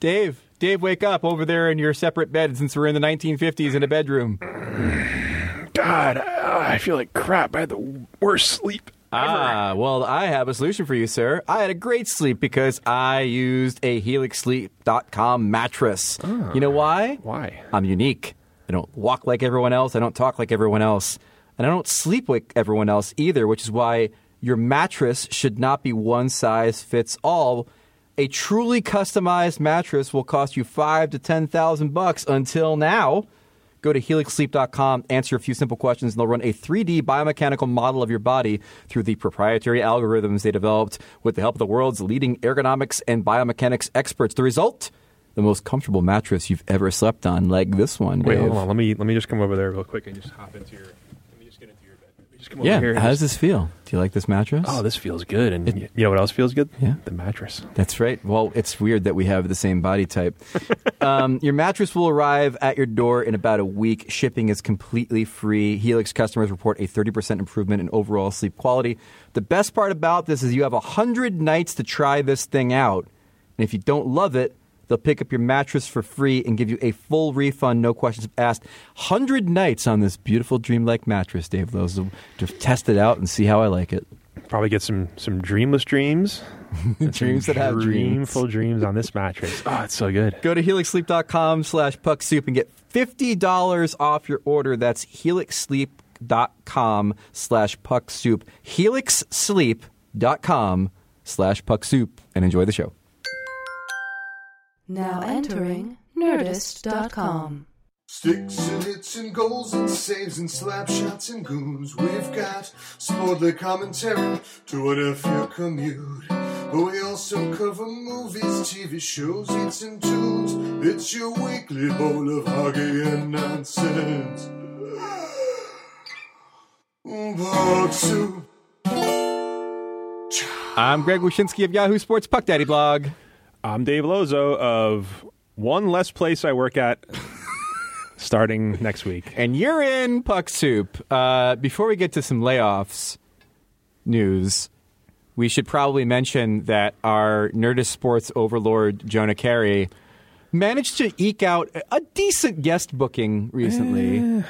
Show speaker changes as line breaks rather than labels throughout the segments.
Dave, Dave, wake up over there in your separate bed since we're in the 1950s in a bedroom.
God, I I feel like crap. I had the worst sleep.
Ah, well, I have a solution for you, sir. I had a great sleep because I used a HelixSleep.com mattress. You know why?
Why?
I'm unique. I don't walk like everyone else. I don't talk like everyone else. And I don't sleep like everyone else either, which is why your mattress should not be one size fits all. A truly customized mattress will cost you five to ten thousand bucks until now. Go to helixsleep.com, answer a few simple questions, and they'll run a 3D biomechanical model of your body through the proprietary algorithms they developed with the help of the world's leading ergonomics and biomechanics experts. The result? The most comfortable mattress you've ever slept on, like this one.
Wait,
Dave.
hold on. Let me let me just come over there real quick and just hop into your. Let me just get into your bed. Let me Just come over
Yeah,
here. and
how does
just-
this feel? Do you like this mattress?
oh, this feels good. And y you know what else feels good?
Yeah.
the mattress.
That's right. Well, it's weird that we have the same body type. um, your mattress will arrive at your door in about a week. Shipping is completely free. Helix customers report a 30% improvement in overall sleep quality. The best part about this is you have 100 nights to try this thing out. And if you don't love it, they'll pick up your mattress for free and give you a full refund, no questions asked. 100 nights on this beautiful dreamlike mattress, Dave Lowe's. To test it out and see how I like it.
Probably get some some dreamless dreams. and some
Dreams that have dreams.
dreamful dreams on this mattress. Oh, it's so good.
Go to helixsleep.com slash pucksoup and get $50 off your order. That's helixsleep.com slash pucksoup. helixsleep.com slash pucksoup. And enjoy the show.
Now entering Nerdist.com.
Sticks and hits and goals and saves and slap shots and goons. We've got sportly commentary to whatever your commute. But we also cover movies, TV shows, eats and tunes. It's your weekly bowl of hockey and nonsense. Puck soup.
I'm Greg Wyszynski of Yahoo Sports Puck Daddy blog.
I'm Dave Lozo of One Less Place I Work At starting next week.
And you're in Puck Soup. Uh, before we get to some layoffs news, we should probably mention that our Nerdist Sports overlord, Jonah Carey, managed to eke out a- a decent guest booking recently.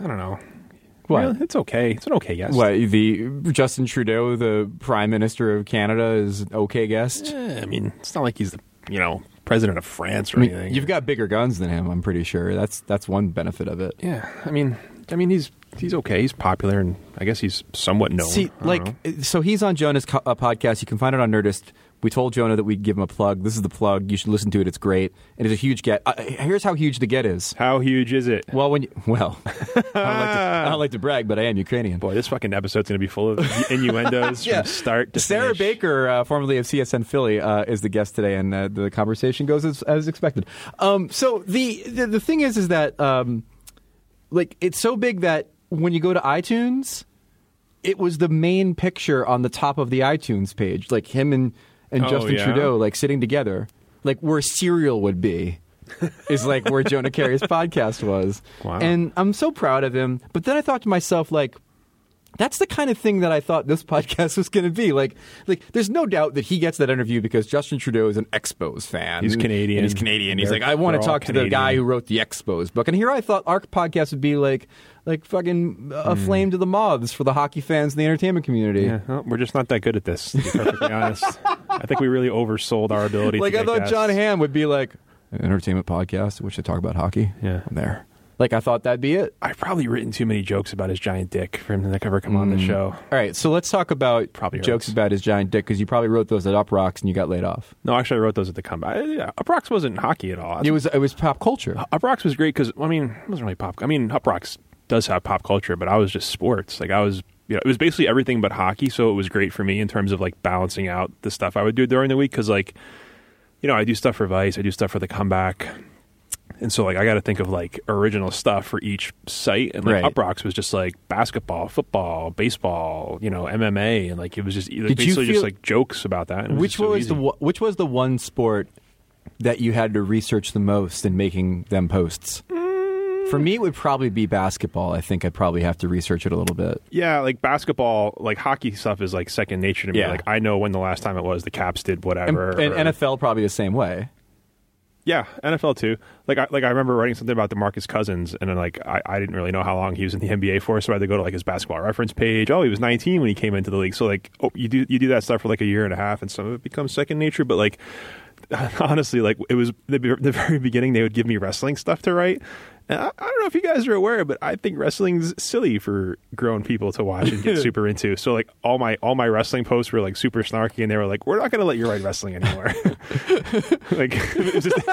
I don't know.
What?
Yeah, it's okay. It's an okay guess.
What the Justin Trudeau, the Prime Minister of Canada, is an okay guest.
Eh, I mean, it's not like he's the you know president of France or
I mean,
anything.
you've got bigger guns than him. I'm pretty sure. That's that's one benefit of it.
yeah. I mean, I mean he's he's okay. He's popular and I guess he's somewhat known. I
See,
don't
like, eh,
know.
so he's on Jonah's co- uh, podcast. You can find it on Nerdist. We told Jonah that we'd give him a plug. This is the plug. You should listen to it. It's great. It is a huge get. Uh, here's how huge the get is.
how huge is it?
Well, when you, well, I don't, like to, I don't like to brag, but I am Ukrainian.
Boy, this fucking episode's gonna be full of innuendos from start to
Sarah
finish.
Baker, uh, formerly of CSN Philly, uh, is the guest today, and uh, the conversation goes as, as expected. Um, so the, the the thing is, is that um, like it's so big that when you go to iTunes, it was the main picture on the top of the iTunes page, like him and and
Oh,
Justin
yeah?
Trudeau, like sitting together, like where Serial would be. is like where Jonah Carey's podcast was.
Wow.
And I'm so proud of him. But then I thought to myself, like, that's the kind of thing that I thought this podcast was going to be. Like, like there's no doubt that he gets that interview because Justin Trudeau is an Expos fan.
He's Canadian.
And he's Canadian. He's
They're-
like, I want
they're
to
all
talk to the
Canadian.
guy who wrote the Expos book. And here I thought our podcast would be like, like fucking a flame to the moths for the hockey fans and the entertainment community.
Hmm. Yeah, well, we're just not that good at this. To be perfectly honest, I think we really oversold our ability.
Like
to
I
get
thought
guests.
John Hamm would be like an entertainment podcast, which they talk about hockey.
Yeah.
I'm there. Like I thought that'd be it.
I've probably written too many jokes about his giant dick for him to ever come on the show.
All right, so let's talk about
Probably
jokes
hurts.
about his giant dick because you probably wrote those at Up Rocks and you got laid off.
No, actually, I wrote those at the comeback. Yeah, Uprox wasn't hockey at all.
It was it was pop culture.
Uprox was great because I mean, it wasn't really pop. I mean, Uprox does have pop culture, but I was just sports. Like I was, you know, it was basically everything but hockey. So it was great for me in terms of like balancing out the stuff I would do during the week because like, you know, I do stuff for Vice, I do stuff for the comeback. And so, like, I got to think of like original stuff for each site, and like
Right.
Uprox was just like basketball, football, baseball, you know, MMA, and like it was just
you
basically just
feel-
like jokes about that. and it
Which
just so
was
easy.
the one- which was the one sport that you had to research the most in making them posts?
Mm.
For me, it would probably be basketball. I think I'd probably have to research it a little bit.
Yeah, like basketball, like hockey stuff is like second nature to me.
Yeah.
Like I know when the last time it was the Caps did
And,
whatever.
and
or-
NFL probably the same way.
Yeah, NFL too. Like I like I remember writing something about DeMarcus Cousins, and then like I, I didn't really know how long he was in the NBA for, so I had to go to like his basketball reference page. Oh, he was 19 when he came into the league. So like, oh, you do you do that stuff for like a year and a half, and some of it becomes second nature. But like, honestly, like it was the, be- the very beginning. They would give me wrestling stuff to write. And I, I don't know if you guys are aware, but I think wrestling's silly for grown people to watch and get super into. So like all my all my wrestling posts were like super snarky, and they were like, "We're not going to let you write wrestling anymore." like it was just,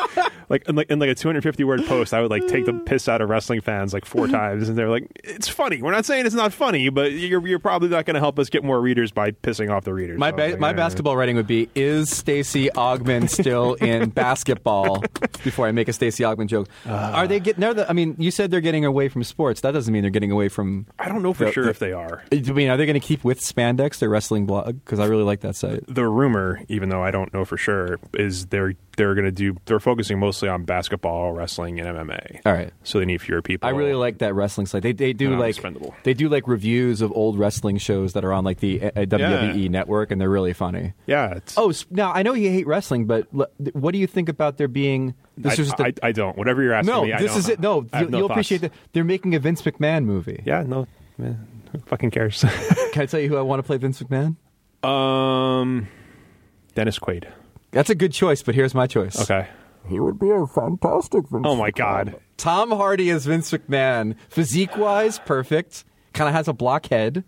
like in like in like a 250 word post i would like take the piss out of wrestling fans like four times and they're like it's funny we're not saying it's not funny but you're, you're probably not going to help us get more readers by pissing off the readers
My
So I was
ba-
like,
my
"Eh."
basketball writing would be: Is Stacy Ogman still in basketball? Before I make a Stacy Ogman joke,
Ah.
are they getting? The, I mean, you said they're getting away from sports. That doesn't mean they're getting away from.
i don't know for
The-
sure
the-
if they are
I mean, are they going to keep with spandex their wrestling blog? Because I really like that site.
the rumor even though i don't know for sure is they're they're going to do they're focusing mostly on basketball wrestling and mma
All right.
so they need fewer people
I really like that wrestling site. They they do
Um,
like
Spendable.
they do like reviews of old wrestling shows that are on like the uh, WWE network, and they're really funny.
yeah it's,
Oh, sp- now I know you hate wrestling, but l- th- what do you think about there being
I,
this is the,
I, I don't whatever you're asking
no,
me I
this
don't-
is it. No,
I have
you, will
thoughts.
appreciate that they're making a Vince McMahon movie.
yeah no man, who fucking cares
Can I tell you who I want to play Vince McMahon?
Um, Dennis Quaid.
That's a good choice, but here's my choice.
Okay.
He would be a fantastic Vince
Oh my God.
Tom Hardy as Vince McMahon, physique wise, perfect. Kind of has a block head.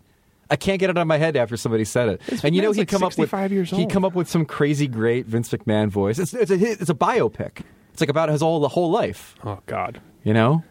I can't get it out of my head after somebody said it. and you know
McMahon's
he
like
come up with
65 years
he
old.
come up with some crazy great Vince McMahon voice. It's it's a it's a biopic. It's like about his whole the whole life.
Oh God.
You know.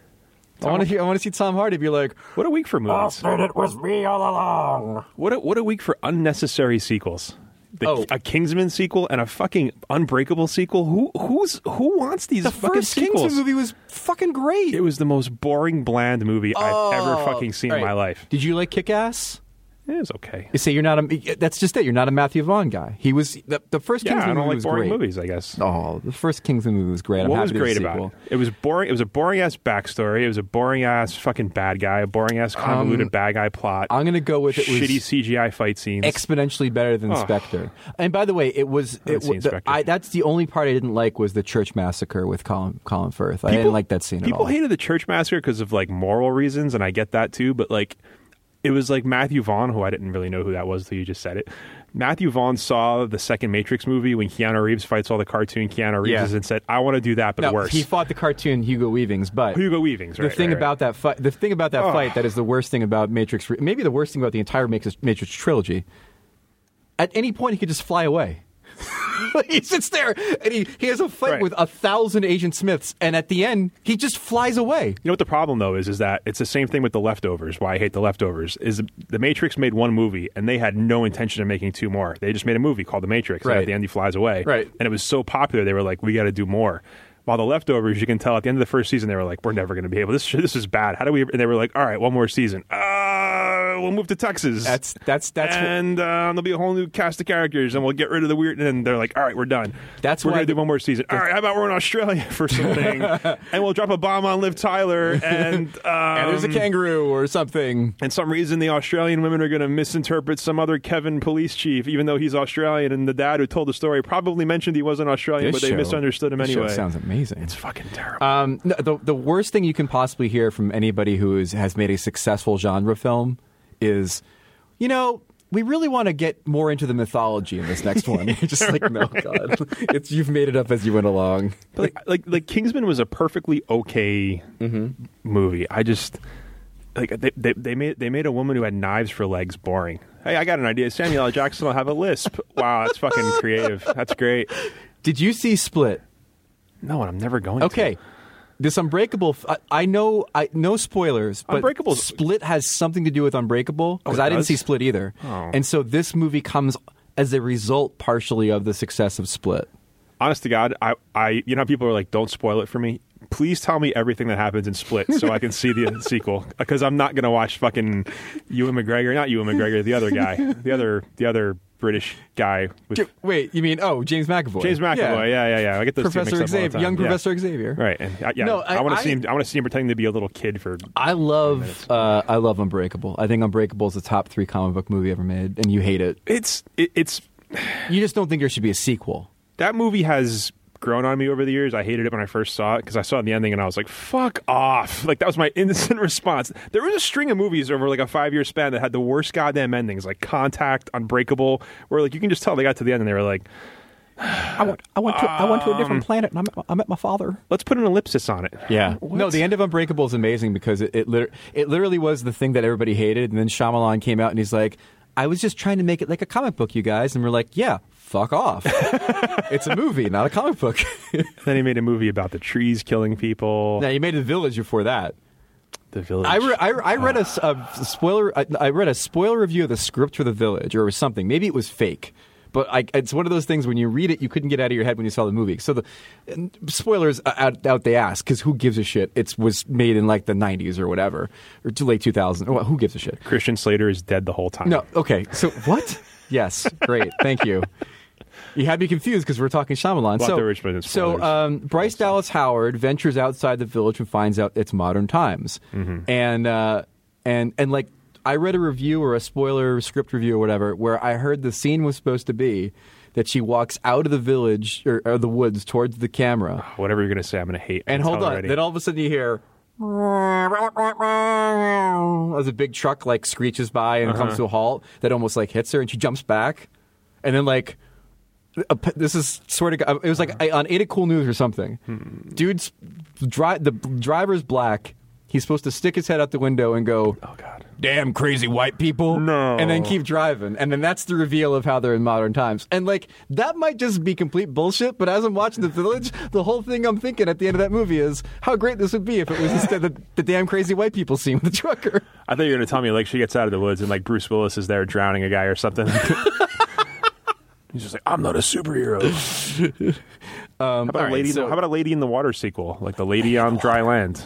I want to hear. I want to see Tom Hardy be like,
What a week for movies.
But it was me all along.
What a, what a week for unnecessary sequels. The,
Oh.
A Kingsman sequel and a fucking Unbreakable sequel. Who who's who wants these
the
fucking
first
sequels?
Kingsman movie was fucking great.
It was the most boring, bland movie I've
Oh,
ever fucking seen in my life.
Did you like Kick Ass?
It was okay.
You say you're not a. That's just it. You're not a Matthew Vaughn guy. He was the, the first
Yeah,
Kingsman
I don't
movie
like
was
boring
great.
movies. I guess.
Oh, the first Kingsman movie was great. I'm
what
happy
was
there's
great
a
about
sequel.
it? It was boring. It was a boring ass backstory. It was a boring ass fucking bad guy. A boring ass convoluted bad guy plot.
Um, I'm gonna go with it was
shitty CGI fight scenes.
exponentially better than Spectre. And by the way, it was it
seen
was the,
Spectre.
I, that's the only part I didn't like was the church massacre with Colin Colin Firth. I didn't like that scene
People
at all.
hated the church massacre because of like moral reasons, and I get that too. But like, it was like Matthew Vaughn, who I didn't really know who that was till you just said it. Matthew Vaughn saw the second Matrix movie when Keanu Reeves fights all the cartoon Keanu Reeves
Yeah.
and said, "I want to do that, but
no,
worse."
he fought the cartoon Hugo Weavings, but
Hugo Weavings,
the
right?
thing
right, right.
about that fight, the thing about that fight that is the worst thing about Matrix, re- maybe the worst thing about the entire Matrix, Matrix trilogy. At any point, he could just fly away. he sits there and he, he has a fight
Right.
with a thousand Agent Smiths, and at the end, he just flies away.
You know what the problem though is is that it's the same thing with the leftovers. Why I hate the leftovers is the Matrix made one movie and they had no intention of making two more. They just made a movie called The Matrix. And
Right.
at the end, he flies away.
Right.
And it was so popular they were like, we got to do more. While the leftovers, you can tell at the end of the first season, they were like, we're never going to be able. This this is bad. How do we? And they were like, all right, one more season. Uh, we'll move to Texas.
That's that's that's what-
and um, there'll be a whole new cast of characters, and we'll get rid of the weird. And then they're like, "All right, we're done.
That's
we're
why
gonna do
the-
one more season. All right, how about we're in Australia for something, and we'll drop a bomb on Liv Tyler, and um,
and there's a kangaroo or something.
and some reason the Australian women are going to misinterpret some other Kevin police chief, even though he's Australian, and the dad who told the story probably mentioned he wasn't Australian, but they misunderstood him
this
anyway.
Show sounds amazing.
it's fucking terrible.
um, no, the the worst thing you can possibly hear from anybody who is, has made a successful genre film is, you know, we really want to get more into the mythology in this next one. You're Just like no, God, it's you've made it up as you went along.
But like, like, like Kingsman was a perfectly okay
Mm-hmm.
movie. I just like they, they they made they made a woman who had knives for legs boring. Hey, I got an idea. Samuel L. Jackson will have a lisp. Wow, that's fucking creative. That's great.
Did you see Split?
No, and I'm never going.
Okay.
to.
This Unbreakable, I, I know, I no spoilers, but
Unbreakable's-
Split has something to do with Unbreakable because
it
I didn't
does?
see Split either,
Oh.
and so this movie comes as a result partially of the success of Split.
honest to God, I I you know how people are like, don't spoil it for me. Please tell me everything that happens in Split so I can see the sequel because I'm not gonna watch fucking Ewan McGregor, not Ewan McGregor, the other guy, the other the other British guy with
Wait, you mean oh James McAvoy?
James McAvoy. Yeah, yeah, yeah. I get those two mixed
Professor
up all the
Xavier,
time.
young
Yeah.
Professor Xavier.
Right. And I, yeah,
No,
I,
I-
want
I-
to see him. I want to see him pretending to be a little kid for.
I love uh, I love Unbreakable. I think Unbreakable is the top three comic book movie ever made, and you hate it.
It's it, it's
You just don't think there should be a sequel.
that movie has grown on me over the years. I hated it when I first saw it because I saw the ending and I was like, "Fuck off!" Like that was my innocent response. There was a string of movies over like a five year span that had the worst goddamn endings, like Contact, Unbreakable, where like you can just tell they got to the end and they were like,
I went I went to, I went to a
Um,
different planet, and I met, I met my father.
"Let's put an ellipsis on it."
Yeah.
What?
No, the end of Unbreakable is amazing because it it, liter- it literally was the thing that everybody hated, and then Shyamalan came out and he's like, "I was just trying to make it like a comic book, you guys," and we're like, "Yeah, fuck off. it's a movie, not a comic book."
Then he made a movie about the trees killing people.
now you made a village before that.
The village.
I, re- I, I read a, s- a spoiler. I, I read a spoiler review of the script for The Village or something. Maybe it was fake, but I, it's one of those things when you read it, you couldn't get out of your head when you saw the movie. So the and spoilers are out, out they ask because who gives a shit? It was made in like the '90s or whatever, or too late 2000. Or what, who gives a shit?
Christian Slater is dead the whole time.
No. Okay. So what? yes. Great. Thank you. You had me confused because we're talking Shyamalan.
Lot
so,
to reach for the
so
spoilers.
um, Bryce Dallas Howard ventures outside the village and finds out it's modern times,
Mm-hmm.
and uh, and and like I read a review or a spoiler script review or whatever where I heard the scene was supposed to be that she walks out of the village or, or the woods towards the camera,
Whatever you're gonna say, I'm gonna hate. I
and
can
hold
tell
on.
already.
Then all of a sudden you hear as a big truck like screeches by and comes to a halt that almost like hits her, and she jumps back, and then like. a p- This is swear to God. It was like I- on Ada Cool News or something. Dude's dri- the driver's black. He's supposed to stick his head out the window and go,
oh god.
"Damn crazy white people!"
No.
and then keep driving. And then that's the reveal of how they're in modern times. And like that might just be complete bullshit. But as I'm watching The Village, the whole thing I'm thinking at the end of that movie is how great this would be if it was instead the, the damn crazy white people scene with the trucker.
I thought you were going to tell me like she gets out of the woods and like Bruce Willis is there drowning a guy or something. He's just like, I'm not a superhero. how about
all right,
a lady? in the-
so-
how about a lady in the water sequel, like the lady on dry land?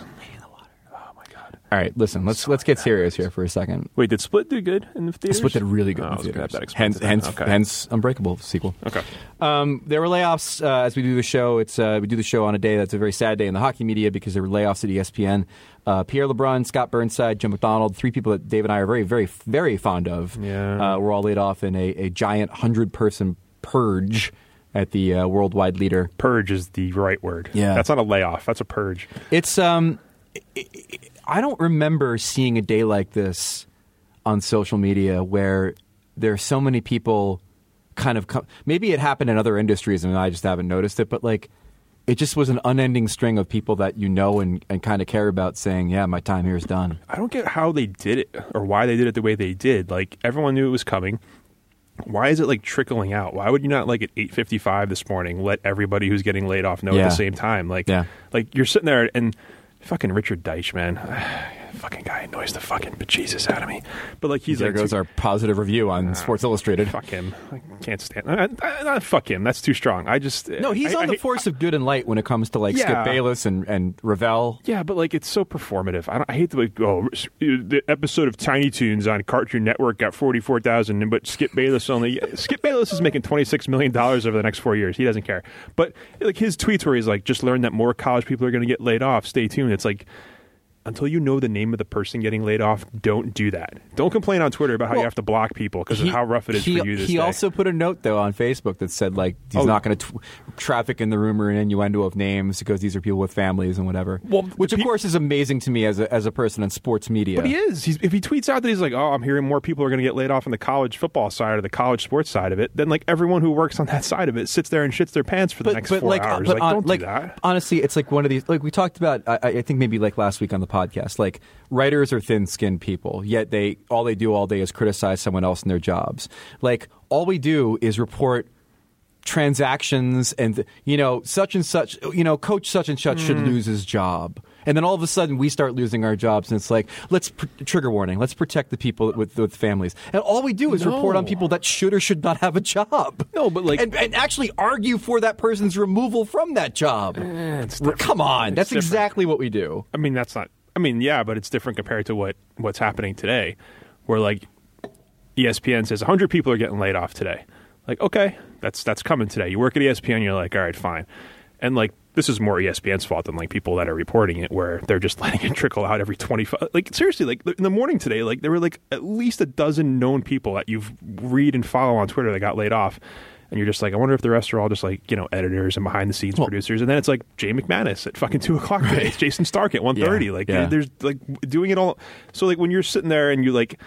Oh,
All right, listen, let's let's get serious here for a second.
Wait, did Split do good in the theaters?
Split did really good.
Oh,
in
I was gonna
theaters.
have that explained
hence,
to them.
hence,
okay.
hence, Unbreakable sequel.
Okay.
Um, there were layoffs uh, as we do the show. It's uh, we do the show on a day that's a very sad day in the hockey media because there were layoffs at E ESPN. Uh, Pierre LeBrun, Scott Burnside, Jim McDonald, three people that Dave and I are very, very, very fond of.
Yeah.
Uh, were all laid off in a, a giant hundred-person purge at the uh, worldwide leader.
Purge is the right word.
Yeah.
that's not a layoff. That's a purge.
It's um, I don't remember seeing a day like this on social media where there are so many people kind of co- maybe it happened in other industries and I just haven't noticed it, but like it just was an unending string of people that you know and, and kind of care about saying, "Yeah, my time here is done."
I don't get how they did it or why they did it the way they did. Like everyone knew it was coming. Why is it like trickling out? Why would you not like at eight fifty five this morning let everybody who's getting laid off know at
Yeah.
the same time? Like,
Yeah.
like you're sitting there and fucking Richard Deitch, man, fucking guy annoys the fucking bejesus out of me. But like he's
There
like
goes
too-
our positive review on Sports Illustrated.
fuck him. I can't stand. I, I, I- fuck him. That's too strong. I just
No, he's
I-
on
I
the
hate-
force of good and light when it comes to like Skip
Yeah.
Bayless and and Ravel.
Yeah, but like it's so performative. I, don't, I hate the way oh s- the episode of Tiny Toons on Cartoon Network got forty four thousand, but Skip Bayless only Skip Bayless is making twenty six million dollars over the next four years. He doesn't care. But like his tweets where he's like, "Just learn that more college people are going to get laid off. Stay tuned." It's like. Until you know the name of the person getting laid off, don't do that. Don't complain on Twitter about how
Well,
you have to block people because of
He-
how rough it is
he,
for you this
he
day.
also put a note though on Facebook that said like he's
Oh.
not going to tw- traffic in the rumor and innuendo of names because these are people with families and whatever.
Well,
which of
he-
course is amazing to me as a, as a person in sports media.
But he is. He's, if he tweets out that he's like, "Oh, I'm hearing more people are going to get laid off on the college football side or the college sports side of it," then like everyone who works on that side of it sits there and shits their pants for the next four hours.
but
like,
on-
don't
like,
do that.
Honestly, it's like one of these. Like we talked about, I, I think maybe like last week on the podcast. Like writers are thin-skinned people, yet they all they do all day is criticize someone else in their jobs. Like all we do is report transactions and you know such and such you know coach such and such
Hmm.
should lose his job and then all of a sudden we start losing our jobs and it's like let's pr- trigger warning let's protect the people with with families and all we do is report on
No.
people that should or should not have a job
No, but, like-
and, and actually argue for that person's removal from that job. Well, Come on, that's
Eh, different.
exactly what we do.
I mean, that's not. I mean, yeah, but it's different compared to what what's happening today, where like ESPN says 100 people are getting laid off today. Like, okay, that's that's coming today. You work at E ESPN, you're like, all right, fine. And like, this is more E ESPN's fault than like people that are reporting it, where they're just letting it trickle out every 25. Like, seriously, like in the morning today, like there were like at least a dozen known people that you've read and follow on Twitter that got laid off. And you're just like, I wonder if the rest are all just like, you know, editors and behind the scenes producers. And then it's like Jay McManus at fucking two o'clock. today. It's Jason Stark at 1.30.
Yeah,
like
yeah.
there's like doing it all. So like when you're sitting there and you like,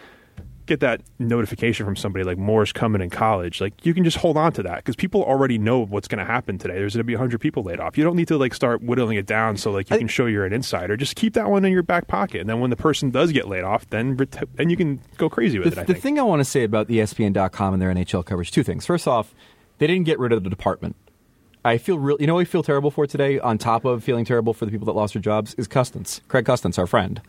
get that notification from somebody like Moore's coming in college, like you can just hold on to that because people already know what's going to happen today. There's going to be 100 people laid off. You don't need to like start whittling it down so like you
I-
can show you're an insider. Just keep that one in your back pocket, and then when the person does get laid off, then ret- and you can go crazy with
the,
it. I
the
think.
thing I want to say about E ESPN.com and their NHL coverage, two things. First off, they didn't get rid of the department. I feel real. You know, what I feel terrible for today. On top of feeling terrible for the people that lost their jobs, is Custance, Craig Custance, our friend,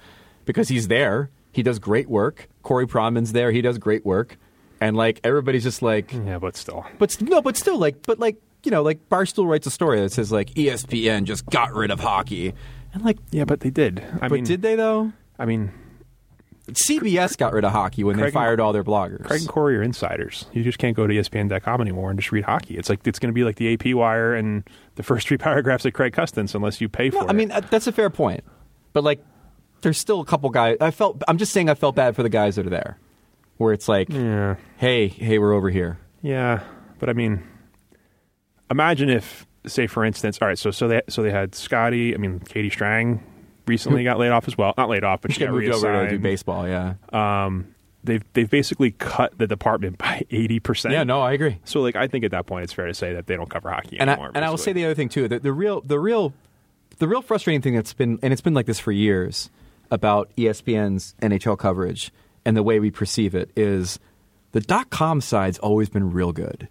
because he's there. He does great work. Corey Pronman's there. He does great work. And like everybody's just like,
yeah, but still,
but st- no, but still, like, but like, you know, like Barstool writes a story that says like E ESPN just got rid of hockey, and like,
yeah, but they did. I
but
mean,
did they though?
I mean,
CBS got rid of hockey when
Craig
they
and-
fired all their bloggers.
Craig and Corey are insiders. You just can't go to E ESPN.com anymore and just read hockey. It's like it's going to be like the AP wire and the first three paragraphs of Craig Custance unless you pay for
No,
it.
I mean uh, that's a fair point, but like, there's still a couple guys. I felt. I'm just saying, I felt bad for the guys that are there, where it's like,
yeah.
hey, hey, we're over here.
Yeah, but I mean, imagine if, say, for instance, all right, so so they so they had Scotty. I mean, Katie Strang recently got laid off as well. Not laid off, but she
Just get
got
moved over to do
reassigned.
baseball. Yeah,
Um, they've they've basically cut the department by eighty percent.
yeah. No, I agree.
So like, I think at that point, it's fair to say that they don't cover hockey
and
anymore.
I, and I will say
basically.
the other thing too. The, the real, the real, the real frustrating thing that's been, and it's been like this for years about E ESPN's NHL coverage and the way we perceive it is the dot com side's always been real good.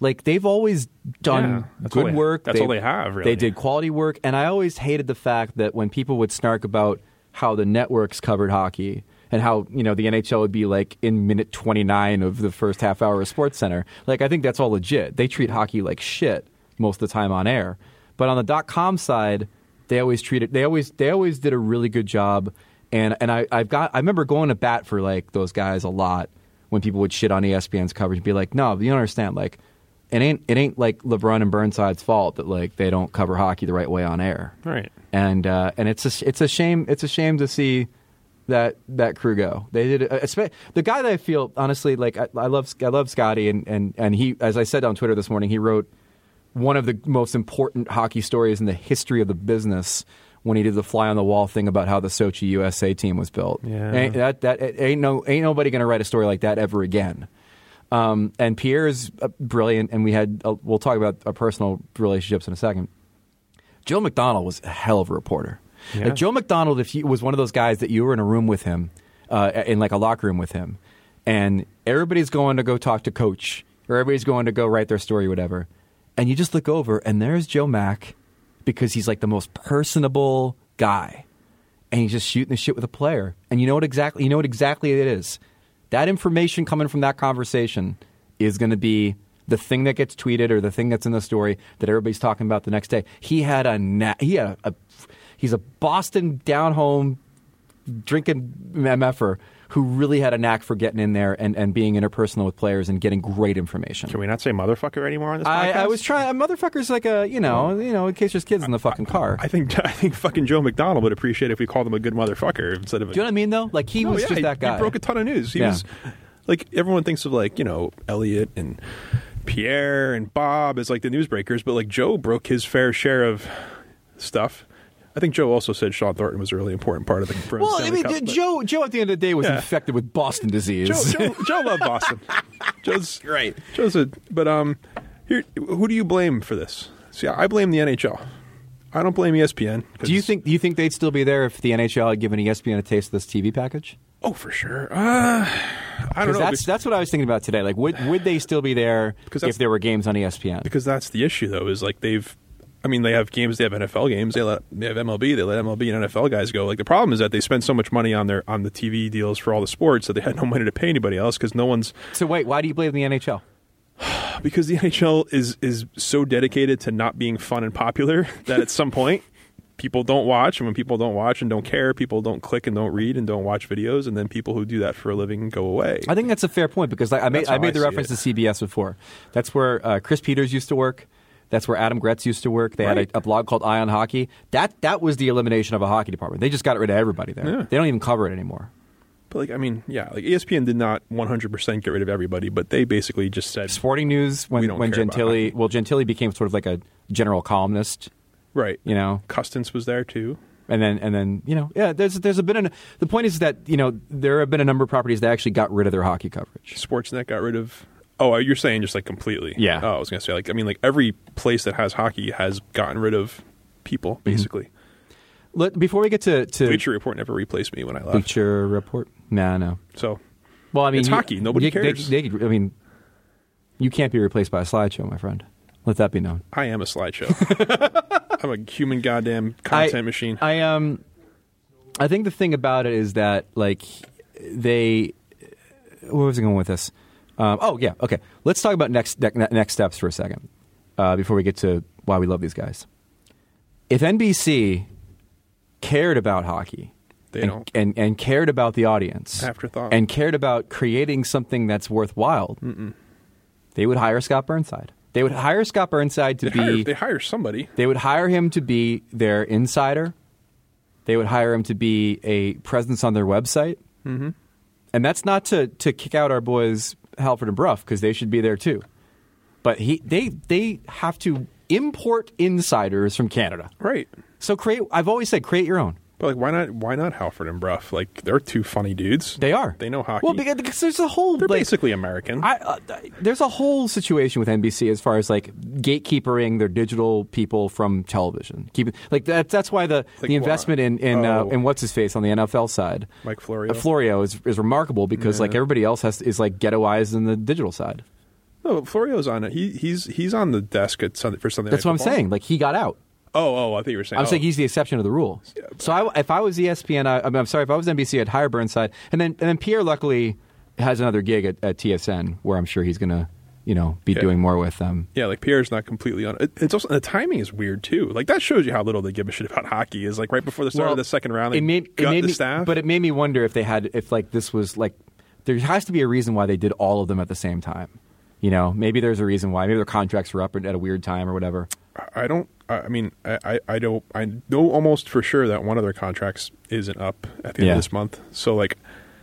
Like they've always
Yeah,
done
that's all
good
they-
work.
that's all they have, really.
They did quality work, and I always hated the fact that when people would snark about how the networks covered hockey and how you know the NHL would be like in minute 29 of the first half hour of Sports Center. Like I think that's all legit. They treat hockey like shit most of the time on air, but on the dot com side, they always treated they always they always did a really good job. And and I I've got I remember going to bat for like those guys a lot when people would shit on E ESPN's coverage and be like, no, you don't understand, like it ain't it ain't like LeBron and Burnside's fault that like they don't cover hockey the right way on air.
Right.
And uh, and it's a sh- it's a shame it's a shame to see that that crew go. They did a, a spe- the guy that I feel honestly like I, I love I love Scotty and, and and he as I said on Twitter this morning he wrote one of the most important hockey stories in the history of the business when he did the fly on the wall thing about how the Sochi USA team was built.
Yeah.
Ain't- that that ain't no ain't nobody going to write a story like that ever again. Um, and Pierre is uh, brilliant, and we had uh, we'll talk about our personal relationships in a second. Joe McDonald was a hell of a reporter.
Yeah.
Like Joe McDonald, if you was one of those guys that you were in a room with him, uh, in like a locker room with him, and everybody's going to go talk to coach, or everybody's going to go write their story, whatever, and you just look over and there's Joe Mack, because he's like the most personable guy, and he's just shooting the shit with a player, and you know what exactly you know what exactly it is. That information coming from that conversation is going to be the thing that gets tweeted or the thing that's in the story that everybody's talking about the next day. He had a na- he had a, a he's a Boston down home drinking mf'er who really had a knack for getting in there and, and being interpersonal with players and getting great information.
can we not say motherfucker anymore on this?
I, I
podcast?
was trying. Motherfucker's like a you know you know in case there's kids in the fucking car.
I think I think fucking Joe McDonald would appreciate if we called him a good motherfucker instead of a
Do you know what I mean though? Like he
No,
was
yeah,
just
he-
that guy.
He broke a ton of news. He
Yeah.
was like everyone thinks of like you know Elliot and Pierre and Bob as like the newsbreakers, but like Joe broke his fair share of stuff. I think Joe also said Sean Thornton was a really important part of the. for the
well, I mean,
Stanley Cup, but-
Joe. Joe at the end of the day was
Yeah.
infected with Boston disease.
Joe, Joe, Joe loved Boston. Joe's
Right.
Joe's a but um, here who do you blame for this? See, I blame the NHL. I don't blame E ESPN. 'cause-
Do you think do you think they'd still be there if the NHL had given E ESPN a taste of this TV package?
Oh, for sure. Uh, I don't know.
Because that's that's what I was thinking about today. Like, would would they still be there
Because that's-
if there were games on E ESPN?
because that's the issue though is like they've I mean they have games they have NFL games they let they have MLB they let MLB and NFL guys go like the problem is that they spend so much money on their on the TV deals for all the sports that they had no money to pay anybody else cuz no one's
so wait, why do you blame the NHL?
because the NHL is is so dedicated to not being fun and popular that at some point people don't watch, and when people don't watch and don't care, people don't click and don't read and don't watch videos, and then people who do that for a living go away.
I think that's a fair point because I, I made
That's how
I made
I
the
see
reference to
it.
CBS before. That's where uh, Chris Peters used to work. That's where Adam Gretz used to work. They had
Right.
a, a blog called Ion Hockey. That that was the elimination of a hockey department. They just got rid of everybody there.
Yeah.
They don't even cover it anymore.
But like, I mean, yeah, like E ESPN did not 100% get rid of everybody, but they basically just said,
Sporting News
We
when
don't
when
care about
Gentili well Gentili became sort of like a general columnist,
right,
you know,
Custance was there too.
and then and then you know yeah. There's there's a bit of the point is that you know there have been a number of properties that actually got rid of their hockey coverage.
Sportsnet got rid of. Oh, you're saying just like completely?
Yeah.
Oh, I was gonna say like I mean like every place that has hockey has gotten rid of
Mm-hmm.
people basically.
Let, before we get to to
Bleacher Report never replaced me when I left.
Bleacher report, nah, no.
So
Well, I mean,
It's
you-
hockey. Nobody
you- they-
cares.
they could- I mean, you can't be replaced by a slideshow, my friend. Let that be known.
I am a slideshow. I'm a human goddamn content
I,
machine.
I um, I think the thing about it is that like they, where was I going with this? Um, oh yeah, okay. Let's talk about next ne- ne- next steps for a second uh, before we get to why we love these guys. If NBC cared about hockey,
They
and,
don't.
and and cared about the audience,
Afterthought.
and cared about creating something that's worthwhile, they would hire Scott Burnside. They would hire Scott Burnside to
they,
be
hire, they hire somebody.
they would hire him to be their insider. They would hire him to be a presence on their website. Mm-hmm. And that's not to, to kick out our boys Halford and Bruff because they should be there too. But he they they have to import insiders from Canada.
Right.
So create. I've always said create your own.
But like why not why not Halford and Bruff? Like they're two funny dudes.
They are.
They know hockey.
Well, because, because there's a whole
they're
like,
basically American.
I, uh, th- there's a whole situation with NBC as far as like gatekeepering their digital people from television. Keep, like that's that's why the,
Like
the
why?
investment in in,
Oh.
uh, in what's his face on the NFL side,
Mike Florio.
uh, Florio is is remarkable because like everybody else has is like ghettoized in the digital side.
no, but Florio's on it. He he's he's on the desk at Sunday, for something.
That's what I'm saying. Like he got out.
Oh, oh, I thought you were saying.
I'm
oh.
saying he's the exception to the rule. So I, if I was E ESPN, I, I mean, I'm sorry, if I was NBC, I'd hire Burnside, and then and then Pierre luckily has another gig at, at TSN where I'm sure he's gonna you know be
Yeah.
doing more with um, them.
Yeah, like Pierre's not completely on. it- It's also the timing is weird too. Like that shows you how little they give a shit about hockey. Is like right before the start
Well,
of the second round, they
it made, it
gut
made
the
me,
staff.
But it made me wonder if they had, if like this was like, there has to be a reason why they did all of them at the same time. You know, maybe there's a reason why. Maybe their contracts were up at a weird time or whatever.
I don't. I I mean, I, I, I don't. I know almost for sure that one of their contracts isn't up at the end
Yeah.
of this month. So like,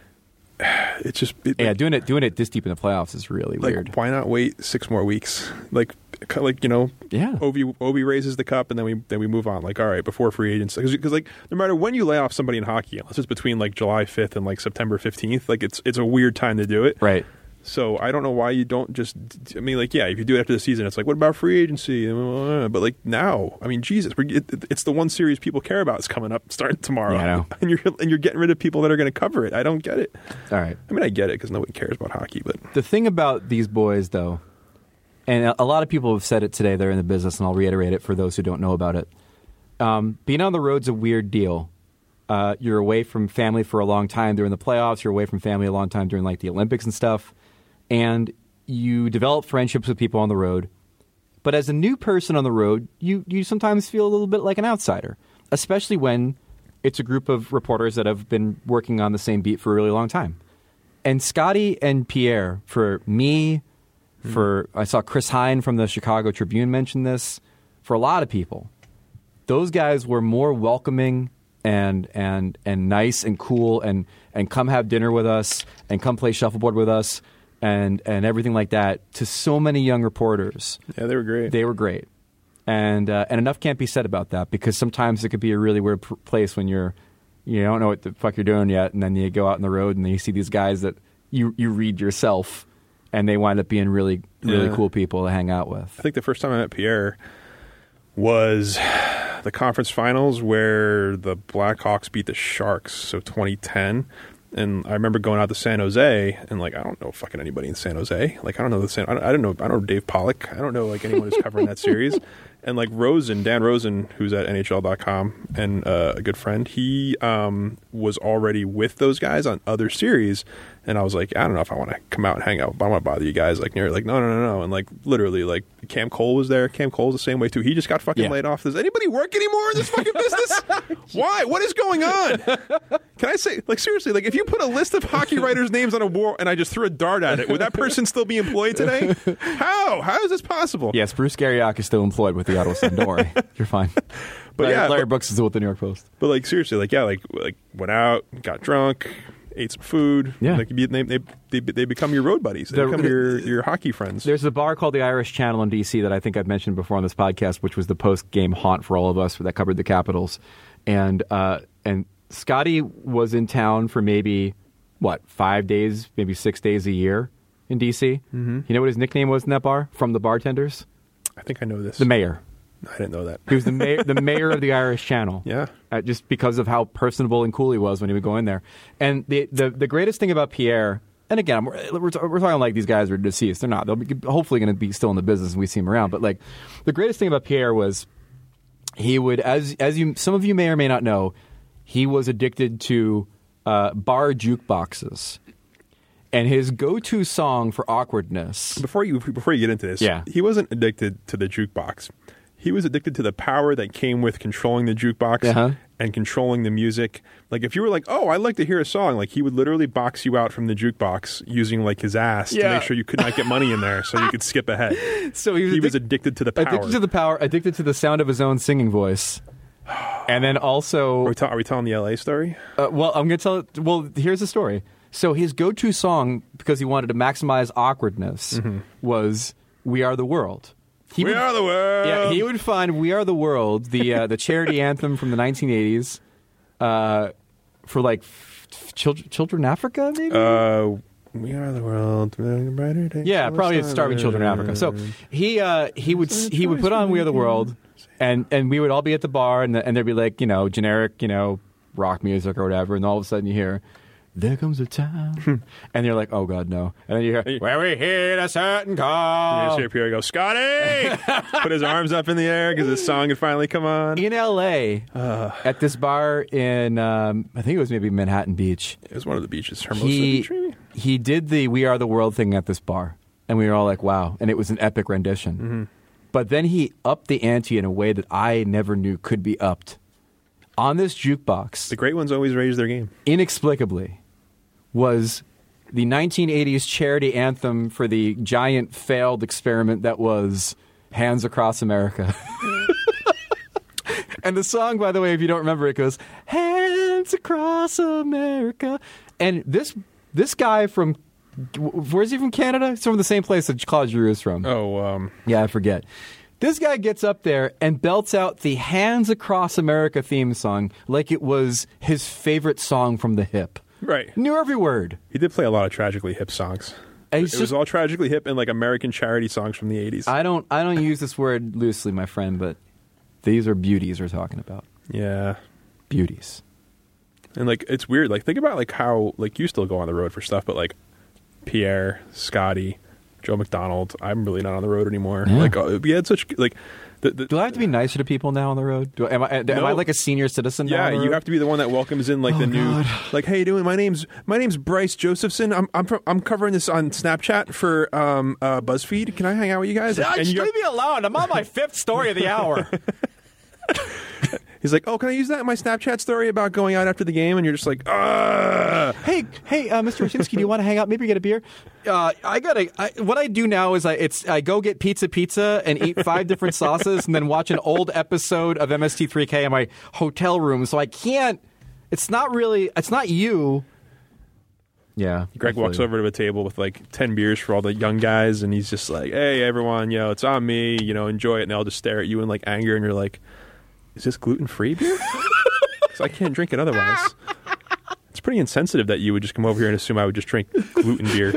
it's just it,
Yeah, doing it, doing it this deep in the playoffs is really
like
weird.
why not wait six more weeks? Like, kind of like you know,
Yeah.
Obi Obi raises the cup and then we then we move on. Like, all right, before free agency, because like no matter when you lay off somebody in hockey, unless it's between like July fifth and like September fifteenth, like it's it's a weird time to do it,
Right.
So I don't know why you don't just. I mean, like, yeah, if you do it after the season, it's like, what about free agency? But like now, I mean, Jesus, we're- it, it- it's the one series people care about is coming up, starting tomorrow,
Yeah, I know.
and you're and you're getting rid of people that are going to cover it. I don't get it.
All right.
I mean, I get it because nobody cares about hockey, but
The thing about these boys, though, and a- a lot of people have said it today, they're in the business, and I'll reiterate it for those who don't know about it. Um, being on the road's a weird deal. Uh, you're away from family for a long time during the playoffs, you're away from family a long time during like the Olympics and stuff, and you develop friendships with people on the road. But as a new person on the road, you, you sometimes feel a little bit like an outsider, especially when it's a group of reporters that have been working on the same beat for a really long time. And Scotty and Pierre, for me, for I saw Chris Hine from the Chicago Tribune mention this, for a lot of people, those guys were more welcoming and and and nice and cool and and come have dinner with us and come play shuffleboard with us and and everything like that to so many young reporters
yeah, they were great.
they were great, and uh, and enough can't be said about that because sometimes it could be a really weird p- place when you're you don't know what the fuck you're doing yet, and then you go out on the road and then you see these guys that you you read yourself, and they wind up being really really
Yeah.
cool people to hang out with.
I think the first time I met Pierre was the conference finals where the Blackhawks beat the Sharks, so 2010. And I remember going out to San Jose, and like I don't know fucking anybody in San Jose. Like I don't know the San. I don't, I don't know. I don't know Dave Pollock. I don't know like anyone who's covering that series. And like Rosen, Dan Rosen, who's at NHL.com and uh, a good friend, he um, was already with those guys on other series. And I was like, I don't know if I want to come out and hang out, but I want to bother you guys. Like, near, like, no, no, no, no. And like, literally, like, Cam Cole was there. Cam Cole's the same way too. He just got fucking
Yeah.
laid off. Does anybody work anymore in this fucking business? Why? What is going on? Can I say, like, seriously, like, if you put a list of hockey writers' names on a wall and I just threw a dart at it, would that person still be employed today? How? How is this possible?
Yes, Bruce Garriock is still employed with the Ottawa Sun. Don't worry, you're fine. But Larry,
yeah,
Larry
but-
Brooks is with the New York Post.
But like seriously, like yeah, like like went out, got drunk, ate some food.
Yeah.
like you- they they they, they become your road buddies. They
They're-
become your your hockey friends.
There's a bar called the Irish Channel in D.C. that I think I've mentioned before on this podcast, which was the post-game haunt for all of us that covered the Capitals, and uh, and Scotty was in town for maybe what five days, maybe six days a year in D.C. Mm-hmm. You know what his nickname was in that bar from the bartenders?
I think I know this.
The mayor.
I didn't know that.
He was the mayor, the mayor of the Irish Channel.
Yeah.
uh, just because of how personable and cool he was when he would go in there. And the the, the greatest thing about Pierre, and again, I'm- we're, we're talking like these guys are deceased. They're not. They'll be hopefully going to be still in the business, and we see him around. But like, the greatest thing about Pierre was he would, as as you some of you may or may not know, he was addicted to uh, bar jukeboxes. And his go-to song for awkwardness
Before you before you get into this,
Yeah.
he wasn't addicted to the jukebox. He was addicted to the power that came with controlling the jukebox
Uh-huh.
and controlling the music. Like if you were like, "Oh, I'd like to hear a song," like he would literally box you out from the jukebox using like his ass to
Yeah.
make sure you could not get money in there, so you could skip ahead.
So he was
he was
addic-
addicted to the power.
addicted to the power, addicted to the sound of his own singing voice, and then also
are, we ta- are we telling the LA story?
Uh, well, I'm going to tell it. Well, here's the story. So his go-to song, because he wanted to maximize awkwardness, was "We Are the World." He
Mm-hmm. We
would-
are the world.
Yeah, he would find "We Are the World," the uh, the charity anthem from the 1980s, uh, for like f- f- children, children in Africa, maybe.
Uh, we are the world. building a brighter day
yeah,
for
probably
us.
it's starving children in Africa. So he uh, he would he would put on "We Are the World," and and we would all be at the bar, and the, and there'd be like you know generic you know rock music or whatever, and all of a sudden you hear. There comes a time, and you're like, "Oh God, no!" And then you hear, "Where we hear a certain
You just
call."
hear Pierre go, Scotty! Put his arms up in the air because his song had finally come on.
In L.A., at this bar in, um, I think it was maybe Manhattan Beach.
It was one of the beaches, Hermosa
He
Beach. maybe?
he did the "We Are the World" thing at this bar, and we were all like, "Wow!" And it was an epic rendition.
Mm-hmm.
But then he upped the ante in a way that I never knew could be upped. On this
The
jukebox,
great ones always raise their game.
inexplicably, was the 1980s charity anthem for the giant failed experiment that was Hands Across America. and the song, by the way, if you don't remember it, goes Hands Across America. And this this guy from where's he from? Canada? He's from the same place that Claude Giroux is from.
Oh, um,
Yeah, I forget. This guy gets up there and belts out the Hands Across America theme song like it was his favorite song from the hip.
right.
Knew every word.
He did play a lot of tragically hip songs.
And
It
he's
was
just-
all tragically hip and like American charity songs from the 80s.
I don't I don't use this word loosely, my friend, but these are beauties we're talking about.
yeah.
Beauties.
And like it's weird. Like think about like how like you still go on the road for stuff, but like Pierre, Scotty, Joe McDonald, I'm really not on the road anymore.
Yeah.
Like uh, we had such like the, the,
Do I have to be nicer to people now on the road? Do I, am I am I
No.
like a senior citizen? now
yeah,
on the
you
road?
have to be the one that welcomes in like the new like hey, doing my name's my name's Bryce Josephson. I'm I'm from, I'm covering this on Snapchat for um uh, BuzzFeed. Can I hang out with you guys? And you-
me alone. I'm on my fifth story of the hour.
he's like, "Oh, can I use that in my Snapchat story about going out after the game?" And you're just like, "Ah."
hey, hey, uh, Mr. Wyszynski, do you want to hang out? Maybe get a beer. Uh, I gotta. I, what I do now is I it's I go get pizza, pizza, and eat five different sauces, and then watch an old episode of MST3K in my hotel room. So I can't. It's not really. It's not you. Yeah.
Greg walks over to a table with like 10 beers for all the young guys, and he's just like, hey, everyone, yo, it's on me, you know, enjoy it. And they'll just stare at you in like anger, and you're like, is this gluten free beer? Because I can't drink it otherwise. It's pretty insensitive that you would just come over here and assume I would just drink gluten beer.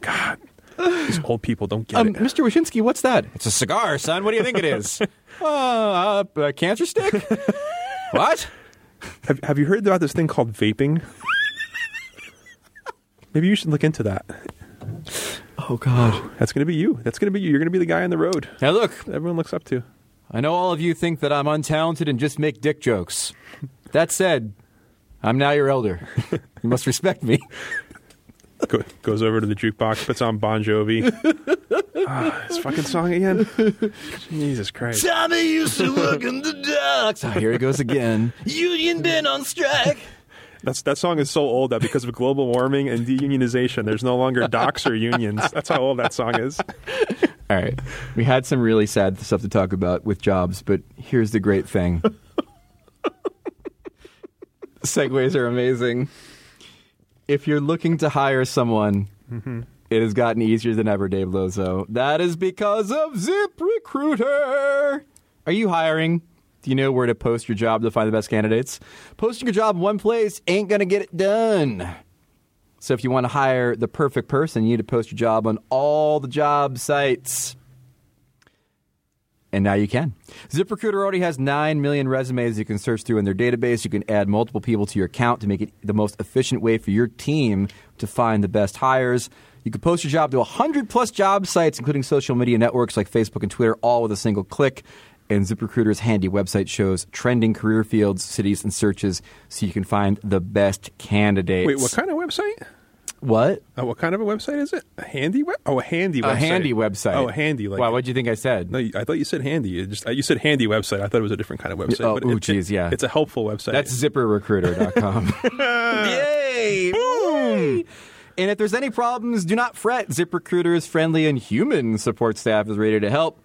God, these old people don't get
Um,
it.
Mr. Wyszynski, what's that? It's a cigar, son. What do you think it is? uh, a cancer stick? what?
Have, have you heard about this thing called vaping? Maybe you should look into that.
Oh God! Oh,
That's going to be you. That's going to be you. You're going to be the guy on the road
Now look,
that everyone looks up to.
I know all of you think that I'm untalented and just make dick jokes. That said, I'm now your elder. you must respect me.
Go, goes over to the jukebox, puts on Bon Jovi. ah, this fucking song again. Jesus Christ.
Tommy used to work in the docks. Oh, here it goes again. Union been on strike.
That's that song is so old that because of global warming and deunionization, there's no longer docks or unions. That's how old that song is.
All right. We had some really sad stuff to talk about with jobs, but here's the great thing. Segways are amazing. If you're looking to hire someone, it has gotten easier than ever, Dave Lozo. That is because of Zip Recruiter. Are you hiring? Do you know where to post your job to find the best candidates? Posting your job in one place ain't going to get it done. So if you want to hire the perfect person, you need to post your job on all the job sites. And now you can. ZipRecruiter already has 9 million resumes you can search through in their database. You can add multiple people to your account to make it the most efficient way for your team to find the best hires. You can post your job to 100 plus job sites, including social media networks like Facebook and Twitter, all with a single click. And ZipRecruiter's handy website shows trending career fields, cities, and searches so you can find the best candidates.
Wait, what kind of website?
What?
Uh, what kind of a website is it? A handy web? Oh, a handy website.
A handy website.
Oh, a handy. Like
wow, what'd you think I said?
No, you- I thought you said handy. It just uh, you said handy website. I thought it was a different kind of website.
Oh,
but
ooh,
it-
geez, yeah.
It's a helpful website.
That's zipperrecruiter.com. Yay! Boom! And if there's any problems, do not fret. ZipRecruiter's friendly and human support staff is ready to help.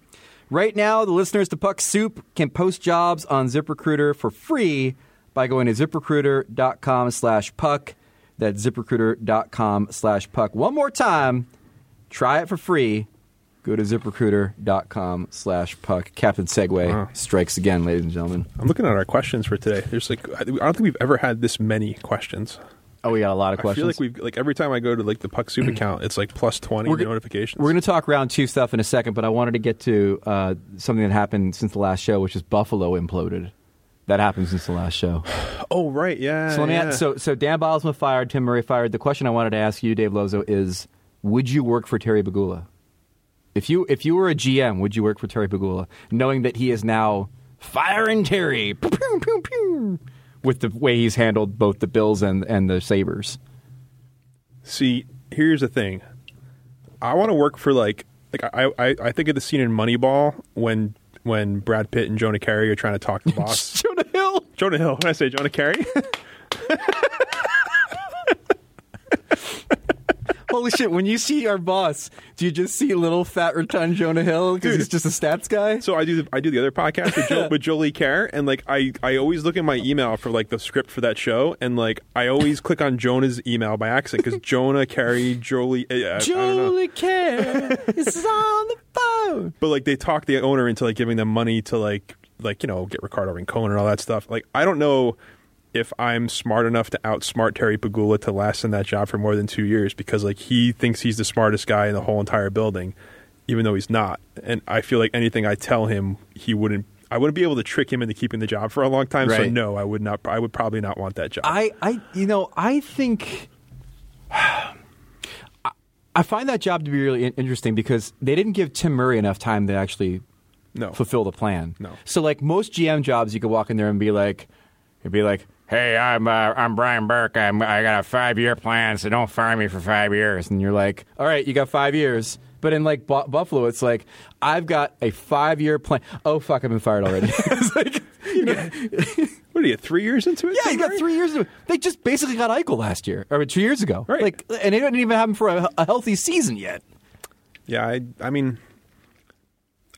Right now, the listeners to Puck Soup can post jobs on ZipRecruiter for free by going to ziprecruiter.com slash puck. That's ziprecruiter.com slash puck. One more time, try it for free. Go to ziprecruiter.com slash puck. Captain Segway strikes again, ladies and gentlemen.
I'm looking at our questions for today. There's like I I don't think we've ever had this many questions.
Oh, we got a lot of
I feel
questions.
like we've like every time I go to like the Puck Soup account, it's like plus twenty
We're g-
notifications.
We're going to talk round two stuff in a second, but I wanted to get to uh, something that happened since the last show, which is Buffalo imploded. That happened since the last show.
oh right, yeah.
So let me
yeah.
ask, so so Dan Bilesma fired, Tim Murray fired. The question I wanted to ask you, Dave Lozo, is: Would you work for Terry Bagula? If you if you were a GM, would you work for Terry Bagula, knowing that he is now firing Terry pew, pew, pew, pew, with the way he's handled both the Bills and and the Sabers?
See, here's the thing. I want to work for like like I, I I think of the scene in Moneyball when when Brad Pitt and Jonah Carey are trying to talk to the boss.
Jonah Hill.
Jonah Hill. When I say Jonah Carey,
Holy shit! When you see our boss, do you just see little fat rotund Jonah Hill because he's just a stats guy?
so I do the, I do the other podcast with, jo- with Jolie Care, and like I I always look in my email for like the script for that show, and like I always click on Jonah's email by accident because Jonah Carey Jolie uh, I don't know.
Jolie Care is on the phone.
But like they talked the owner into like giving them money to like like you know get Ricardo Rincon and all that stuff. Like I don't know if I'm smart enough to outsmart Terry Pagula to last in that job for more than two years because like he thinks he's the smartest guy in the whole entire building, even though he's not. And I feel like anything I tell him, he wouldn't. I wouldn't be able to trick him into keeping the job for a long time. So
Right.
no, I would not. I would probably not want that job.
I, I, you know, I think I- I find that job to be really in- interesting because they didn't give Tim Murray enough time to actually
no.
fulfill the plan.
No.
So like most GM jobs, you could walk in there and be like, it'd be like,
Hey, I'm uh, I'm Brian Burke. I'm, I got a five year plan, so don't fire me for five years.
and you're like, all right, you got five years. But in like Bu- Buffalo, it's like I've got a five-year plan. Oh fuck, I've been fired already. it's like, you know,
What are you three years into it?
yeah,
Tim
you got
Murray?
three years. Of, they just basically got Eichel last year or two years ago,
Right.
Like, and they didn't even have him for a, a healthy season yet.
Yeah, I, I mean,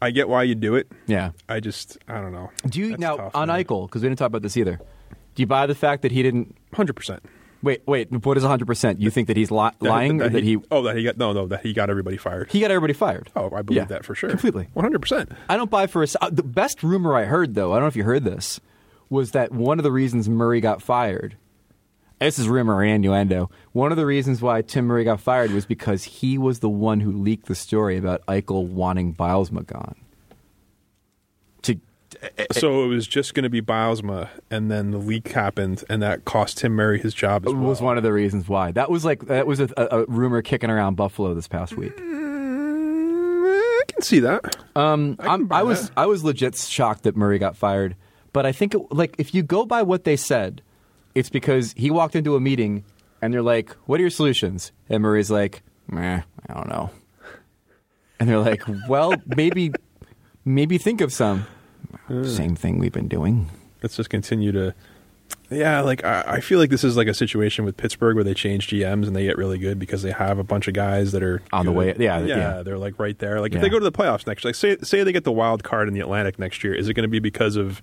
I get why you do it.
Yeah.
I just I don't know.
Do you
That's
now
tough,
on
man.
Eichel because we didn't talk about this either? Do you buy the fact that he didn't?
Hundred percent.
Wait, wait. What is 100? percent You think that he's li- lying or that he?
Oh, that he got no, no, that he got everybody fired.
He got everybody fired.
oh, I believe
Yeah,
that for sure,
completely.
one hundred percent.
I don't buy for a. s- uh, The best rumor I heard, though, I don't know if you heard this, was that one of the reasons Murray got fired. This is rumor and innuendo. One of the reasons why Tim Murray got fired was because he was the one who leaked the story about Eichel wanting Bilesma gone. To
So it was just going to be Bilesma, and then the leak happened, and that cost Tim Murray his job. As well.
was one of the reasons why. That was like that was a, a, a rumor kicking around Buffalo this past week.
Mm, I can can see that.
Um,
can
I'm,
buy
I was
that.
I was legit shocked that Murray got fired, but I think it, like if you go by what they said, it's because he walked into a meeting and they're like, "What are your solutions?" And Murray's like, "Meh, I don't know." And they're like, "Well, maybe, maybe think of some." Same thing we've been doing.
Let's just continue to. Yeah, like I, I feel like this is like a situation with Pittsburgh where they change GMs and they get really good because they have a bunch of guys that are
On the
good.
way- yeah,
yeah,
yeah.
they're like right there. Like
Yeah.
if they go to the playoffs next, like say say they get the wild card in the Atlantic next year, is it going to be because of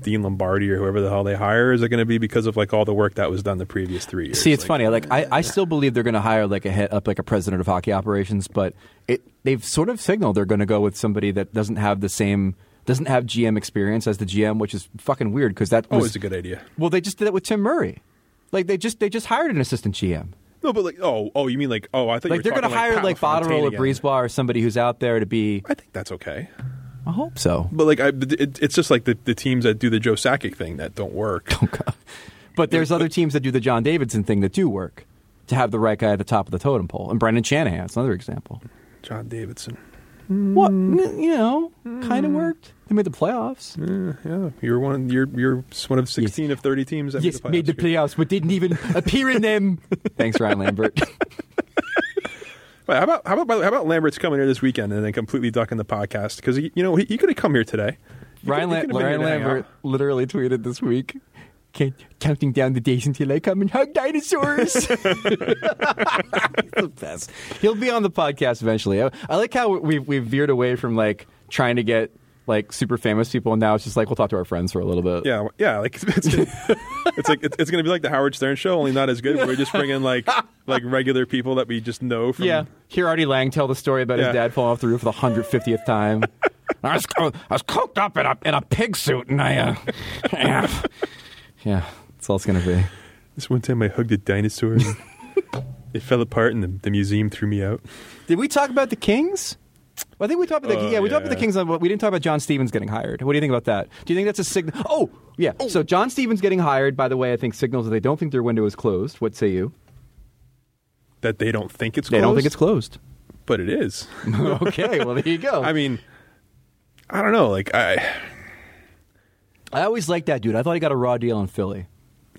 Dean Lombardi or whoever the hell they hire? Is it going to be because of like all the work that was done the previous three years?
See, it's
Like,
funny. Like I, I still believe they're going to hire like a head up like a president of hockey operations, but it they've sort of signaled they're going to go with somebody that doesn't have the same doesn't have GM experience as the GM, which is fucking weird because that was
Always a good idea.
well they just did that with Tim Murray, like they just they just hired an assistant GM.
No, but like oh oh, you mean like oh I think
Like they're going to hire like Botterill or Breezeball or somebody who's out there to be.
I think that's okay.
I hope so,
But like, I, but it, it's just like the, the teams that do the Joe Sakic thing that don't work.
but there's other teams that do the John Davidson thing that do work to have the right guy at the top of the totem pole, and Brendan Shanahan is another example.
John Davidson.
What n- you know, kind of worked. They made the playoffs.
Mm. Yeah, you're one. You're you're one of sixteen of thirty teams that
Yes,
made the playoffs.
playoffs, but didn't even appear in them. Thanks, Ryan Lambert.
Wait, how about how about by the way, how about Lambert's coming here this weekend and then completely ducking the podcast because you know he, he could have come here today. He
Ryan,
could-
La-
he could have been
Ryan
here to hang
Lambert
out.
literally tweeted this week. Can't, counting down the days until I come and hug dinosaurs. He's the best. He'll be on the podcast eventually. I, I like how we we veered away from like trying to get like super famous people, and now it's just like we'll talk to our friends for a little bit.
Yeah, yeah. Like it's it's, gonna, it's like it's, it's going to be like the Howard Stern show, only not as good. Where we just bring in like like regular people that we just know from.
Yeah. Hear Artie Lang tell the story about
Yeah.
his dad falling off the roof for the 150th time.
I was, co- I was coked up in a, in a pig suit, and I, uh, yeah.
Yeah, that's all it's going to be.
This one time I hugged a dinosaur. and it fell apart, and the, the museum threw me out.
Did we talk about the Kings? Well, I think we talked about the
Oh,
yeah we talked
yeah.
about the Kings, but we didn't talk about John Stevens getting hired. What do you think about that? Do you think that's a signal? Oh yeah, so John Stevens getting hired. By the way, I think signals that they don't think their window is closed. What say you?
That they don't think it's
They don't think it's
closed,
closed.
but it is.
okay, well there you go.
I mean, I don't know. Like I,
I always liked that dude. I thought he got a raw deal in Philly.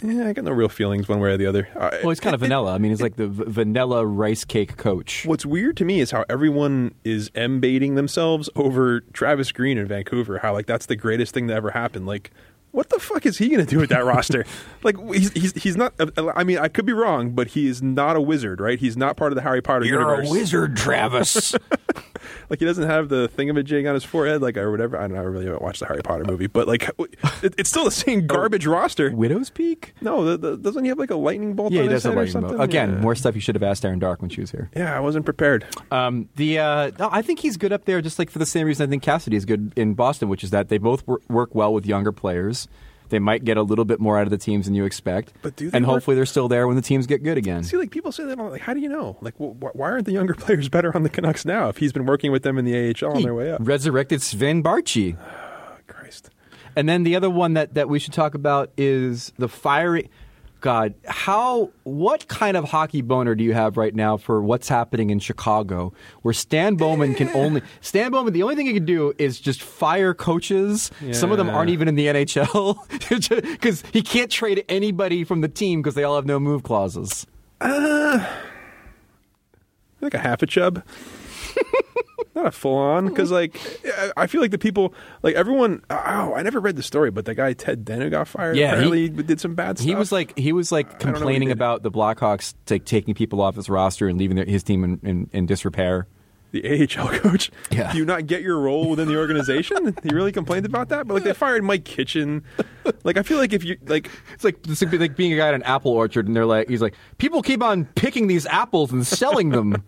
yeah, Eh, I got no real feelings one way or the other. I,
Well, he's kind of vanilla. I mean, he's like the v- vanilla rice cake coach.
What's weird to me is how everyone is M baiting themselves over Travis Green in Vancouver. How like that's the greatest thing that ever happened. Like, what the fuck is he going to do with that roster? Like, he's he's he's not. uh, I mean, I could be wrong, but he is not a wizard, right? He's not part of the Harry Potter
You're
universe.
a wizard, Travis.
Like, he doesn't have the thingamajig on his forehead, like or whatever. I don't know. I really haven't watched the Harry Potter movie, but like, it, it's still the
Oh,
same garbage roster.
Widow's Peak.
No, the, the, doesn't he have like a lightning bolt?
Yeah,
on
he
his
does have
head or
lightning
something?
bolt. Again,
yeah.
more stuff you should have asked Aaron Dark when she was here.
Yeah, I wasn't prepared.
Um, the uh, no, I think he's good up there, just like for the same reason I think Cassidy is good in Boston, which is that they both wor- work well with younger players. They might get a little bit more out of the teams than you expect,
But do they
and
work-
hopefully they're still there when the teams get good again.
See, like people say that, I'm like, how do you know? Like, wh- wh- why aren't the younger players better on the Canucks now? If he's been working with them in the AHL on
He
their way up,
resurrected Sven Barchi,
Christ,
and then the other one that, that we should talk about is the fiery. God, how what kind of hockey boner do you have right now for what's happening in Chicago, where Stan Bowman can only Stan Bowman? The only thing he can do is just fire coaches. Some of them
Yeah.
aren't even in the NHL because he can't trade anybody from the team because they all have no move clauses.
like a half a chub, not a full on. Because like, I- I feel like the people, like everyone. Oh, I never read the story, but the guy Ted Denner got fired.
Yeah, he-
apparently he, did some bad stuff.
He was like he was like
don't know what he
complaining
did.
about the Blackhawks like taking people off his roster and leaving their, his team in, in, in disrepair.
the AHL coach.
Yeah.
Do you not get your role within the organization? he really complained about that. But like, they fired Mike Kitchen. Like, I feel like if you like.
It's like it's like, like being a guy at an apple orchard, and they're like, he's like, people keep on picking these apples and selling them.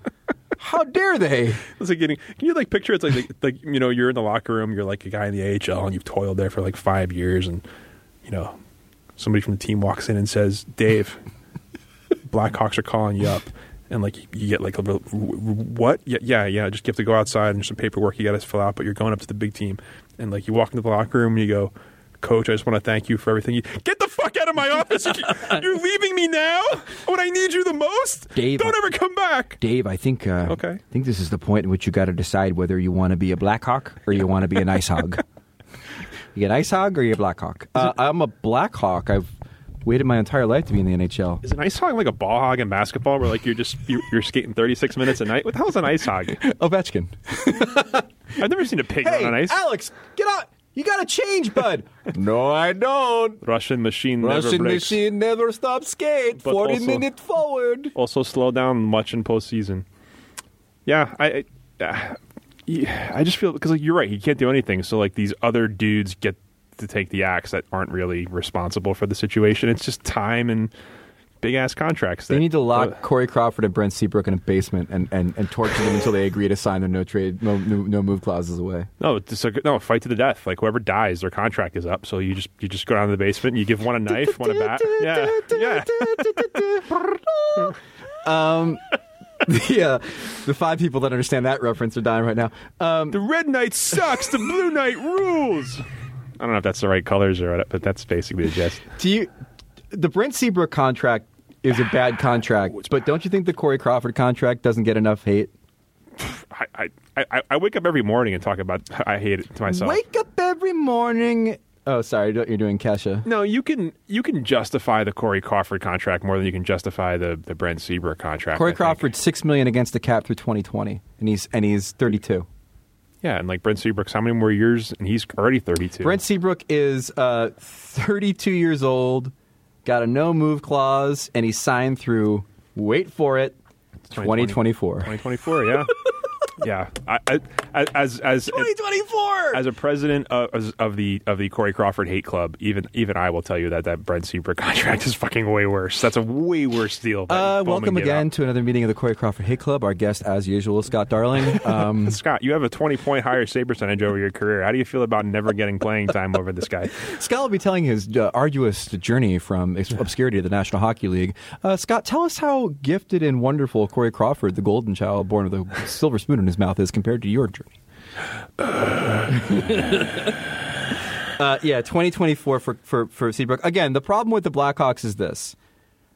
How dare they?
It's like getting. Can you like picture? It's like like- like you know you're in the locker room. You're like a guy in the AHL, and you've toiled there for like five years, and you know somebody from the team walks in and says, "Dave, Blackhawks are calling you up." And like you get like a little what? Yeah, yeah, yeah. Just you have to go outside and there's some paperwork you got to fill out, but you're going up to the big team, and like you walk into the locker room and you go, Coach, I just want to thank you for everything. You, get the fuck out of my office. You- You're leaving me now when I need you the most?
Dave-
Don't ever come back.
Dave, I think uh,
Okay.
I think this is the point in which you got to decide whether you want to be a black hawk or you want to be an ice hog. You an ice hog or you a black hawk? Uh, I'm a black hawk. I've waited my entire life to be in the NHL.
Is an ice hog like a ball hog in basketball where like you're just you're, you're skating 36 minutes a night? What the hell is an ice hog?
Ovechkin.
I've never seen a pig
Hey,
run on ice.
Alex, get out! You got to change, bud. no, I don't.
Russian machine never
Russian
breaks.
machine never stops skate.
But
Forty
also-
minute forward.
Also slow down much in postseason. Yeah, I I, uh, yeah, I just feel because like you're right, he can't do anything. So like these other dudes get to take the axe that aren't really responsible for the situation. It's just time and big ass contracts.
They
that-
need to lock
uh,
Corey Crawford and Brent Seabrook in a basement and, and, and torture them until they agree to sign their no trade, no, no, no move clauses away.
No, it's a, no fight to the death. Like whoever dies, their contract is up. So you just you just go down to the basement. You give one a knife, one a bat. Yeah, yeah.
the uh, Um, the five people that understand that reference are dying right now. Um,
The red knight sucks. The blue knight rules. I don't know if that's the right colors or what, but that's basically the gist.
do you? The Brent Seabrook contract is a bad contract, but don't you think the Corey Crawford contract doesn't get enough hate?
I, I, I, I wake up every morning and talk about I hate it to myself.
Wake up every morning. Oh, sorry, you're doing Kesha.
No, you can you can justify the Corey Crawford contract more than you can justify the the Brent Seabrook contract. I
Corey
think.
Crawford six million against the cap through 2020, and he's and he's 32.
yeah, and like Brent Seabrook's how many more years? And he's already thirty two.
Brent Seabrook is uh, 32 years old, got a no move clause, and he signed through, wait for it, 2024.
2024, yeah. yeah. I, I, as as
2024!
as a president of, as- of the of the Corey Crawford hate club, even even I will tell you that that Brent Seabrook contract is fucking way worse. That's a way worse deal. than
Uh,
Bowman
welcome
gave
again
out.
to another meeting of the Corey Crawford Hit Club. Our guest, as usual, is Scott Darling. Um,
Scott. You have a twenty point higher save percentage over your career. How do you feel about never getting playing time over this guy?
Scott will be telling his uh, arduous journey from ex- obscurity to the National Hockey League. Uh, Scott, tell us how gifted and wonderful Corey Crawford, the golden child born with a silver spoon in his mouth, is compared to your journey. uh, yeah, 2024 for, for, for Seabrook. Again, the problem with the Blackhawks is this.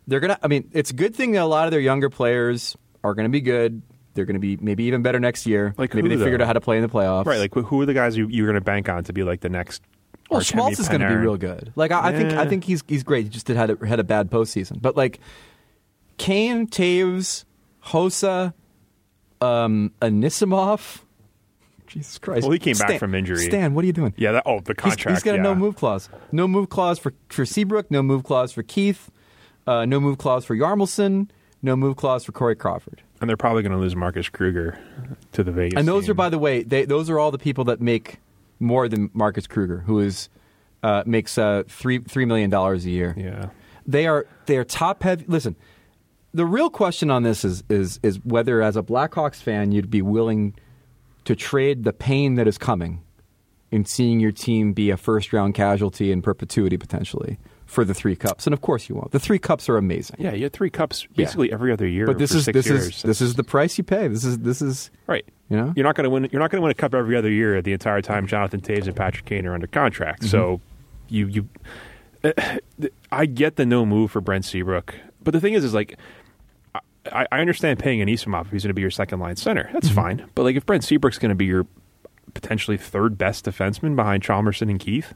They're going to, I mean, it's a good thing that a lot of their younger players are going to be good. They're going to be maybe even better next year.
Like
maybe
who,
they figured
though?
out how to play in the playoffs.
Right, like wh- who are the guys you, you're going to bank on to be like the next?
Well,
Artemi
Schmaltz is going to be
Panarin?
real good. Like I, I think, I
Yeah.
think he's he's great. He just did, had a, had a bad postseason, but like Kane, Taves, Hosa, um, Anisimov. Jesus Christ!
Well, he came back
Stan-
from injury.
Stan, what are you doing?
Yeah, that oh the
He's-
contract.
he's got a
yeah.
no move clause. No move clause for for Seabrook. No move clause for Keith. Uh, no move clause for Yarmelson. No move clause for Corey Crawford.
and they're probably going to lose Marcus Kruger to the Vegas.
And those
team.
are, by the way, they, those are all the people that make more than Marcus Kruger, who is uh, makes uh, three three million dollars a year.
yeah.
They are they are top heavy. Listen, the real question on this is is is whether, as a Blackhawks fan, you'd be willing to trade the pain that is coming in seeing your team be a first round casualty in perpetuity potentially for the three cups. And of course you won't. The three cups are amazing.
Yeah, you had three cups basically every other year.
But this
for
is
six
this
years.
is this is the price you pay. This is this is
right.
you know?
You're not going to win. You're not going to win a cup every other year the entire time Jonathan Taves and Patrick Kane are under contract.
Mm-hmm.
So you you, eh, I get the no move for Brent Seabrook, but the thing is, is like. I, I understand paying an Isamov if he's going to be your second line center. That's
Mm-hmm.
fine. But like if Brent Seabrook's going to be your potentially third best defenseman behind Chalmerson and Keith,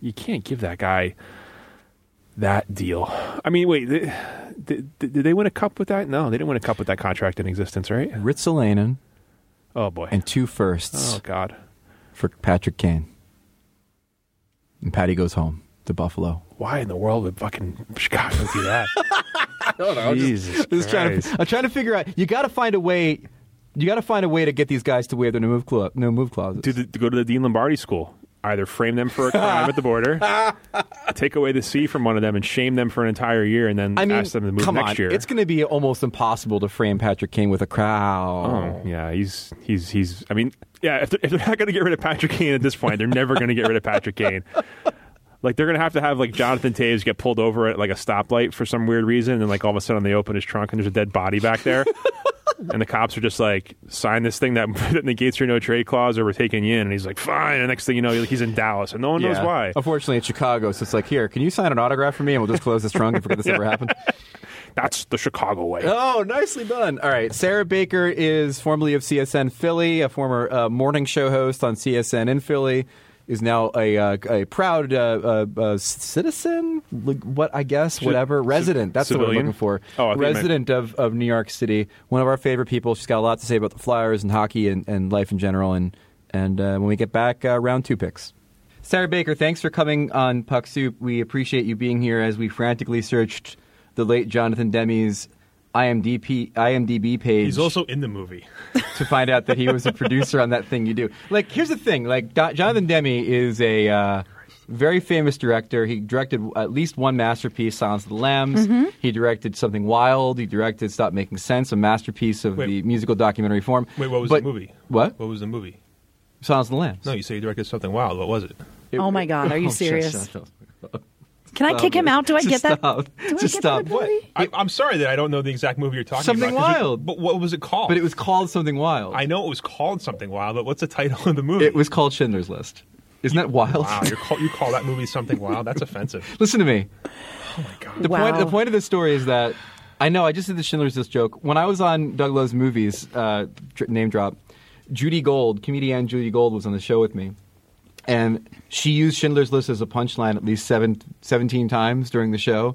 you can't give that guy that deal. I mean, wait, th th did they win a cup with that? No, they didn't win a cup with that contract in existence, right?
Ritzelainen
Oh boy.
and two firsts.
Oh God.
for Patrick Kane. And Patty goes home to Buffalo.
Why in the world would fucking Chicago do that? I don't know. Jesus
trying
Christ.
to, I'm trying to figure out. You got to find a way. You got to find a way to get these guys to waive their no move cla- no move clauses.
to, the, to go to the Dean Lombardi school. Either frame them for a crime at the border, take away the C from one of them, and shame them for an entire year, and then
I mean,
ask them to move
come
next
on,
year.
it's going to be almost impossible to frame Patrick Kane with a crowd.
Oh, yeah, he's he's he's. I mean, yeah, if they're, if they're not going to get rid of Patrick Kane at this point, they're never going to get rid of Patrick Kane. Like they're gonna have to have like Jonathan Taves get pulled over at like a stoplight for some weird reason, and like all of a sudden they open his trunk and there's a dead body back there, and the cops are just like, "Sign this thing that, that negates your no trade clause, or we're taking you in." And he's like, "Fine." And next thing you know, he's in Dallas, and no one knows why.
Unfortunately, in Chicago, so it's like, here, can you sign an autograph for me, and we'll just close this trunk and forget this ever happened.
That's the Chicago way.
Oh, nicely done. All right. Sarah Baker is formerly of CSN Philly, a former uh, morning show host on CSN in Philly, is now a, uh, a proud uh, uh, uh, citizen, Like, what I guess, whatever, resident. That's the word I'm
civilian?
looking for.
Oh, I think you meant-
resident of, of New York City. One of our favorite people. She's got a lot to say about the Flyers and hockey and, and life in general. And, and uh, when we get back, uh, round two picks. Sarah Baker, thanks for coming on Puck Soup. We appreciate you being here as we frantically searched the late Jonathan Demi's IMDb, IMDb page
He's also in the movie.
to find out that he was a producer on that thing you do. Like, here's the thing: like Do- Jonathan Demme is a uh, very famous director. He directed at least one masterpiece, Silence of the Lambs.
Mm-hmm.
He directed Something Wild. He directed Stop Making Sense, a masterpiece of
Wait.
the musical documentary form.
Wait, what was
But-
the movie?
What?
What was the movie?
Silence of the Lambs.
No, you say you directed something wild. What was it?
It-
Oh my God, are you
Oh, shut-
serious?
shut- shut-
Can I kick him out? Do I
Just
get that?
stop.
Do I
Just
get
stop.
that
What?
movie?
I, I'm sorry that I don't know the exact movie you're talking
Something
about. 'cause we-
Wild.
But what was it called?
But it was called Something Wild.
I know it was called something wild, but what's the title of the movie?
It was called Schindler's List. Isn't that wild?
Wow, you call, you call that movie something wild? That's offensive.
Listen to me. The
Wow.
point the point of this story is that I know I just did the Schindler's List joke. When I was on Doug Lowe's movies, uh, dr- name drop, Judy Gold, comedian Judy Gold, was on the show with me, and she used Schindler's List as a punchline at least seven, 17 times during the show.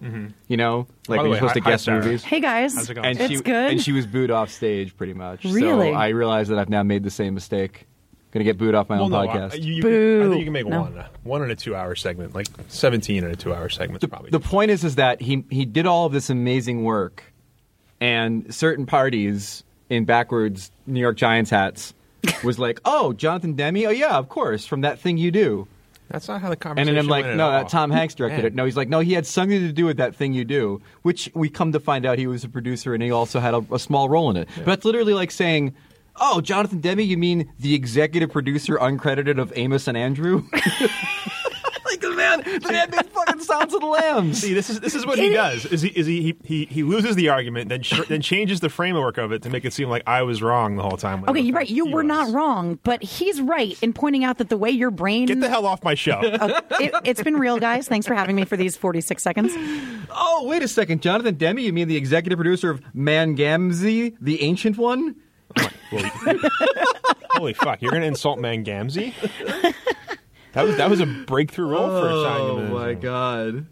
You know, like
Mm-hmm. By the
when you're
way,
supposed to
hi- hi,
guess
Sarah.
movies.
Hey guys,
How's it going?
And
it's
she
good.
and she was booed off stage pretty much.
Really?
So I realized that I've now made the same mistake. Gonna get booed off my
Well,
own
no,
podcast.
I, you, you can- I
Boo.
think you can make
No.
one, one in a two-hour segment, like 17 in a two-hour segment, probably.
The point is, is that he he did all of this amazing work, and certain parties in backwards New York Giants hats was like, "Oh, Jonathan Demi? Oh yeah, of course, from that thing you do."
That's not how the
And
conversation.
then I'm like,
went at all.
"No, that Tom Hanks directed
Man.
it." No, he's like, "No, he had something to do with that thing you do," which we come to find out he was a producer and he also had a, a small role in it. But that's literally like saying. Oh, Jonathan Demi, you mean the executive producer uncredited of Amos and Andrew? like the man, the man made fucking Sounds of the Lambs.
See, this is this is what he does. Is he is he he, he, he loses the argument, then sh- then changes the framework of it to make it seem like I was wrong the whole time. when
Okay,
in
you're right.
fact
You
he
were
was.
not wrong, but he's right in pointing out that the way your brain.
Get the hell off my show.
it, it's been real, guys. Thanks for having me for these 46 seconds.
Oh, wait a second, Jonathan Demi. You mean the executive producer of Man Gamzee, the ancient one?
Well, holy fuck! You're gonna insult Mangamsey? That was that was a breakthrough role for a time.
Oh my god.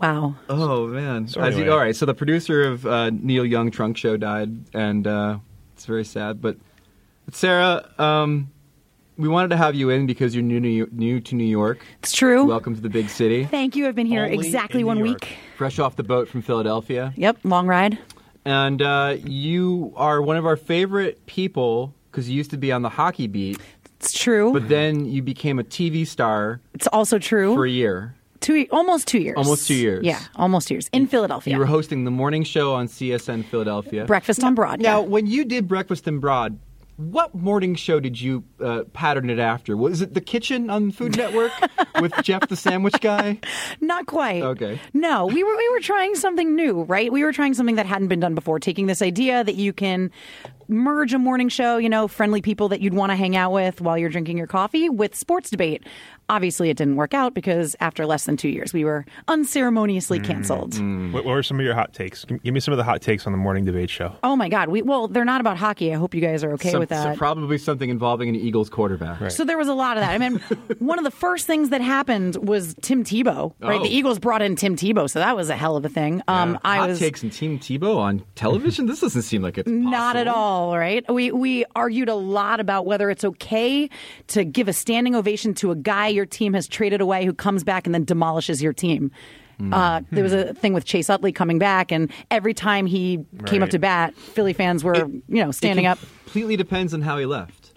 Wow.
Oh man.
So
As you-
anyway.
all right. So the producer of uh, Neil Young Trunk Show died, and uh, it's very sad. But Sarah, um, we wanted to have you in because you're new, new, new to New York.
It's true.
Welcome to the big city.
Thank you. I've been here
Only
exactly
in
one
New York.
week.
Fresh off the boat from Philadelphia.
Yep, long ride.
And uh, you are one of our favorite people because you used to be on the hockey beat,
It's true.
but then you became a TV star
it's also true.
for a year.
two, almost two years.
Almost two years.
Yeah, almost two years in Philadelphia.
You were hosting the morning show on CSN Philadelphia.
Breakfast on Broad.
Now,
yeah.
when you did Breakfast in Broad, what morning show did you uh, pattern it after? Was it The Kitchen on Food Network with Jeff the Sandwich Guy?
not quite.
Okay.
No, we were we were trying something new, right? We were trying something that hadn't been done before, taking this idea that you can merge a morning show, you know, friendly people that you'd want to hang out with while you're drinking your coffee with sports debate. Obviously, it didn't work out because after less than two years, we were
Mm,
unceremoniously canceled.
What, what were some of your hot takes? Give give me some of the hot takes on the morning debate show.
Oh my God! We well, they're not about hockey. I hope you guys are okay
Some-
with that.
So probably something involving an Eagles quarterback.
So there was a lot of that. I mean, one of the first things that happened was Tim Tebow, right?
Oh.
The Eagles brought in Tim Tebow, so that was a hell of a thing. Um, I
Hot
was
takes and Team Tebow on television? this doesn't seem like it's
not at
possible.
all, right? We we argued a lot about whether it's okay to give a standing ovation to a guy your team has traded away who comes back and then demolishes your team.
Hmm.
Uh, there was a thing with Chase Utley coming back, and every time he came up
Right.
to bat, Philly fans were you know standing
it
up.
Completely depends on how he left.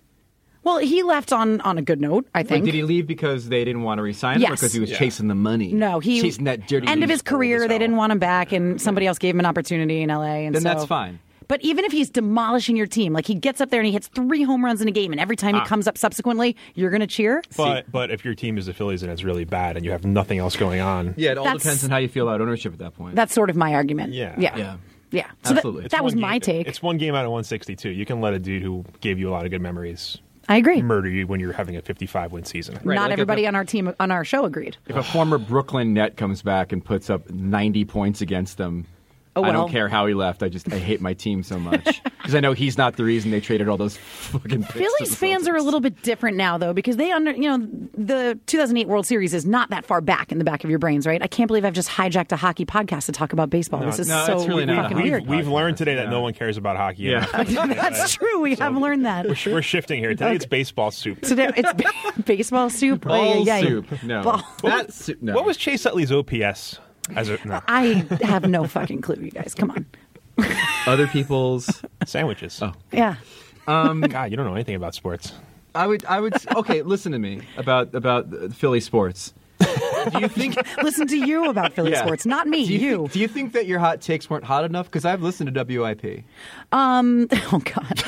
Well, he left on on a good note, I
Like,
think.
did he leave because they didn't want to resign him, or
Yes.
because he was chasing the money?
No, he
chasing that dirty
end of
leash
his
ball.
career.
this
They
out.
didn't want him back, and somebody else gave him an opportunity in L.A. And
Then
so-
that's fine.
But even if he's demolishing your team, like he gets up there and he hits three home runs in a game, and every
Ah.
time he comes up subsequently, you're going to cheer.
But but if your team is the Phillies and it's really bad and you have nothing else going on,
Yeah, it all
That's-
depends on how you feel about ownership at that point.
That's sort of my argument.
Yeah.
Yeah.
Yeah.
Yeah. So that-
Absolutely.
That,
It's
It's
was
one
my
game-
take.
It's one game out of 162. You can let a dude who gave you a lot of good memories
I agree.
murder you when you're having a 55 win season.
Right,
Not
like if
everybody
the-
on our team on our show agreed.
If a former Brooklyn net comes back and puts up 90 points against them,
Oh,
I
well.
don't care how he left. I just I hate my team so much because I know he's not the reason they traded all those fucking. picks to
Phillies
the
fans are a
Celtics.
little bit different now, though, because they under you know the 2008 World Series is not that far back in the back of your brains, right? I can't believe I've just hijacked a hockey podcast to talk about baseball. this is
no,
so
it's really not a
fucking
hockey
weird.
podcast.
We've learned today that no one cares about hockey.
Yeah.
That's true. We have learned that.
We're, sh- we're shifting here. Today it's baseball soup.
Today it's baseball soup.
Ball
Ay, ay, ay.
soup. No.
"Oh, Ball-
That soup. No.
What was Chase Utley's OPS? As a no,
I have no fucking clue, you guys. Come on.
other people's?
sandwiches. Oh
Yeah.
God, you don't know anything about sports.
I would. I would. Okay, listen to me about about the Philly sports. Do you think?
Listen to you about Philly
Yeah.
sports, not me.
Do you,
You.
Think, do you think that your hot takes weren't hot enough? Because I've listened to WIP.
Oh God.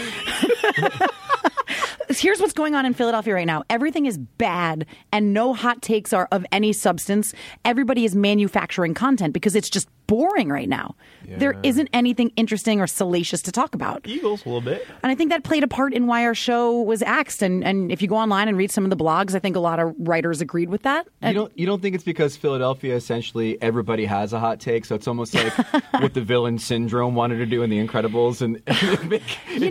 Here's what's going on in Philadelphia right now. Everything is bad and no hot takes are of any substance. Everybody is manufacturing content because it's just boring right now. There isn't anything interesting or salacious to talk about.
Eagles a little bit.
And I think that played a part in why our show was axed and and if you go online and read some of the blogs, I think a lot of writers agreed with that.
You don't you don't think it's because Philadelphia essentially everybody has a hot take, so it's almost like what the villain syndrome wanted to do in The Incredibles, and if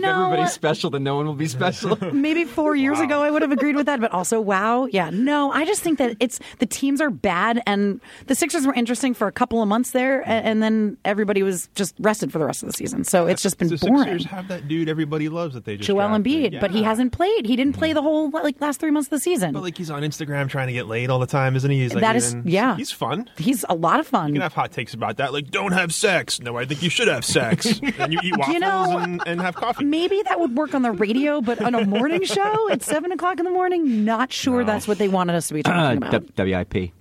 know
everybody's
what?
special, then no one will be special.
maybe four years ago I would have agreed with that, but also wow, yeah, no, I just think that it's the teams are bad, and the Sixers were interesting for a couple of months there, a- and, then everybody was just rested for the rest of the season, so it's just been
the
boring.
Sixers have that dude everybody loves that they just
Joel
drafted.
Embiid, but he
Yeah. Mm-hmm.
hasn't played. He didn't play the whole like last three months of the season.
But like he's on Instagram trying to get laid all the time, isn't he? He's like,
That is-
even-
yeah.
He's fun. You
He's a lot of fun.
can have hot takes about that, like don't have sex. No, I think you should have sex. and you eat waffles
know- Mm,
and, and have coffee.
Maybe that would work on the radio, but on a morning show at seven o'clock in the morning, not sure that's what they wanted us to be
Uh,
talking about.
WIP.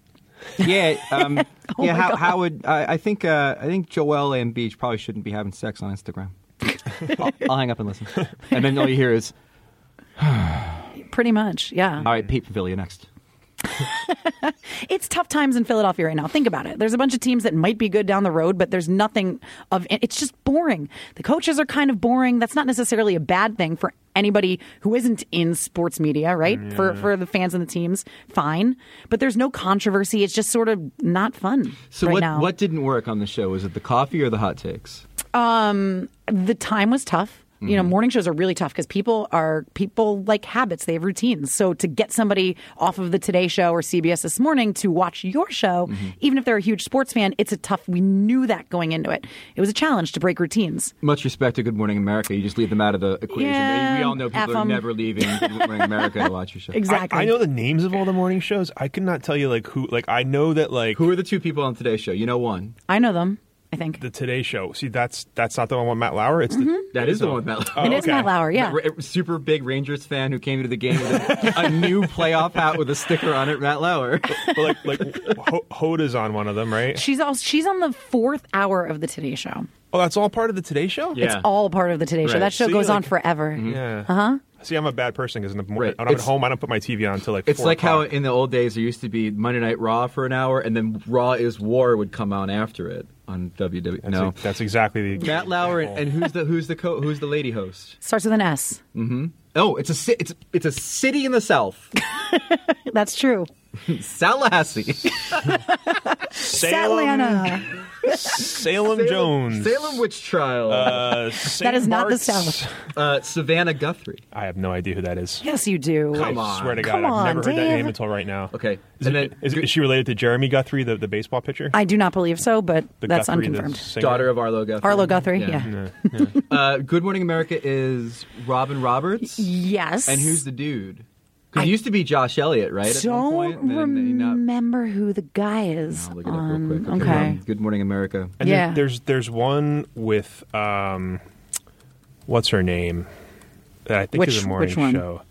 Yeah, um, yeah.
Oh my
How,
God.
how would I, I think? Uh, I think Joel and Beach probably shouldn't be having sex on Instagram. I'll, I'll hang up and listen, and then all you hear is,
Pretty much, yeah.
"All right, Pete from Philly, you're next."
it's tough times in Philadelphia right now. Think about it. There's a bunch of teams that might be good down the road, but there's nothing of it's just boring. The coaches are kind of boring. That's not necessarily a bad thing for anybody who isn't in sports media, right?
Mm,
For for the fans and the teams, fine. But there's no controversy. It's just sort of not fun
So
right
what
now.
what didn't work on the show? Was it the coffee or the hot takes?
the time was tough. You
Mm-hmm.
know, morning shows are really tough because people are people like habits; they have routines. So to get somebody off of the Today Show or CBS this morning to watch your show,
Mm-hmm.
even if they're a huge sports fan, it's a tough. We knew that going into it. It was a challenge to break routines.
Much respect to Good Morning America. You just leave them out of the equation.
Yeah,
we all know people
F
are
'em.
never leaving Good Morning America to watch your show.
I-
Exactly.
I, know the names of all the morning shows. I could not tell you like who. Like I know that like
Who are the two people on today's show? You know one.
I know them. I think
the Today Show. See, that's that's not the one with Matt Lauer. It's the
Mm-hmm.
That is the one with Matt Lauer.
it is
okay.
Matt Lauer. Oh. Yeah,
That r- super big Rangers fan who came to the game with a, a new playoff hat with a sticker on it, Matt Lauer.
but like like Ho- Hoda's on one of them, right?
she's all she's on the fourth hour of the Today Show.
Oh, that's all part of the Today Show.
Yeah.
All part of the Today Show.
Right.
That show
See,
goes on
like-
forever.
Yeah. Uh
Uh-huh.
huh. See, I'm a bad person because in the morning,
Mm-hmm. Right.
when I'm at
It's-
home, I don't put my TV on until like.
It's
four
like how
o'clock.
in the old days there used to be Monday Night Raw for an hour, and then Raw is War would come on after it on WWE.
That's,
No,
e- that's exactly the
Matt Lauer and, and who's the who's the co- who's the lady host?
Starts with an S.
Oh, it's a ci- it's it's a city in the south,
That's true.
Tallahassee.
Atlanta.
Salem, Jones.
Salem Witch Trial.
Uh,
That is not the
Saint
South.
Uh, Savannah Guthrie.
I have no idea who that is.
Yes, you do.
Come
I
on.
swear to God,
Come
I've
on,
never heard that
Dave.
name until right now.
Okay,
Is,
and
it-
then
is, is she related to Jeremy Guthrie, the, the baseball pitcher?
I do not believe so, but
The
that's
Guthrie, the
unconfirmed.
singer?
daughter of Arlo Guthrie.
Arlo Guthrie, yeah.
Uh, Good Morning America is Robin Roberts,
Yes.
and who's the dude? Because it used to be Josh Elliott, right? At one
Don't
point, and then they not-
remember who the guy is.
I'll look it up
on-
real quick.
Okay.
um, Good Morning America.
And
Yeah.
there- there's there's one with um, what's her name? That I think
Which-
is a morning
which one?
show.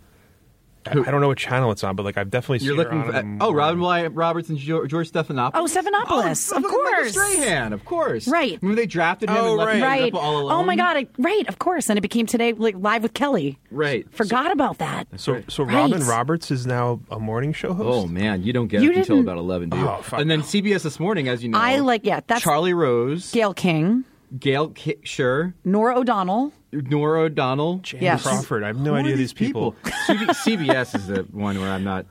I, I don't know what channel it's on, but like I've definitely
You're
seen
looking
her on
for
it more.
oh Robin Wyatt Roberts and Geo- George Stephanopoulos.
Oh, Stephanopoulos,
Oh,
of
fucking Michael
course.
Strahan, of course.
Right.
Remember they drafted him
Oh,
and left him
Right.
up all alone.
Oh my God. I, right. Of course. And it became today like live with Kelly.
Right.
Forgot about that.
So so
Right.
Robin Roberts is now a morning show
Oh
host.
man, you don't get
You
it until
didn't-
about eleven, do you?
Oh, fuck.
And then CBS this morning, as you know,
I like- yeah, that's-
Charlie Rose,
Gail King,
Gail Ki- Sure,
Nora O'Donnell.
Nora O'Donnell.
James
Yes.
Crawford. I have no
Who
idea
are
these people.
CB- CBS is the one where I'm not.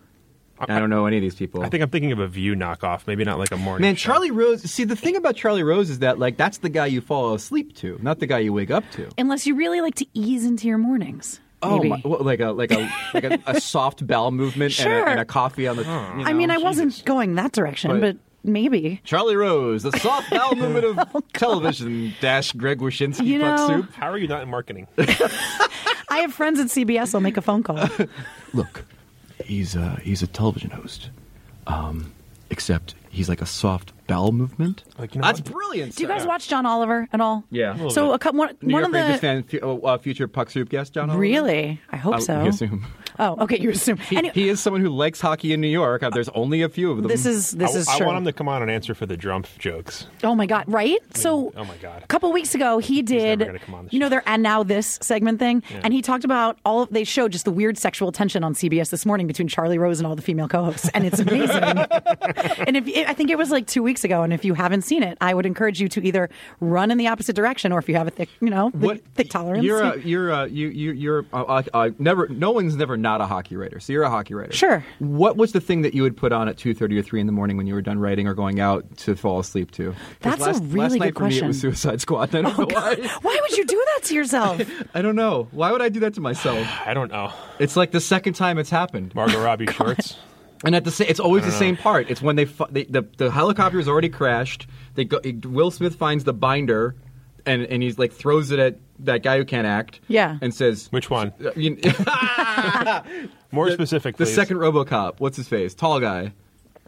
I don't know any of these people.
I think I'm thinking of a View knockoff, maybe not like a morning.
Man,
show.
Charlie Rose. See, the thing about Charlie Rose is that like that's the guy you fall asleep to, not the guy you wake up to.
Unless you really like to ease into your mornings.
Oh
maybe.
my! Well, like a like a like a, a soft bowel movement and,
Sure.
a, and a coffee on the. you
I mean,
know.
I wasn't going that direction,
But-
but, maybe.
Charlie Rose, the soft bowel movement of television dash Greg Wyszynski
Oh, You
fuck
know-
soup.
How are you not in marketing?
I have friends at CBS. I'll make a phone call.
Look, he's a he's a television host, um, except he's like a soft bowel movement.
Like, you know
That's
what?
brilliant.
Do you
sir.
guys watch John Oliver at all?
Yeah. A little
So
bit.
a couple one,
New
one
York
of
Rangers
the
fan, fu- uh, uh, future puck soup guest John? Oliver?
really, I hope
I-
so.
I assume.
Oh, okay. You assume.
He,
Anyway,
he is someone who likes hockey in New York. Uh, There's only a few of them.
this is this
I,
is
I
true.
want him to come on and answer for the Trump jokes.
Oh my god! Right? So,
oh my God.
A couple weeks ago, he did.
never gonna come on the
you know,
show.
their and now this segment thing, and he talked about all. Of, they showed just the weird sexual tension on CBS this morning between Charlie Rose and all the female co-hosts, and it's amazing. and if I think it was like two weeks ago, and if you haven't seen it, I would encourage you to either run in the opposite direction, or if you have a thick, you know, thick, thick tolerance.
You're a, you're a, you you you're uh, uh, uh, never. No one's never not a hockey writer. So you're a hockey writer.
Sure.
What was the thing that you would put on at two thirty or three in the morning when you were done writing or going out to fall asleep to? 'Cause
That's a
last, last
really good
night for me it was
question. Oh,
Suicide Squad. and I don't know why.
Why would you do that to yourself?
I don't know. Why would I do that to myself?
I don't know.
It's like the second time it's happened.
Margot Robbie shorts.
And at the sa- it's always the same part. It's when they, fu- they the the helicopter's already crashed. They go, Will Smith finds the binder, and and he's like throws it at that guy who can't act.
Yeah.
and says
Which one?
Uh, you-
More specific,
the
please.
second RoboCop. What's his face? Tall guy.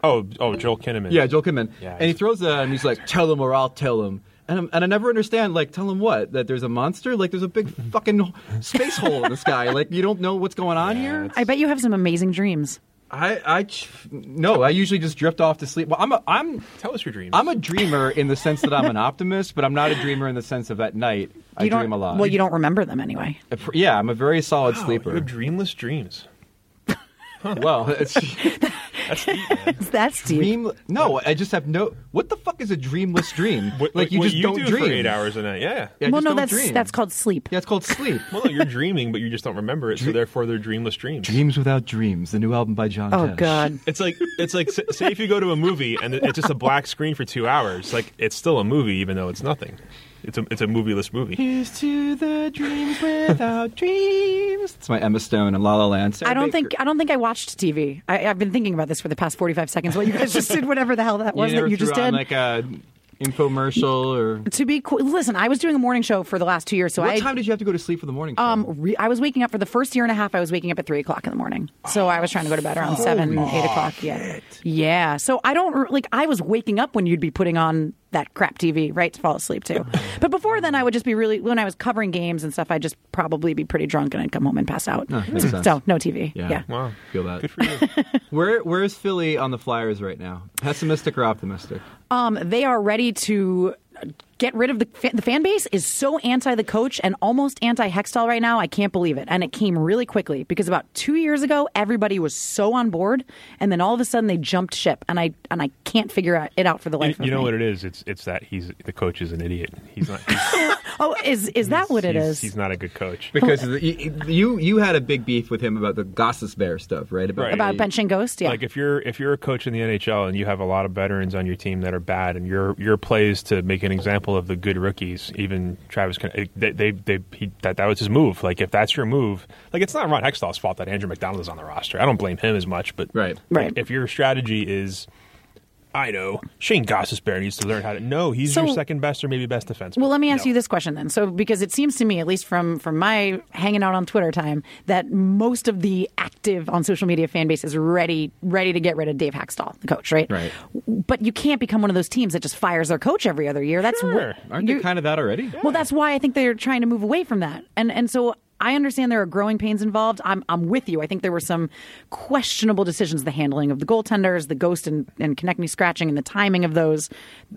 Oh, oh, Joel Kinnaman.
Yeah, Joel Kinnaman.
Yeah,
and he
he's-
throws it at him. He's like, "Tell him, or I'll tell him." And, I'm, and I never understand, like, tell him what? That there's a monster? Like, there's a big fucking space hole in the sky. Like, you don't know what's going on here?
I bet you have some amazing dreams.
I, I, ch- no, I usually just drift off to sleep. Well, I'm, a, I'm
Tell us your dreams.
I'm a dreamer in the sense that I'm an optimist, but I'm not a dreamer in the sense of at night. I
You don't,
dream a lot.
Well, you don't remember them anyway.
Yeah, I'm a very solid
Wow, You
sleeper.
have Oh, dreamless dreams.
well, it's
That's deep, man.
That's deep.
dream. No, I just have no. What the fuck is a dreamless dream?
What-
like you
what
just don't
do
dream.
for eight hours a night. Yeah.
Yeah,
well,
I just
no,
don't
that's
dream.
that's called sleep.
Yeah, it's called sleep.
Well, no, you're dreaming, but you just don't remember it. So therefore, they're dreamless dreams.
Dreams without dreams, the new album by John.
Oh
Tesh.
God.
It's like it's like s- say if you go to a movie and it's just a black screen for two hours, like it's still a movie even though it's nothing. It's a it's a movieless movie.
Here's to the dreams without dreams. It's my Emma Stone and La La Land. Sarah
I don't
Baker.
think I don't think I watched TV. I, I've been thinking about this for the past forty five seconds. What you guys just did, whatever the hell that was
never
that you
threw
just
on,
did.
like a infomercial or.
to be cool, listen, I was doing a morning show for the last two years, so
What
I
time did you have to go to sleep for the morning? show?
um re- I was waking up for the first year and a half. I was waking up at three o'clock in the morning, so I was trying to go to bed around seven, eight o'clock. Yeah, yeah. So I don't re- like I was waking up when you'd be putting on that crap TV, right, to fall asleep to. but before then, I would just be really when I was covering games and stuff. I'd just probably be pretty drunk and I'd come home and pass out.
makes sense.
so no TV. yeah.
Wow.
Feel that.
Good for you.
Where where is Philly on the Flyers right now? Pessimistic or optimistic?
Um, they are ready to get rid of the fa- the fan base is so anti the coach and almost anti Hextall right now. I can't believe it, and it came really quickly because about two years ago everybody was so on board, and then all of a sudden they jumped ship, and I and I can't figure out- it out for the
You,
life of
you know
me.
what it is? It's it's that he's the coach is an idiot. He's not. He's,
oh, is is that what it
he's,
is?
He's not a good coach.
Because
Oh.
the, you, you you had a big beef with him about the Gosses Bear stuff, right?
Right.
about benching Ghost? Yeah.
Like if you're if you're a coach in the NHL and you have a lot of veterans on your team that are bad, and your your plays to make an example of the good rookies, even Travis, Kin- they they, they he, that that was his move. Like if that's your move, like it's not Ron Hextall's fault that Andrew McDonald is on the roster. I don't blame him as much, but
Right.
like,
Right.
If your strategy is, I know Shane Gossesbear needs to learn how to. No, he's
So-
your second best or maybe best defenseman.
Well, let me ask
No.
you this question then. So, because it seems to me, at least from from my hanging out on Twitter time, that most of the active on social media fan base is ready ready to get rid of Dave Haxtell, the coach, right?
Right.
But you can't become one of those teams that just fires their coach every other year. That's
Sure.
wh-
Aren't
you-
you kind of that already?
well, that's why I think they're trying to move away from that, and and so. I understand there are growing pains involved. I'm I'm with you. I think there were some questionable decisions, the handling of the goaltenders, the ghost and, and connect me scratching, and the timing of those.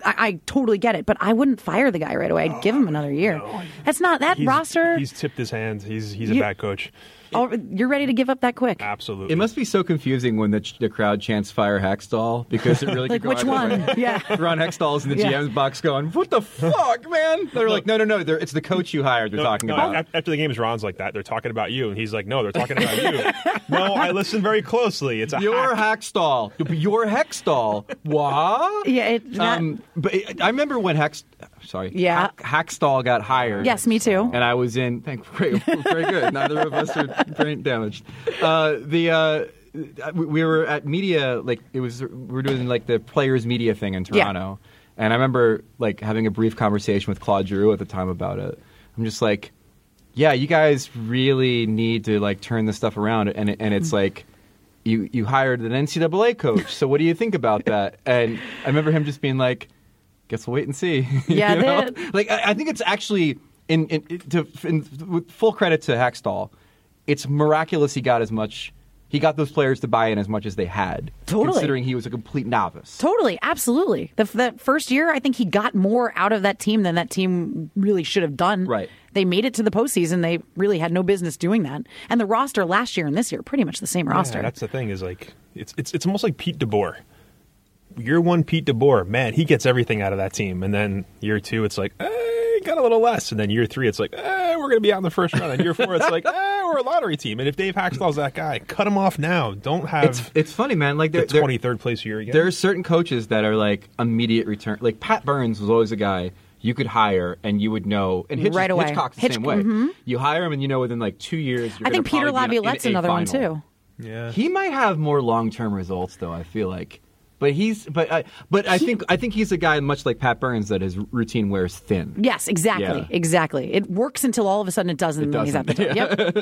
I, I totally get it, but I wouldn't fire the guy right away. I'd give him another year. That's not that
He's-
roster.
He's tipped his hand. He's he's a
You-
bad coach.
Oh, you're ready to give up that quick.
Absolutely.
It must be so confusing when the, ch- the crowd chants "Fire Hextall" because it really
Like,
could go
which
either
one?
way.
Yeah.
Ron Hextall's in the
Yeah.
GM's box going, "What the fuck, man?" They're like, "No, no, no! They're, it's the coach you hired. They're
No,
talking
no,
about."
af- after the game's Ron's like that. They're talking about you, and he's like, "No, they're talking about you." no, I listen very closely. It's a
Your
hack.
Hextall. Your Hextall. What?
Yeah, it- that-
um, but it, I remember when Hex, sorry,
Yeah.
Hack, Hackstall got hired.
Yes, me too.
And I was in. Thank great, very good. Neither of us are brain damaged. Uh, the uh, we, we were at media, like it was. We were doing like the players media thing in
Yeah.
Toronto, and I remember like having a brief conversation with Claude Giroux at the time about it. I'm just like, yeah, you guys really need to like turn this stuff around, and it- and it's
Mm-hmm.
like. You, you hired an NCAA coach, so what do you think about that? And I remember him just being like, "Guess we'll wait and see." You
Yeah,
know?
the-
like I, I think it's actually in, in, in- to in, with full credit to Hackstall, it's miraculous he got as much. He got those players to buy in as much as they had,
Totally.
considering he was a complete novice.
Totally, absolutely. The, that first year, I think he got more out of that team than that team really should have done.
Right.
They made it to the postseason. They really had no business doing that. And the roster last year and this year, pretty much the same roster.
Yeah, that's the thing is like it's it's it's almost like Pete DeBoer. Year one, Pete DeBoer, man, he gets everything out of that team, and then year two, it's like, eh, got a little less, and then year three, it's like, eh, we're gonna be out in the first round, and year four, it's like, eh, we're a lottery team, and if Dave Haxtell's that guy, cut him off now. Don't have
It's it's funny, man. Like
the
they're, they're,
twenty third place year again.
there are certain coaches that are like immediate return. Like Pat Burns was always a guy you could hire and you would know. And Hitch,
Right away.
Hitchcock's the
Hitch- mm-hmm.
same way. You hire him and you know within like two years. You're
I think
gonna
Peter
probably be in a-
Laviolette's
in a
another one
final.
too.
yeah,
He might have more long term results though. I feel like, but he's but I but I think I think he's a guy much like Pat Burns that his routine wears thin.
Yes, exactly,
Yeah.
exactly. It works until all of a sudden it doesn't. and then he's at the
doesn't.
top. Yep.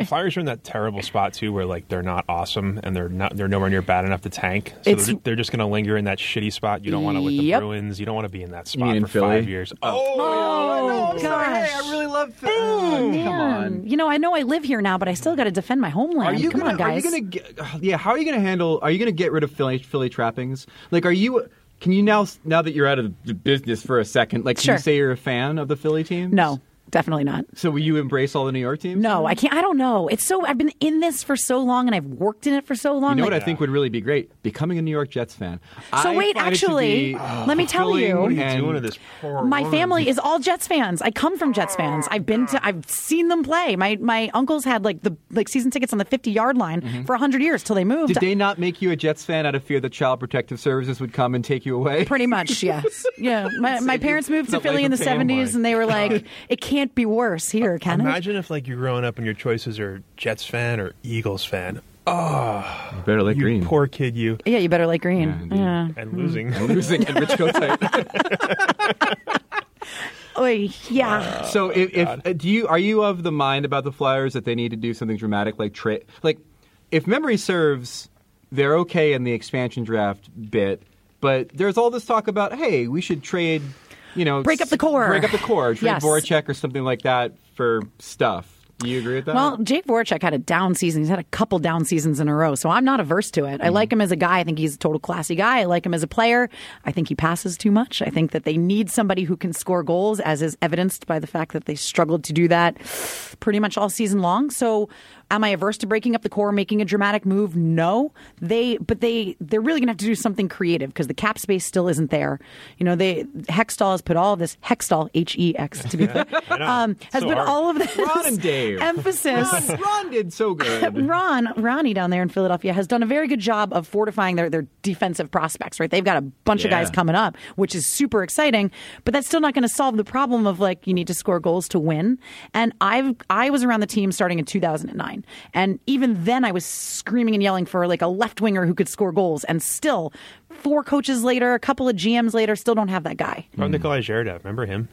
The Flyers are in that terrible spot too, where like they're not awesome and they're not they're nowhere near bad enough to tank. So
It's-
they're, they're just going to linger in that shitty spot. You don't want to with the
Yep.
Bruins. You don't want to be in that
mean
spot
in
for
Philly?
five years. Oh,
Oh, gosh. Oh,
love. come
Man,
on.
you know, I know I live here now, but I still got to defend my homeland.
Are you
Come
gonna,
on, guys.
Are you gonna get, yeah, how are you gonna handle? Are you gonna get rid of Philly Philly trappings? Like, are you? Can you now? Now that you're out of the business for a second, like, can
Sure.
you say you're a fan of the Philly teams?
No, definitely not.
So will you embrace all the New York teams?
No, I can't. I don't know. It's so I've been in this for so long, and I've worked in it for so long.
You know
like,
what I think would really be great? Becoming a New York Jets fan.
So
I
wait,
find it to
actually,
be
let me tell
fulfilling
you- What are you
and-
poor
My family is all Jets fans. I come from Jets fans. I've been to I've seen them play. My my uncles had like the like season tickets on the 50-yard line for 100 years till they moved.
Mm-hmm. Did they not make you a Jets fan out of fear that Child Protective Services would come and take you away?
Pretty much, yes. Yeah, my, my parents moved to
Not like
Philly in
a
the
family.
70s and they were like, it can't be worse here, can it?
Imagine if like you're growing up and your choices are Jets fan or Eagles fan.
Better like
you
green. Mm-hmm.
poor kid, you
Yeah, you better like
Yeah,
green.
indeed.
Yeah.
and losing.
Losing and Rich Kotite.
Oy, yeah.
so, if, if uh, do you are you of the mind about the Flyers that they need to do something dramatic, like tra- like if memory serves, they're okay in the expansion draft bit, but there's all this talk about hey, we should trade, you know,
Break up the
s-
core.
break up the core, trade
Yes.
Voracek or something like that for stuff. Do you agree with that?
Well, Jake Voracek had a down season. He's had a couple down seasons in a row, so I'm not averse to it. I like him as a guy. I think he's a total classy guy. I like him as a player. I think he passes too much. I think that they need somebody who can score goals, as is evidenced by the fact that they struggled to do that pretty much all season long. So, am I averse to breaking up the core, making a dramatic move? No. They, but they, they're really going to have to do something creative because the cap space still isn't there. You know, they Hextall has put all of this Hextall H E X to be fair, um, has
So
put
hard.
all of this
Ron and Dave.
emphasis.
Ron, Ron did so good.
Ron, Ronnie down there in Philadelphia has done a very good job of fortifying their, their defensive prospects, right? They've got a bunch of
Yeah.
guys coming up, which is super exciting, but that's still not going to solve the problem of like you need to score goals to win. And I've I was around the team starting in 2009, and even then I was screaming and yelling for like a left winger who could score goals, and still four coaches later, a couple of GMs later, still don't have that guy.
About Nikolai Zheredev, remember him?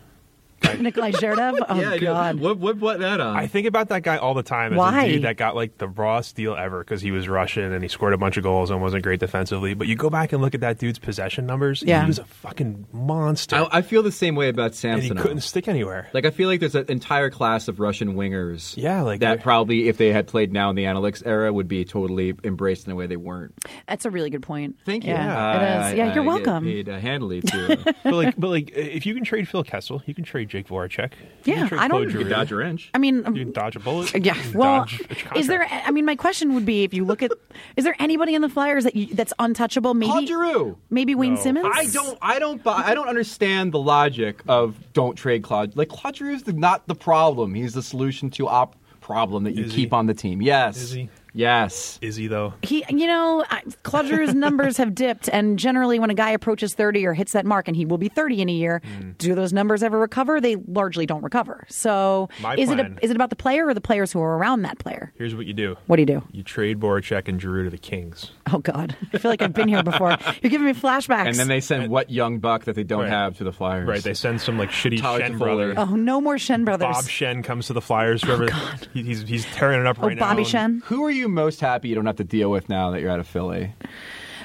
Nikolai Zherdev? Oh,
yeah, I do.
God.
What, what, what that on?
I think about that guy all the time as
Mm. Why?
a dude that got like the rawest deal ever because he was Russian and he scored a bunch of goals and wasn't great defensively. But you go back and look at that dude's possession numbers.
Yeah.
he was a fucking monster,
I, I feel the same way about
and he
Samsonov.
couldn't stick anywhere.
Like I feel like there's an entire class of Russian wingers.
Yeah, like-
that probably if they had played now in the analytics era would be totally embraced in a way they weren't.
That's a really good point.
Thank you. Uh,
Yeah, it is. Yeah, you're welcome.
I get paid uh, handily to uh,
but like, but like, if you can trade Phil Kessel, you can trade Jake Voracek. You
Yeah,
can trade
I don't-
Claude
You
you
Giroux.
could dodge a wrench.
I mean,
You can dodge a bullet.
Yeah.
You can
Well,
dodge a
is
contract.
there? I mean, my question would be: if you look at, is there anybody in the Flyers that you, that's untouchable?
Claude
Maybe
Giroux.
maybe Wayne
No.
Simmons.
I don't. I don't buy. I don't understand the logic of don't trade Claude. Like Claude Giroux is not the problem. He's the solution to op problem that you
Is he?
keep on the team. Yes.
Is he?
Yes.
Is he though?
He, you know, I- Claude Giroux's numbers have dipped, and generally, when a guy approaches thirty or hits that mark, and he will be thirty in a year,
Hmm.
do those numbers ever recover? They largely don't recover. So,
My
is it
plan-
a, is it about the player or the players who are around that player?
Here's what you do.
What do you do?
You trade Voracek and Giroux to the Kings.
Oh God, I feel like I've been here before. You're giving me flashbacks.
And then they send what young buck that they don't
Right.
have to the Flyers.
Right, they send some like shitty
Tyler
Shen
Toffoli.
brother.
oh, no more Shen brothers.
Bob Shen comes to the Flyers. Remember, He- he's he's tearing it up
oh,
right now.
Bobby
and-
Shen.
Who are you most happy you don't have to deal with now that you're out of Philly?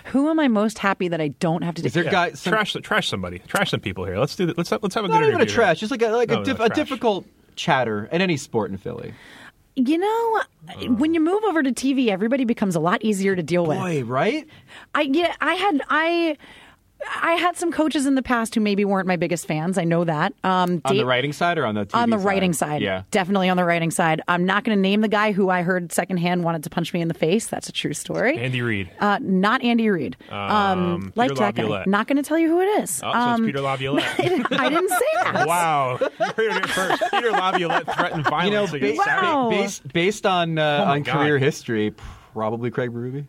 Who am I most happy that I don't have to?
Is there
Yeah.
guys? Some,
trash, trash somebody, trash some people here. Let's do. th- Let's have, let's have a
not
good
even a
interview.
trash. Just like a, like
No,
a,
no,
diff, a
trash.
difficult chatter in any sport in Philly.
You know,
Uh.
when you move over to TV, everybody becomes a lot easier to deal with.
Boy, right?
I yeah, I had I I had some coaches in the past who maybe weren't my biggest fans. I know that. Um,
On
Dave-
the writing side or on the TV
on the
side?
writing side,
Yeah.
definitely on the writing side. I'm not going to name the guy who I heard secondhand wanted to punch me in the face. That's a true story.
Andy Reid.
uh, not Andy Reid.
Um, Peter
like that guy.
Laviolette.
Not going to tell you who it is.
Oh, so
um,
it's Peter Laviolette.
I didn't say that.
wow, you heard it first. Peter Laviolette threatened
You know,
violence
ba-
against
Wow.
Saudi.
Wow.
based based on uh,
Oh my
on
God.
career history, probably Craig Berube.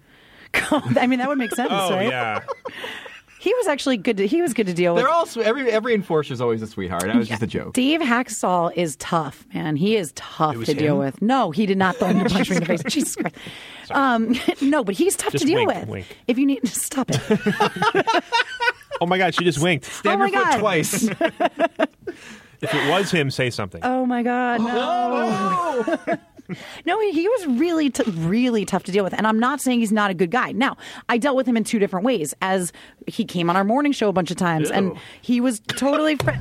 I mean, that would make sense,
Oh
right?
yeah,
He was actually good. To, he was good to deal with.
They're all swe- every every enforcer is always a sweetheart. That was just a joke.
Dave Hacksaw is tough, man. He is tough
was
to deal
him?
with. No, he did not throw me a punch me in the face. Jesus Christ. Um, no, but he's tough
Just
to deal
wink,
with.
wink.
If you need, stop it.
Oh my God, she just winked.
Stand
oh my
your foot
God.
twice.
If it was him, say something.
Oh my God, no. No, he, he was really, t- really tough to deal with. And I'm not saying he's not a good guy. Now, I dealt with him in two different ways as he came on our morning show a bunch of times and he was totally. Fr-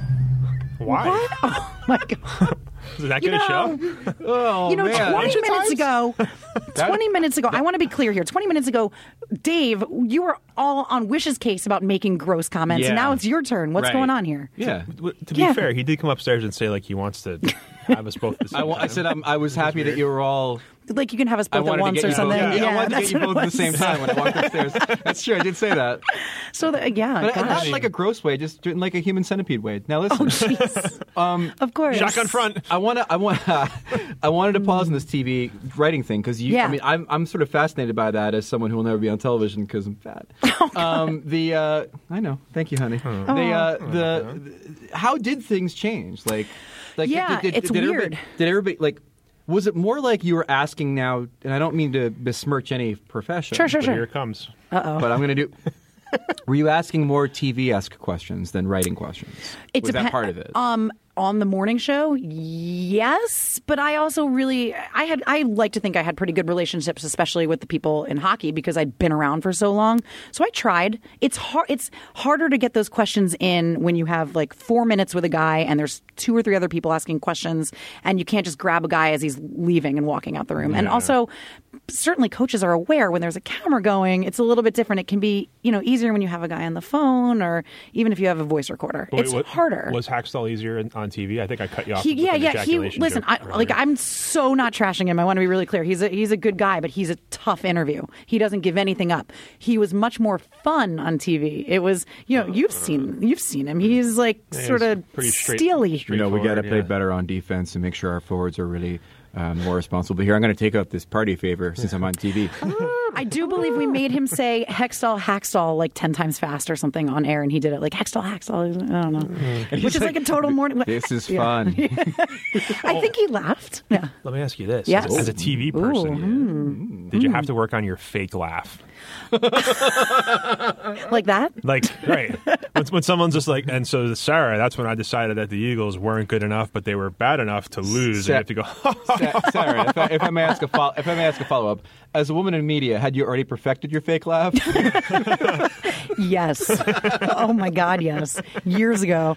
Why?
what? Oh my God.
Is that
You
good a
know,
show?
oh
you know,
man.
20 minutes ago, 20 minutes ago, I want to be clear here. 20 minutes ago, Dave, you were all on Wish's case about making gross comments.
Yeah.
Now it's your turn. What's
Right.
going on here?
Yeah.
W- To be
Yeah.
fair, he did come upstairs and say like he wants to have us both. At the same
I, wa- I
time.
said I'm, I was happy that you were all.
Like you can have us
I
both at
wanted to
once
get
or
you both.
something.
Yeah, I wanted to
that's
get you
what
both
it
at the same
was.
time when I walked upstairs. That's true. I did say that,
So that, yeah,
but Oh, not
gosh. Oh,
in like a gross way, just in like a human centipede way. Now listen.
Jeez. of course.
shotgun front.
I want to. I want. I wanted to pause on this TV writing thing because you.
Yeah.
I mean, I'm I'm sort of fascinated by that as someone who will never be on television because I'm fat.
Oh,
um, the uh, I know. Thank you, honey. The uh, the, the- how did things change? Like, like
Yeah,
did, did,
it's
did everybody-
weird.
Did everybody like? Was it more like you were asking now? And I don't mean to besmirch any profession.
Sure, sure, Uh,
But here
sure.
it comes.
Oh.
But I'm going to do. Were you asking more TV-esque questions than writing questions?
It
was
depen-
that part of it?
Um, on the morning show, yes, but I also really I had I like to think I had pretty good relationships, especially with the people in hockey because I'd been around for so long. So I tried. It's hard. It's harder to get those questions in when you have like four minutes with a guy and there's two or three other people asking questions, and you can't just grab a guy as he's leaving and walking out the room. And also, certainly coaches are aware when there's a camera going, it's a little bit different. It can be you know easier when you have a guy on the phone or even if you have a voice recorder.
But wait,
it's
what-
harder.
Was Hackstall easier in- on TV? I think I cut you off.
He,
with
yeah,
an
yeah. He
ejaculation
listen.
joke
I, like
earlier.
I'm so not trashing him. I want to be really clear. He's a he's a good guy, but he's a tough interview. He doesn't give anything up. He was much more fun on TV. It was you know you've seen you've seen him. He's like
he
sort
was
of
pretty straight-
steely.
straight-
you know, we got to
forward,
play
yeah.
better on defense and make sure our forwards are really uh, more responsible. But here, I'm going to take up this party favor since I'm on TV.
I do believe we made him say Hextall Hackstall like ten times fast or something on air, and he did it like Hextall Hackstall. I don't know,
Mm.
which is like a total morning.
this is
Yeah.
fun.
I think he laughed. Yeah.
Let me ask you this.
Yes.
As, as a TV person, did you have to work on your fake laugh?
like that.
Like right when, when someone's just like, and so the Sarah. That's when I decided that the Eagles weren't good enough, but they were bad enough to lose.
Sa-
and you have to go.
Sa- Sarah, if I, if I may ask a follow, if I may ask a follow up, as a woman in media, had you already perfected your fake laugh?
Yes. oh my God, yes. Years ago.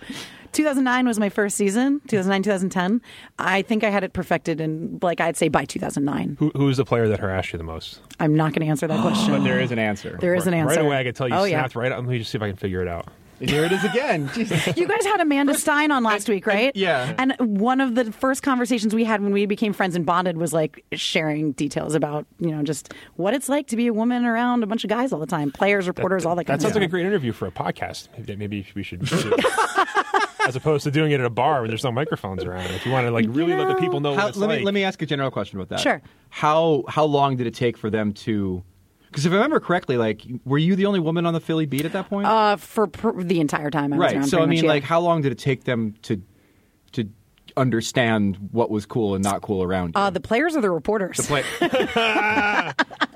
2009 was my first season, 2009, 2010. I think I had it perfected in, like, I'd say by 2009.
Who, who's the player that harassed you the most?
I'm not going to answer that question.
but there is an answer.
There is an answer.
Right away, I could tell you
Oh, yeah.
snapped right up. Let me just see if I can figure it out.
And here it is again. Jesus.
You guys had Amanda Stein on last week, right?
yeah.
And one of the first conversations we had when we became friends and bonded was like sharing details about, you know, just what it's like to be a woman around a bunch of guys all the time, players, reporters, all that
That
kind of
sounds
stuff.
like a great interview for a podcast. Maybe, maybe we should, do it. as opposed to doing it at a bar where there's no microphones around. If you want to like really let the people know
How-
what it's
let
like.
me let me ask a general question about that.
Sure.
How how long did it take for them to? Because if I remember correctly, like were you the only woman on the Philly beat at that point?
uh, for per- the entire time I was
right.
around.
So I
pretty much,
mean,
yeah.
like how long did it take them to to understand what was cool and not cool around you?
Uh, the players or the reporters?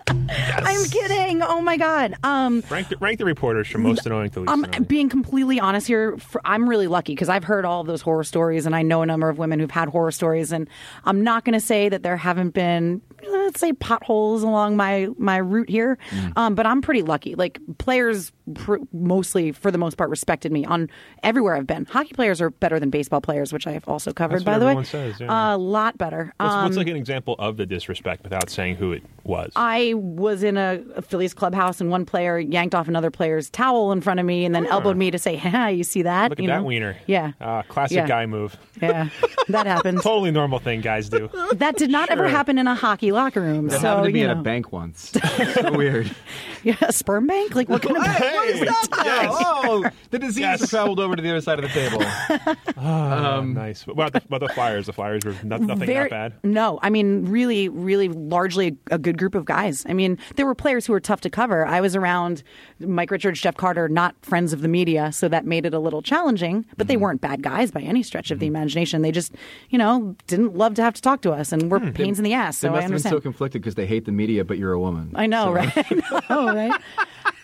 Like,
I'm kidding. Oh my god. Um,
rank, the, rank the reporters from most annoying to least
I'm
annoying.
being completely honest here. For, I'm really lucky because I've heard all of those horror stories, and I know a number of women who've had horror stories. And I'm not going to say that there haven't been, let's say, potholes along my my route here.
Mm.
Um, but I'm pretty lucky. Like players, pr- mostly for the most part, respected me on everywhere I've been. Hockey players are better than baseball players, which I have also
That's
covered.
what
by the way,
everyone says, yeah.
a lot better.
What's,
Um, Uh,
what's like an example of the disrespect without saying who it was?
I was in a, a Phillies clubhouse and one player yanked off another player's towel in front of me and then elbowed me to say, "Ha, you see that?
Look at
you
that
know?
wiener.
Yeah.
Ah, classic
Yeah.
guy move.
Yeah, that happened.
Oh,
Totally normal thing guys do.
That did not ever happen in a hockey locker room.
that
so
happened to me
you
at a
know.
bank once. so weird.
Yeah, a sperm bank. Like what kind of bank?
What is that? though? Oh, the disease
Yes.
traveled over to the other side of the table.
um, nice. But what about the, what about the Flyers? The Flyers were not, nothing
Very-
that bad.
No, I mean, really, really largely a, a good group of guys. I mean, there were players who were tough to cover. I was around Mike Richards, Jeff Carter, not friends of the media, so that made it a little challenging, but
Mm-hmm.
they weren't bad guys by any stretch of the imagination. They just, you know, didn't love to have to talk to us, and we're pains in the ass,
Mm,
so
they
I
must have been
understand.
so conflicted because they hate the media, but you're a woman.
I know, right? I know, right?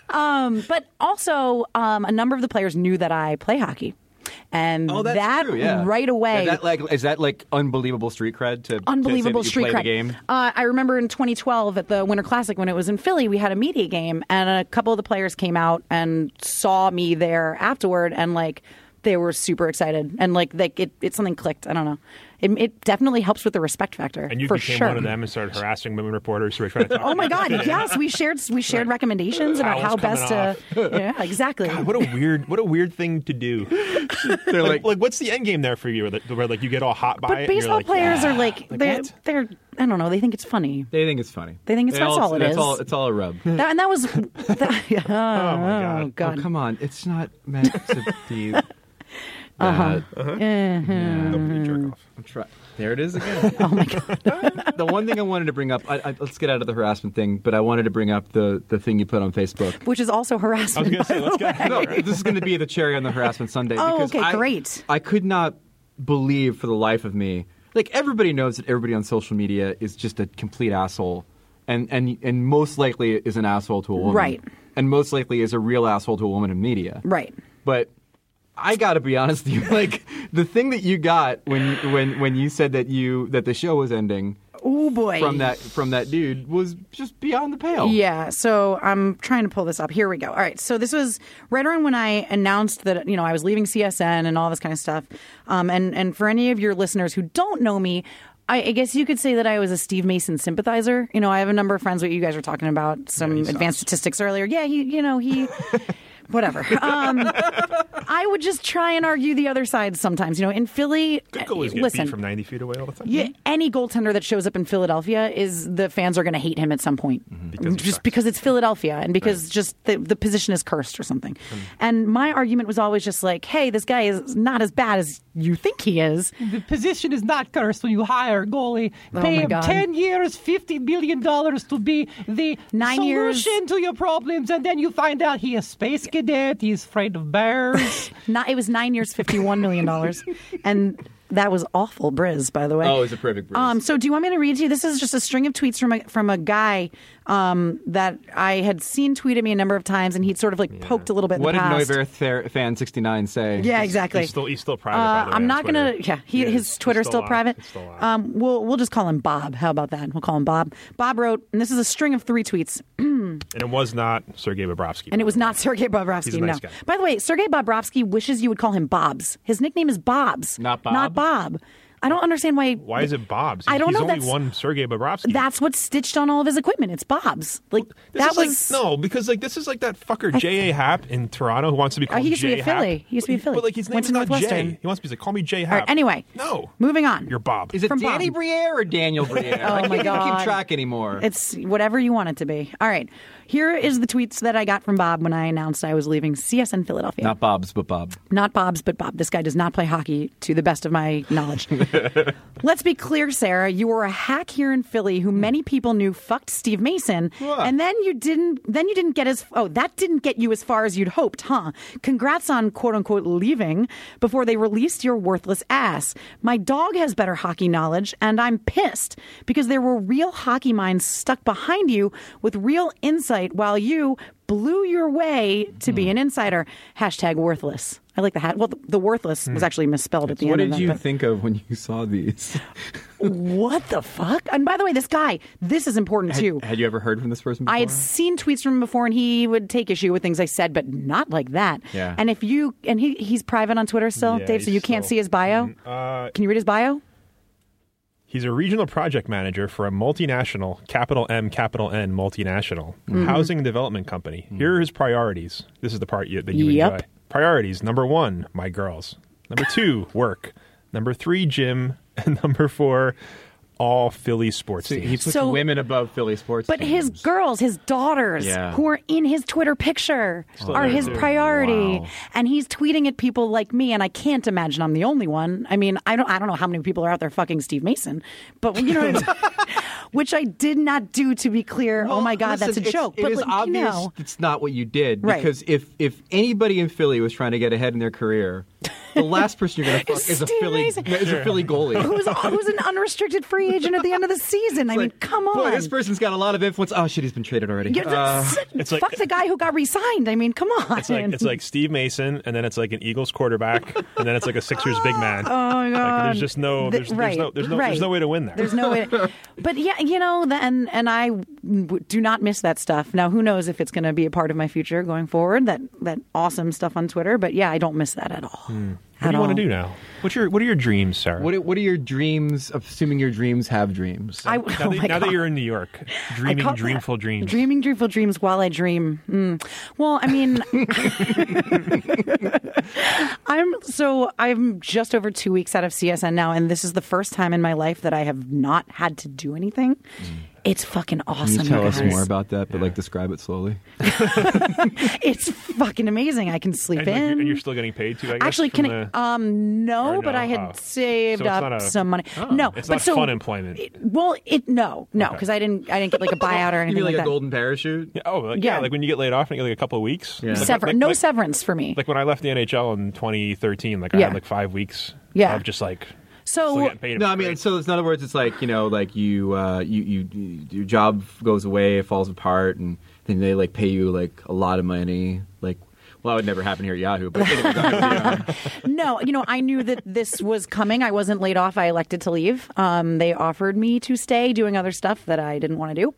um, but also, um, a number of the players knew that I play hockey. And
Oh, that's
that
true, yeah.
right away
Is that like is that like unbelievable street cred to to say
unbelievable
that you
street
play
cred.
The game?
Uh, I remember in 2012 at the Winter Classic when it was in Philly, we had a media game, and a couple of the players came out and saw me there afterward, and like they were super excited, and like they, it, it something clicked. I don't know. It, it definitely helps with the respect factor
And you
for
became
sure.
one of them and started harassing women reporters who were trying to talk.
Oh my God! Yes, we shared we shared recommendations about how
Towels
best to. Yeah, exactly.
What a weird, what a weird thing to do.
They're
like,
like,
like, what's the end game there for you? Where, like- where like you get all hot by it.
But
and you're
baseball
like,
players
"Ah."
are like,
Like,
they're
what?
they're I don't know. They think it's funny,
they think it's funny.
They think it's- that's
all,
all it
that's
is.
All, it's all a rub.
That- and that was. that- oh,
God.
Oh, come on, it's not meant to be. that.
Uh-huh. Eh.
Nobody jerk off.
Uh-huh. I'm try- there it is again. oh my god! the one thing I wanted to bring up. I, I, let's get out of the harassment thing, but I wanted to bring up the the thing you put on Facebook.
which is
I
also
was
harassment.
gonna say, let's go.
No, this is going to be the cherry on the harassment Sunday.
Oh,
because
okay,
I-
great.
I could not believe for the life of me. Like everybody knows that everybody on social media is just a complete asshole, and and and most likely is an asshole to a woman,
Right.
And most likely is a real asshole to a woman in media,
Right.
But I got to be honest with you. Like the thing that you got when when when you said that you that the show was ending
Oh boy.
from that from that dude was just beyond the pale.
Yeah, so I'm trying to pull this up. Here we go. All right, so this was right around when I announced that you know I was leaving CSN and all this kind of stuff. Um, and and for any of your listeners who don't know me, I, I guess you could say that I was a Steve Mason sympathizer. You know, I have a number of friends. What you guys were talking about some advanced statistics earlier. Yeah, he, you know, he. Whatever. Um, I would just try and argue the other side sometimes. You know, in Philly, uh,
Always get
listen,
beat from 90 feet away all the time.
yeah,
Mm-hmm.
any goaltender that shows up in Philadelphia is the fans are going to hate him at some point,
Mm-hmm.
Because he
just
sucks.
because it's Philadelphia and because just the, the position is cursed or something.
Mm-hmm.
And my argument was always just like, hey, this guy is not as bad as you think he is.
Mm-hmm.
The position is not cursed when you hire a goalie.
Oh
Pay
my
him
God.
10 years, $50 billion to be the
Nine years.
solution to your problems, and then you find out he is space cadet, he's afraid of bears.
Not it was nine years, fifty one million dollars, and That was awful, Briz. By the way.
Oh, it was a perfect Briz.
Um, so do you want me to read to you? This is just a string of tweets from a, from a guy um, that I had seen tweet at me a number of times, and he'd sort of like poked a little bit. in
What
the
did
past.
Noiver Ther- fan sixty nine say?
Yeah, exactly.
He's still, he's still private. by
Uh,
the way,
I'm
on
not
Twitter.
gonna. Yeah, he,
Yeah,
his
it's-
Twitter's
it's still
still,
live.
private.
It's still live.
um, we'll we'll just call him Bob. How about that? We'll call him Bob. Bob wrote, and this is a string of three tweets, and
And it was not Sergei Bobrovsky.
it was not Sergei
He's
Bobrovsky.
a nice
no.
guy.
By the way, Sergei Bobrovsky wishes you would call him Bob's. His nickname is Bob's,
Not Bob?
Not Bob. I don't understand why.
Why is it Bob's?
I don't
He's
know.
Only
That's-
one Sergei Bobrovsky.
That's what's stitched on all of his equipment. It's Bob's. Like
This
that
is
was
like, no, because like this is like that fucker J A Happ in Toronto who wants to be
Uh,
called
he used to be
J.
a Philly.
Happ.
He used to be a Philly.
But like his name
Went
is
to
not
Northwestern.
Jay. He wants to be like, call me J
All
Happ.
right, anyway,
no.
Moving on.
You're Bob.
Is it
From
Danny
Bob.
Briere or Daniel Briere?
Oh,
I
my
can't even
God.
keep track anymore.
It's whatever you want it to be. All right. Here is the tweets that I got from Bob when I announced I was leaving CSN Philadelphia.
not Bob's, but Bob.
Not Bob's, but Bob. This guy does not play hockey to the best of my knowledge. Let's be clear, Sarah. You were a hack here in Philly
Hmm.
who many people knew fucked Steve Mason, and then you didn't. Then you didn't get as oh that didn't get you as far as you'd hoped, huh? Congrats on quote unquote leaving before they released your worthless ass. My dog has better hockey knowledge, and I'm pissed because there were real hockey minds stuck behind you with real insight, while you blew your way to
Hmm.
be an insider. Hashtag worthless. I like the hat. Well, the, the worthless was actually misspelled at the
Hmm. What
end.
did
of that,
you
but-
think of when you saw these?
what the fuck? And by the way, this guy, this is important too.
Had you ever heard from this person? Before?
I had seen tweets from him before, and he would take issue with things I said, but not like that.
Yeah.
And if you and he he's private on Twitter still,
Yeah,
Dave, so
he's
you can't
still-
see his bio.
Uh,
Can you read his bio?
He's a regional project manager for a multinational, capital M, capital N, multinational
Mm-hmm.
housing development company.
Mm.
Here are his priorities. This is the part you, that you
Yep.
enjoy. Priorities number one, my girls. Number two, work. Number three, gym. And number four, all Philly sports
He
teams.
puts
So-
women above Philly sports.
But his girls, his daughters,
Yeah.
who are in his Twitter picture,
Still
are
there,
his
too.
priority.
Wow.
And he's tweeting at people like me, and I can't imagine I'm the only one. I mean, I don't, I don't know how many people are out there fucking Steve Mason, but you know, what I'm saying? which I did not do. To be clear, oh my god, that's a joke.
It
but
is
like,
obvious
you know,
it's not what you did
Right.
because if if anybody in Philly was trying to get ahead in their career, the last person you're going to fuck is a
Steve
Philly
Mason.
is a Philly goalie.
who's who's an unrestricted free agent at the end of the season? I mean,
Like,
come
Boy,
on.
this person's got a lot of influence. Oh shit, he's been traded already. Uh,
You're-
Uh, it's
fuck
like-
the guy who got re-signed. I mean, come on.
It's like it's like Steve Mason, and then it's like an Eagles quarterback, and then it's like a Sixers big man. Oh
my God.
there's just no,
um, The-
there's,
right,
there's no, there's no,
right.
there's no way to win there.
There's no way. to- but yeah, you know, the, and and I w- do not miss that stuff. Now, who knows if it's going to be a part of my future going forward? That that awesome stuff on Twitter. But yeah, I don't miss that at all.
Hmm. what do
At
you
all.
want to do now? What's your, what are your dreams, Sarah?
what are- what are your dreams? Assuming your dreams have dreams.
I,
now
oh
that,
my
now that
God.
you're in New York,
I
dreaming
call
dreamful
that-
dreams.
Dreaming dreamful dreams while I dream. Mm. Well, I mean, I'm so I'm just over two weeks out of CSN now, and this is the first time in my life that I have not had to do anything.
Hmm.
It's fucking
Can
awesome.
you tell us
guys.
more about that? But like, describe it slowly.
It's fucking amazing. I can sleep
and, like,
in.
you're, and you're still getting paid too. I guess,
Actually,
from
can I?
the-
Um, no,
or
but
no?
I had
Oh.
saved
So it's
up
not a-
some money.
Oh,
no,
it's
but
not
so
fun employment.
it- well, it no, no, because I didn't, I didn't get like a buyout or
You
anything
mean like, a
that.
golden parachute?
Yeah, oh, like, yeah.
yeah.
Like when you get laid off and you get like a couple of weeks.
Yeah.
Like,
Sever-
like-
no
like-
severance for me.
Like when I left the NHL in 2013, like I
Yeah.
had like five weeks.
Yeah.
Of just like still
so
getting paid.
No, I mean, so it's in other words, it's like you know, like you, uh, you, you, you- your job goes away, it falls apart, and then they like pay you like a lot of money. Like, well, that would never happen here at Yahoo, but anyway, go ahead, yeah.
no, you know, I knew that this was coming. I wasn't laid off. I elected to leave. Um, they offered me to stay doing other stuff that I didn't want to do.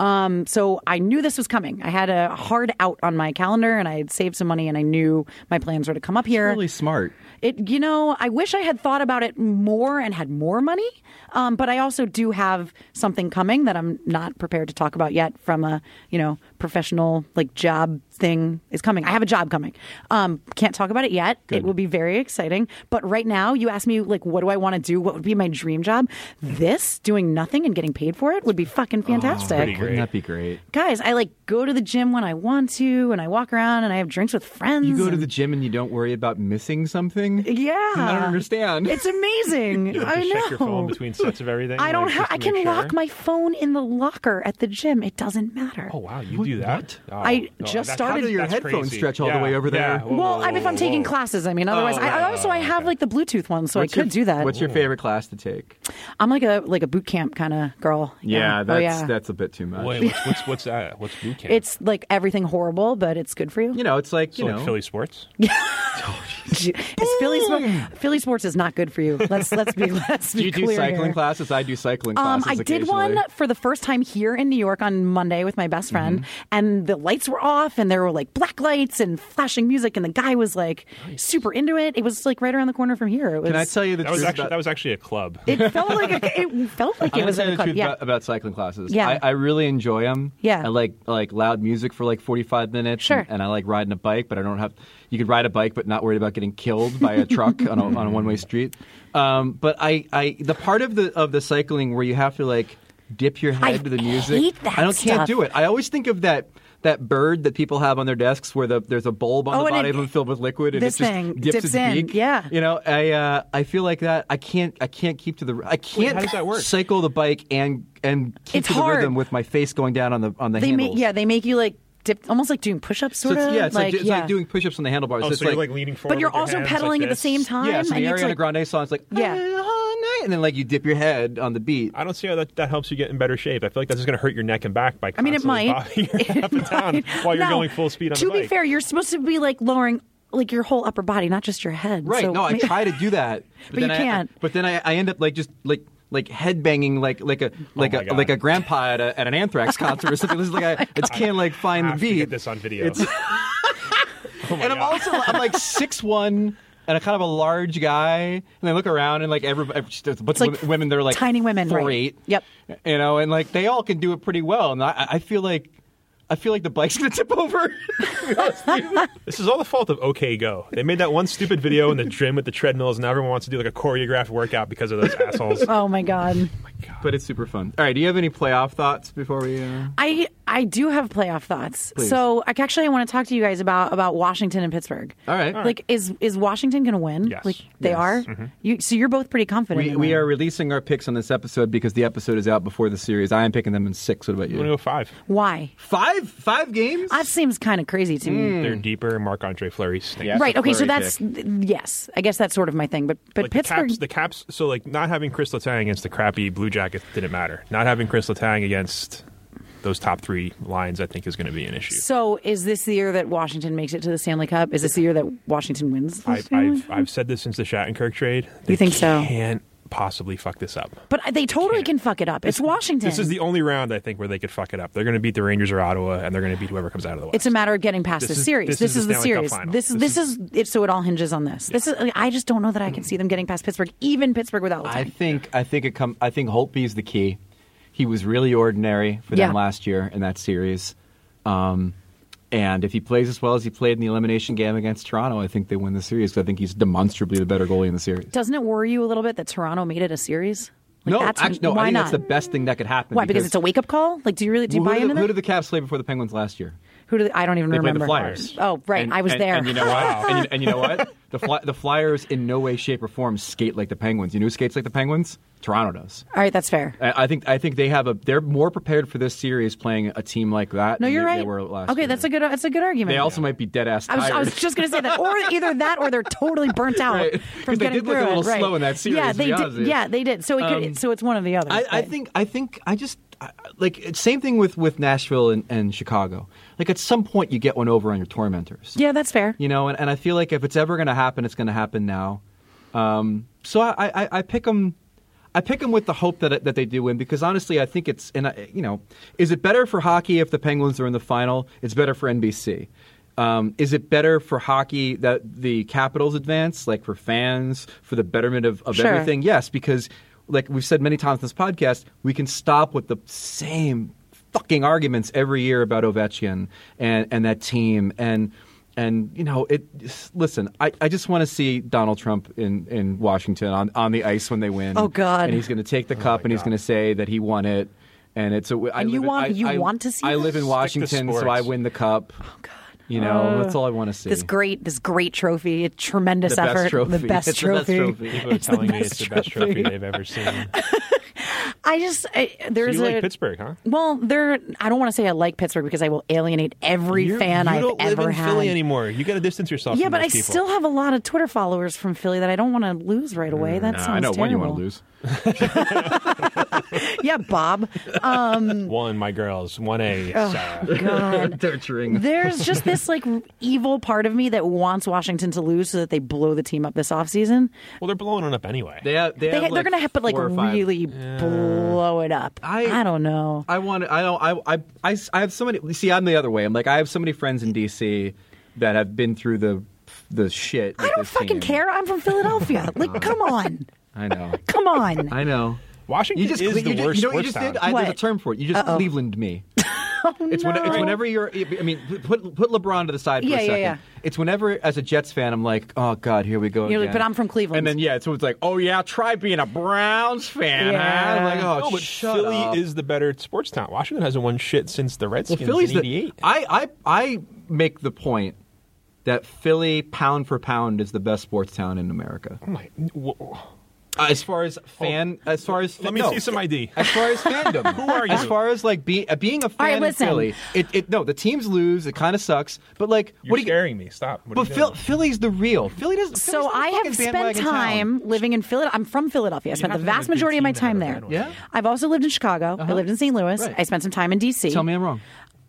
Um, so I knew this was coming. I had a hard out on my calendar, and I had saved some money, and I knew my plans were to come up here.
really smart.
It, you know, I wish I had thought about it more and had more money, um, but I also do have something coming that I'm not prepared to talk about yet. From a you know professional like job thing is coming. I have a job coming. Um, can't talk about it yet. It will be very exciting. But right now, you ask me like, what do I want to do? What would be my dream job? This doing nothing and getting paid for it would be fucking
Oh,
fantastic
pretty great.
Wouldn't that be great?
guys, I like go to the gym when I want to, and I walk around and I have drinks with friends.
You go to
and-
the gym and you don't worry about missing something.
yeah.
I don't understand.
It's amazing.
You don't
I
just
know.
check your phone between sets of everything.
I don't.
like,
have
just
I
to make
can
sure.
lock my phone in the locker at the gym. It doesn't matter.
Oh wow, you
Well,
do
do that? Oh,
I
no,
just
that's-
started- How do
your
that's
headphones
crazy.
stretch all the
Yeah,
way over
yeah,
there?
whoa,
Whoa,
well,
whoa,
I- if I'm
whoa,
taking
whoa.
classes, I mean, otherwise, I, I also I have like the Bluetooth one, so
What's
I could
your-
do that.
What's your favorite class to take?
I'm like a like a boot camp kind of girl.
Yeah,
Oh,
that's
yeah.
that's a bit too much.
Wait, what's, what's what's that? What's boot camp?
It's like everything horrible, but it's good for you.
you know, it's like
so
you
like
know,
Philly sports.
It's Philly sports. Philly sports is not good for you. Let's let's be let's
do
be
you do
clear
cycling
here.
classes? I do cycling
Um,
classes.
I did
occasionally.
one for the first time here in New York on Monday with my best friend, and the lights were off, and there were like black lights and flashing music, and the guy was like super into it. It was like right around the corner from here. It was,
Can I tell you the
That was
truth
actually
about-
that was actually a club.
It felt like a, it felt like
I'm
it was
gonna
in a club.
tell you the truth
Yeah.
about, uh, about cycling classes.
Yeah.
I, I really enjoy them.
Yeah.
I like I like loud music for like 45 minutes.
Sure.
And, and I like riding a bike, but I don't have. You could ride a bike, but not worried about getting killed by a truck on a, on a one way street. Um, but I, I the part of the of the cycling where you have to like dip your head to the music.
hate that
I don't can't
stuff.
do it. I always think of that. That bird that people have on their desks, where the, there's a bulb on
Oh,
the
and
body
it-
of them filled with liquid, and
this
it just
thing
dips,
dips
its
in.
beak.
Yeah.
you know, I uh, I feel like that. I can't I can't keep to the I can't
how does that work?
cycle the bike and and keep
It's
to the
hard.
rhythm with my face going down on the on the
they
handles.
make yeah they make you like dip almost like doing push-ups
so
sort
it's,
of
yeah, it's like,
like,
it's
yeah.
like doing push-ups on the handlebars.
Oh,
so it's
so you're like leaning forward.
but you're
with your
also
hands
pedaling
like
at the
this.
same time
yeah. So the
and you have to,
Ariana
like,
Grande song's like
Yeah.
"Ah, and then like you dip your head on the beat.
I don't see how that, that helps you get in better shape. I feel like that's just going to hurt your neck and back by
I mean, it
constantly
might.
bobbing your head up and down while you're
No,
going full speed on
to
the bike.
be fair, you're supposed to be like lowering like your whole upper body, not just your head.
Right?
So
no, I
may-
try to do that, but,
But
then
you
I,
can't.
But then I, I end up like just like like head banging like like a like
Oh my
a
God.
like a grandpa at, a, at an Anthrax concert or something. This is
Oh
like I, it's can't like find
I
the
have to
beat.
get this on video. Oh
It's- and I'm also I'm like six one and a kind of a large guy, and I look around and like everybody, there's a bunch
like
of women, women that are like
tiny women,
four
right.
eight,
Yep.
you know, and like they all can do it pretty well, and I, I feel like I feel like the bike's gonna tip over.
This is all the fault of OK Go. They made that one stupid video in the gym with the treadmills, and now everyone wants to do like a choreographed workout because of those assholes.
Oh my god.
but it's super fun. All right, do you have any playoff thoughts before we? Uh...
I I do have playoff thoughts.
Please.
So I actually I want to talk to you guys about about Washington and Pittsburgh.
All right. All right.
Like is is Washington going to win?
Yes. Mm-hmm.
Like they
Yes.
are. You so you're both pretty confident.
We,
in
we
them.
are releasing our picks on this episode because the episode is out before the series. I am picking them in six. What about
I'm going to
you?
go oh five.
Why?
Five five games.
That seems kind of crazy to
Mm.
me.
They're deeper. Marc Andre Fleury stinks.
Hmm. Yeah. That's
right.
a
Okay. So
flurry
that's th- yes. I guess that's sort of my thing. But but
Like
Pittsburgh.
the Caps, the Caps. So like not having Chris Letang against the crappy Blue Jackets didn't matter. Not having Chris Letang against those top three lines, I think, is going to be an issue.
so is this the year that Washington makes it to the Stanley Cup? Is this the year that Washington wins? the
I,
Stanley
I've,
Cup?
I've said this since the Shattenkirk trade. They
You think so?
Can't possibly fuck this up.
But they totally can fuck it up. It's Washington.
This is the only round I think where they could fuck it up. They're going to beat the Rangers or Ottawa, and they're going to beat whoever comes out of the West.
It's a matter of getting past
This
this,
is-
series. This, is, the,
Stanley Cup
series.
final.
This this,
This
is, it. So it all hinges on this. This is. I just don't know that I can see them getting past Pittsburgh, even Pittsburgh without.
I
Letang.
think I think it come. I think Holtby's the key. He was really ordinary for them
Yeah.
last year in that series, um, and if he plays as well as he played in the elimination game against Toronto, I think they win the series. 'cause I think he's demonstrably the better goalie in the series.
Doesn't it worry you a little bit that Toronto made it a series? Like,
no,
that's,
actually, no.
Why
I think
not?
that's the best thing that could happen.
Why? Because, it's a wake up call. Like, do you really do you
Well,
buy
who, did,
into
the- who
that?
did the Caps play before the Penguins last year?
Who do they- I don't even
They played
remember.
the Flyers.
Oh, right.
And-
I was
and-
there.
And you know what? and, you, and you know what? The, fly, the Flyers in no way, shape, or form skate like the Penguins. You know who skates like the Penguins? Toronto does.
all right, that's fair.
I I think I think they have a they're more prepared for this series playing a team like that.
No,
than
you're
they-
right.
They were last
okay,
year.
that's a good. That's a good argument.
They also might be dead ass
I was,
tired.
I was just going to say that, or either that, or they're totally burnt out
Right.
from
'Cause they
getting
did
through
look a
it.
little
right.
slow in that series,
Yeah,
to
they
be honest
did.
with you.
Yeah, they did. So it could.
Um,
so it's one of the others.
I, I
but-
think I think I just I, like same thing with with Nashville and, and Chicago. Like at some point you get one over on your tormentors.
Yeah, that's fair.
You know, and, and I feel like if it's ever going to happen, it's going to happen now. Um, so I, I, I pick them. I pick them with the hope that that they do win because honestly, I think it's and I, you know, is it better for hockey if the Penguins are in the final? It's better for NBC. Um, is it better for hockey that the Capitals advance, like for fans, for the betterment of, of
Sure.
everything? Yes, because like we've said many times in this podcast, we can stop with the same fucking arguments every year about Ovechkin and, and that team and and you know it listen I, I just want to see Donald Trump in, in Washington on, on the ice when they win
Oh, God.
and he's going to take the cup and he's going to say that he won it and it's a I
And you
live in-
want-
I-
you
I-
want to see
I
that?
live in Washington so
sports.
I win the cup oh god you know that's all I want to see
Uh, This great, this great trophy, a tremendous
The best
effort,
trophy.
the best
It's the best
trophy.
trophy.
People are
It's the
telling me
best
it's the best trophy they've ever seen.
I just I, there's
you
a
like Pittsburgh, huh?
Well, there. I don't want to say I like Pittsburgh because I will alienate every
You're-
fan
you
I've
don't live
ever
in
had.
Philly anymore. You got to distance yourself.
yeah,
from
but I
those people.
still have a lot of Twitter followers from Philly that I don't want to lose right away. That sounds
I know
terrible.
one you want to lose.
yeah, Bob. Um,
one my girls, one A.
Oh,
Sarah.
God.
Torturing.
there's just this like evil part of me that wants Washington to lose so that they blow the team up this offseason.
Well, they're blowing it up anyway.
They have, they
They,
have
are going to have to like
four or five-
really blow it up. I, don't know.
I want. I don't. I, I. I. I have so many. See, I'm the other way. I'm like I have so many friends in D.C. that have been through the the shit.
I don't fucking care. I'm from Philadelphia. Like, come on,
I know.
come on.
I know.
Washington
You just
is
you
the
just-
worst
You know what you
sports
just did?
town.
I, there's a
What?
term for it. You just
Uh-oh.
Cleveland me.
Oh,
It's, when, it's
no.
whenever you're. I mean, put put LeBron to the side for
Yeah,
a
yeah,
second.
yeah.
It's whenever, as a Jets fan, I'm like, oh god, here we go.
You're like,
again.
but I'm from Cleveland.
And then yeah, so it's like, oh yeah, try being a Browns fan. huh? I'm like, oh,
no, but
shut
Philly
up.
is the better sports town. Washington hasn't won shit since the
Well,
Redskins
Philly's
in
the.
'88.
I, I I make the point that Philly, pound for pound, is the best sports town in America.
Oh my- wha-
Uh, as far as fan, as far as
Let me
no.
see some ID.
As far as fandom,
Who are you?
As far as like being uh, being a fan
right,
in
listen.
Philly, it, it no the teams lose. It kind of sucks, but like
You're
what do you?
scaring me. Stop. What are
But
you
Phil,
doing?
Philly's the real. Philly doesn't.
So
Philly's not
I
a fucking
have spent
bandwagon
time
town.
living in Philadelphia. I'm from Philadelphia. I spent the
have to have a
vast
good
majority of
team
my
to have
time
a
there.
bad one.
Yeah. Uh-huh.
I've also lived in Chicago. I lived in St. Louis.
Right.
I spent some time in D.C.
Tell me I'm wrong.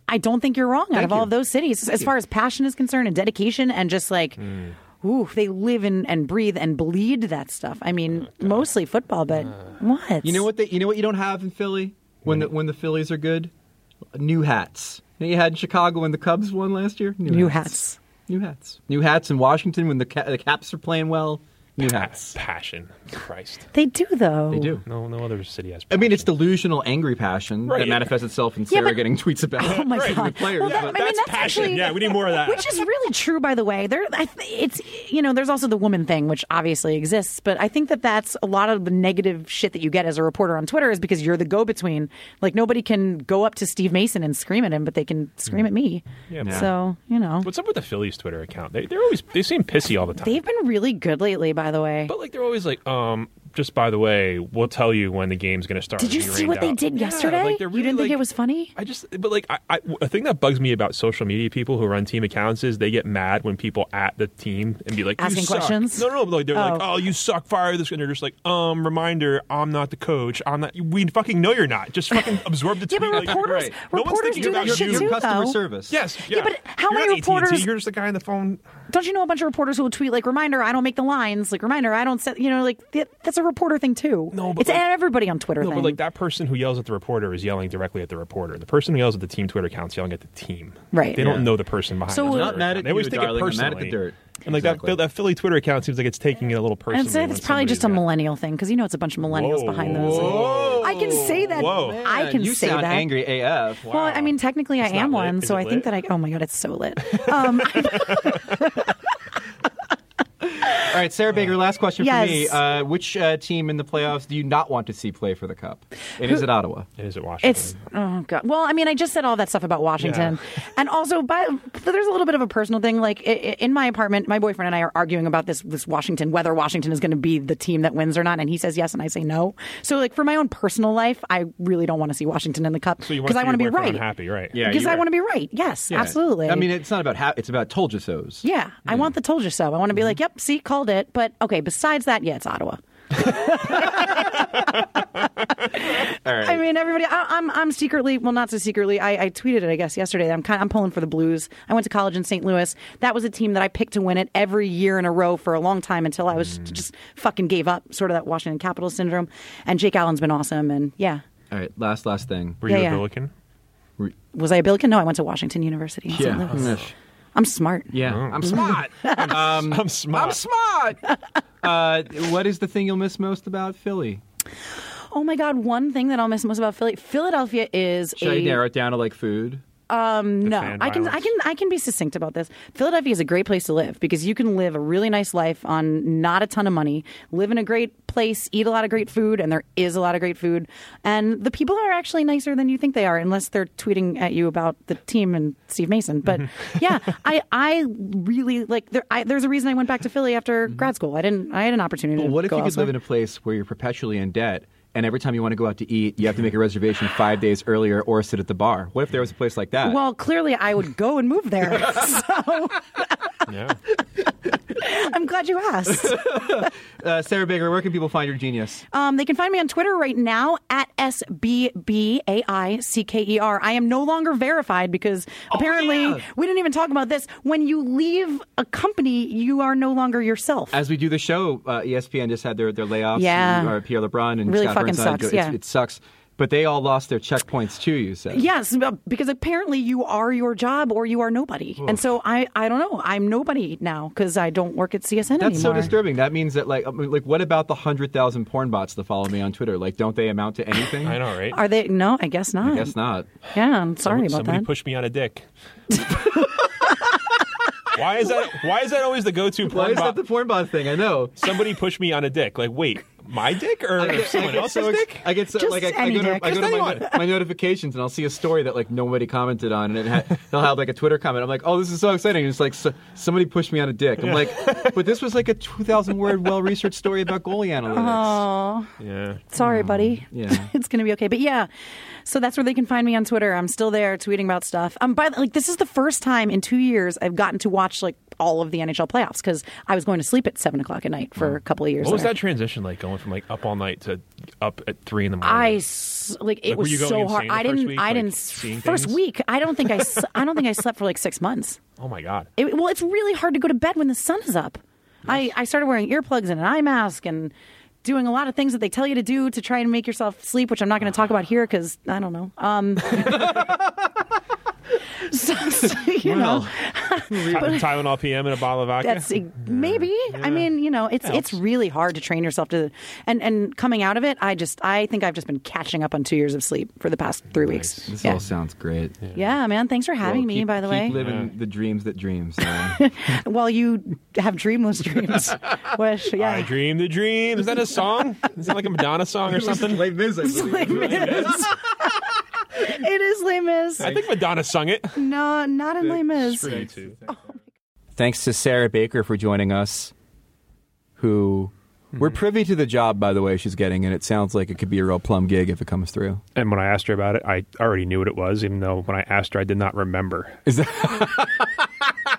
I don't think you're wrong. out
Thank
of all
you.
of those cities, as
you.
far as passion is concerned and dedication and just like,
Hmm.
ooh, they live and, and breathe and bleed that stuff. I mean, mostly football, but what?
Uh, You know what? They, you know what you don't have in Philly when the when the Phillies are good, new hats. You, know you had in Chicago when the Cubs won last year.
New hats.
New hats. New hats in Washington when the, ca- the Caps are playing well. New hats.
passion. Christ.
They do though.
They do.
No, no other city has.
I
Passion.
mean, it's delusional, angry passion
Right.
that manifests itself in
Yeah,
Sarah
but-
getting tweets about
Oh my
the
god!
players.
Well, that-
but-
I mean,
that's
that's
passion.
actually-
Yeah, we need more of that.
Which is really true, by the way. There, I, th- it's you know, there's also the woman thing, which obviously exists, but I think that that's a lot of the negative shit that you get as a reporter on Twitter is because you're the go-between. Like nobody can go up to Steve Mason and scream at him, but they can scream at me.
Hmm. Yeah, but-
so you know,
What's up with the Phillies Twitter account? They they're always they seem pissy all the time.
they've been really good lately, by the way.
But like they're always like, um, just by the way, we'll tell you when the game's going to start.
Did you
It'll be
see what
rained
they
out.
did
Yeah,
yesterday?
like, they're
You
really,
didn't think
like-
it was funny?
I just, but like, I, I, a thing that bugs me about social media people who run team accounts is they get mad when people at the team and be like, "You
Asking
suck."
questions?
No, no, like they're like,
Oh.
"Oh, you suck, fire this," and they're just like, "Um, reminder, I'm not the coach. I'm not. We fucking know you're not. Just fucking absorb the
Yeah,
tweet."
but
like,
reporters-
right. no one's
reporters
thinking
do
about
that shit
you.
your
too,
customer
though.
service.
Yes.
Yeah, but how
You're
many
not AT&T,
reporters-
You're just the guy on the phone.
Don't you know a bunch of reporters who will tweet like reminder I don't make the lines like reminder I don't set you know like th- that's a reporter thing too.
No, but
it's
like-
everybody on Twitter
No,
thing.
but like that person who yells at the reporter is yelling directly at the reporter. The person who yells at the team Twitter account's yelling at the team.
Right.
They don't
Yeah.
know the person behind.
So-
the
I'm
Twitter
not
mad at
account. They always
you,
think
darling,
it
I'm mad
personally.
at the dirt.
And like
Exactly.
that, that Philly Twitter account seems like it's taking it a little personally.
I'd say
when
it's probably just a
somebody's got-
millennial thing because you know it's a bunch of millennials
Whoa.
behind those.
Whoa.
Oh. I can say that.
Whoa.
I can
you
say
sound
that.
angry AF.
Well, I mean, technically, I
It's
am
not lit.
one,
Is
so
it
I think
lit?
that I. Oh my god, it's so lit. Um,
All right, Sarah Baker, last question
Yes.
for me. Uh, which uh, team in the playoffs do you not want to see play for the Cup? And is it Ottawa?
It is at Washington.
it's oh god. Well, I mean, I just said all that stuff about Washington, and also, by, there's a little bit of a personal thing. Like i- i- in my apartment, my boyfriend and I are arguing about this this Washington whether Washington is going to be the team that wins or not, and he says yes, and I say no. So, like for my own personal life, I really don't want to see Washington in the cup
so you
because
want
I want to be right.
Happy, right?
Yeah,
because
you
I
are.
want to be right. Yes,
Yeah.
absolutely.
I mean, it's not about how; it's about told you so's.
Yeah, I
Hmm.
want the told you so. I want to be like, yep, see, called it. But okay, besides that, yeah, it's Ottawa.
All right.
I mean, everybody. I, I'm I'm secretly, well, not so secretly. I, I tweeted it, I guess, yesterday. That I'm kind, I'm pulling for the Blues. I went to college in St. Louis. That was a team that I picked to win it every year in a row for a long time until I
Hmm.
was just fucking gave up, sort of that Washington Capitals syndrome. And Jake Allen's been awesome. And yeah,
All right. Last, last thing.
Were
Yeah,
you
yeah.
a Billiken?
was I a Billiken? No, I went to Washington University. In St. Louis.
Yeah.
I'm smart.
Yeah. I'm smart. um,
I'm smart.
I'm smart. uh, what is the thing you'll miss most about Philly?
Oh my God, one thing that I'll miss most about Philly, Philadelphia is
Should
a
I narrow it down to like food?
No,
fan
I can, I
violence.
can, I can be succinct about this. Philadelphia is a great place to live because you can live a really nice life on not a ton of money, live in a great place, eat a lot of great food, and there is a lot of great food. And the people are actually nicer than you think they are, unless they're tweeting at you about the team and Steve Mason. But yeah, I, I really like. There, I, there's a reason I went back to Philly after grad school. I didn't, I had an opportunity.
Mm-hmm. But
to
what if
go
you could
elsewhere.
live in a place where you're perpetually in debt
and every time you want to go out to eat, you have to make a reservation five days earlier or sit at the bar. What if there was a place like that?
Well, clearly I would go and move there. so
yeah.
I'm glad you asked.
uh, Sarah Baker, where can people find your genius?
Um, they can find me on Twitter right now at SBBAICKER. E I am no longer verified because
Oh,
apparently we didn't even talk about this. When you leave a company, you are no longer yourself.
As we do the show, uh, ESPN just had their, their layoffs.
Yeah.
and, uh, Pierre LeBron and
Really
Scott
fucking
Burnside.
sucks,
It's-
yeah.
It sucks. But they all lost their checkpoints too, you said.
Yes, b- because apparently you are your job or you are nobody. And so I, I don't know. I'm nobody now because I don't work at CSN
That's so
anymore.
disturbing. That means that, like, I mean, like, what about the hundred thousand porn bots that follow me on Twitter? Like, don't they amount to anything? I know, right?
Are they? No, I guess not.
I guess not.
Yeah, I'm
Someone-
sorry about
somebody
that.
pushed me on a dick. why is that? Why is that always the go-to? Porn
Why is that the porn bot thing? I know.
Somebody pushed me on a dick. Like, wait, my dick or
I get- I
someone
get
else's
so ex-
dick?
I get so like I, I go to, I go to my, my notifications and I'll see a story that like nobody commented on and it ha- they'll have like a Twitter comment. I'm like, oh, this is so exciting. And it's like so, somebody pushed me on a dick. I'm
Yeah.
like, but this was like a 2,000 word well researched story about goalie analytics.
Oh,
yeah.
sorry, buddy.
Um,
Yeah.
it's gonna be okay. But yeah, so that's where they can find me on Twitter. I'm still there tweeting about stuff. Um, by the, like this is the first time in two years I've gotten to watch like all of the NHL playoffs because I was going to sleep at seven o'clock at night for a couple of years.
What was
there.
that transition like? Going from like up all night to up at three in the morning.
I s- like it
Like, were
was
you going
so hard.
insane the first
I didn't.
week,
I
like,
didn't.
seeing
first
things?
week, I don't think I. s- I don't think I slept for like six months.
oh my god.
It, well, it's really hard to go to bed when the sun is up. I, I started wearing earplugs and an eye mask and doing a lot of things that they tell you to do to try and make yourself sleep, which I'm not going to talk about here because I don't know. Um, so, so, you know,
Ty- Tylenol PM and a bottle of vodka.
that's e, maybe. I mean, you know, it's it's really hard to train yourself to. And and coming out of it, I just I think I've just been catching up on two years of sleep for the past three weeks.
This
yeah.
all sounds great.
yeah, man. Thanks for having
Well,
me.
keep-
By the
keep
way,
living the dreams that dreams. Sarah.
while you have dreamless dreams, wish yeah.
I dream the dream. Is that a song? Is that like a Madonna song or something?
Les Mis, I believe.
it is Les Mis.
I think Madonna sung it.
No, not in Les Mis.
Thanks to Sarah Baker for joining us, who we're privy to the job, by the way, she's getting, and it sounds like it could be a real plum gig if it comes through.
And when I asked her about it, I already knew what it was, even though when I asked her, I did not remember.
Is that?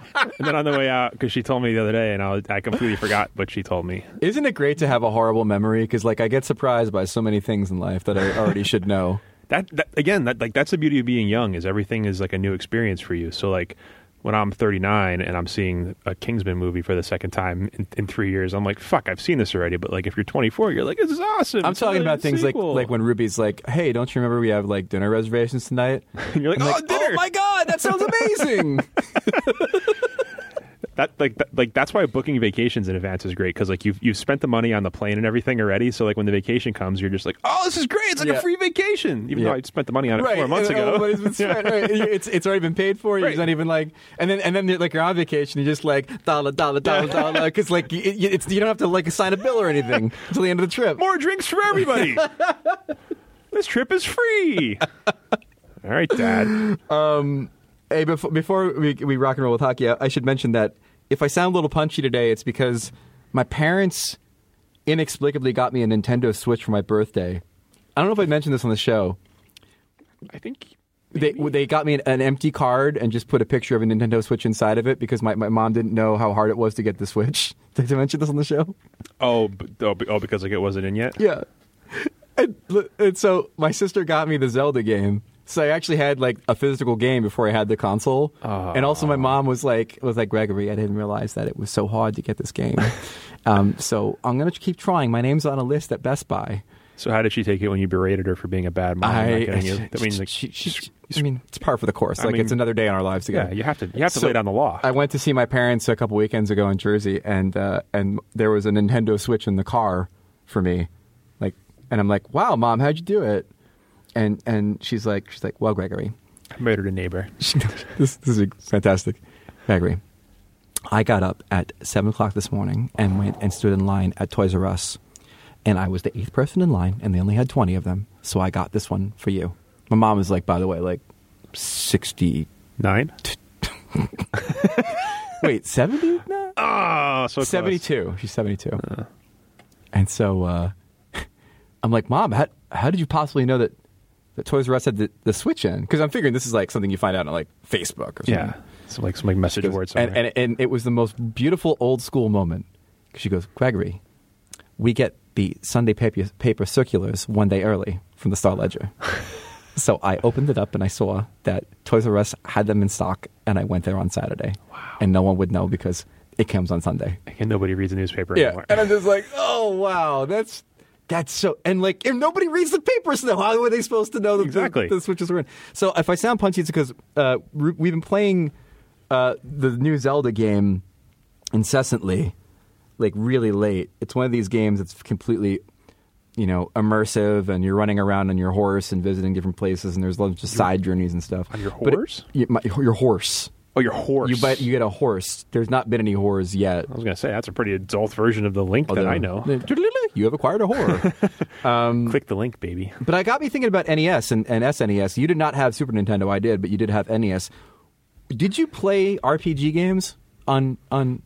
and then on the way out, because she told me the other day, and I, was- I completely forgot what she told me.
Isn't it great to have a horrible memory? Because like I get surprised by so many things in life that I already should know.
That, that again, that like that's the beauty of being young is everything is like a new experience for you. So like when I'm 39 and I'm seeing a Kingsman movie for the second time in, in three years, I'm like, fuck, I've seen this already. But like if you're 24, you're like, this is awesome.
I'm
It's
talking
another
about things
sequel.
like like when Ruby's like, "Hey, don't you remember we have like dinner reservations tonight?"
And you're like,
I'm
oh,
like,
dinner.
my god, that sounds amazing!
That like that, like that's why booking vacations in advance is great because like you've you've spent the money on the plane and everything already. So like when the vacation comes, you're just like, oh, this is great. It's like
Yeah.
a free vacation, even
Yeah.
though I spent the money on it
right,
four months
and
ago.
oh, but it's been spent, right. It's it's already been paid for. You're
Right.
not even like, and then and then you're, like you're on vacation. You're just like dollar dollar dollar dollar because like y- y it's you don't have to like sign a bill or anything until the end of the trip.
More drinks for everybody. this trip is free. All right, Dad.
Um, hey, before, before we, we rock and roll with hockey, I, I should mention that if I sound a little punchy today, it's because my parents inexplicably got me a Nintendo Switch for my birthday. I don't know if I mentioned this on the show.
I think
They, they got me an, an empty card and just put a picture of a Nintendo Switch inside of it because my, my mom didn't know how hard it was to get the Switch. Did I mention this on the show?
Oh, b- oh, b- oh, because like it wasn't in yet.
Yeah. And, l- and so my sister got me the Zelda game. So I actually had like a physical game before I had the console. And also my mom was like was like Gregory, I didn't realize that it was so hard to get this game. um, so I'm gonna keep trying. My name's on a list at Best Buy.
So how did she take it when you berated her for being a bad mom? and not getting you? I mean, like,
she, she, I mean, it's par for the course.
I
Like
mean-
it's another day in our lives together.
yeah, you have to you have to
So-
lay down the law.
I went to see my parents a couple weekends ago in Jersey, and uh, and there was a Nintendo Switch in the car for me, like, and I'm like, "Wow, mom, how'd you do it?" And and she's like, she's like, "Well, Gregory,
I murdered a neighbor.
this this is fantastic, Gregory." I got up at seven o'clock this morning and went and stood in line at Toys R Us, and I was the eighth person in line, and they only had twenty of them, so I got this one for you. My mom is like, by the way, like sixty
Nine.
Wait, 70?
Ah, so close.
72. She's 72. and so uh, I'm like, Mom, how, how did you possibly know that, that Toys R Us had the, the Switch in? Because I'm figuring this is like something you find out on like Facebook or something.
Yeah. It's like some like message board somewhere.
And, and, and it was the most beautiful old school moment. She goes, Gregory, we get the Sunday paper, paper circulars one day early from the Star Ledger. so I opened it up and I saw that Toys R Us had them in stock, and I went there on Saturday. Wow. And no one would know because it comes on Sunday.
and nobody reads the newspaper
Yeah.
anymore.
And I'm just like, oh, wow, that's. That's so, and like, if nobody reads the papers, though, how are they supposed to know that
Exactly.
the, the switches were in? So if I sound punchy, it's because uh, re- we've been playing uh, the new Zelda game incessantly, like really late. It's one of these games that's completely, you know, immersive, and you're running around on your horse and visiting different places, and there's lots of side journeys and stuff. On your
horse?
It, you- my- your horse.
Oh, your horse.
You, but you get a horse. There's not been any horse yet.
I was going to say, that's a pretty adult version of the link that
Although-
I know.
You have acquired a horror. um,
Click the link, baby.
but I got me thinking about NES and, and SNES. You did not have Super Nintendo. I did, but you did have NES. Did you play RPG games on on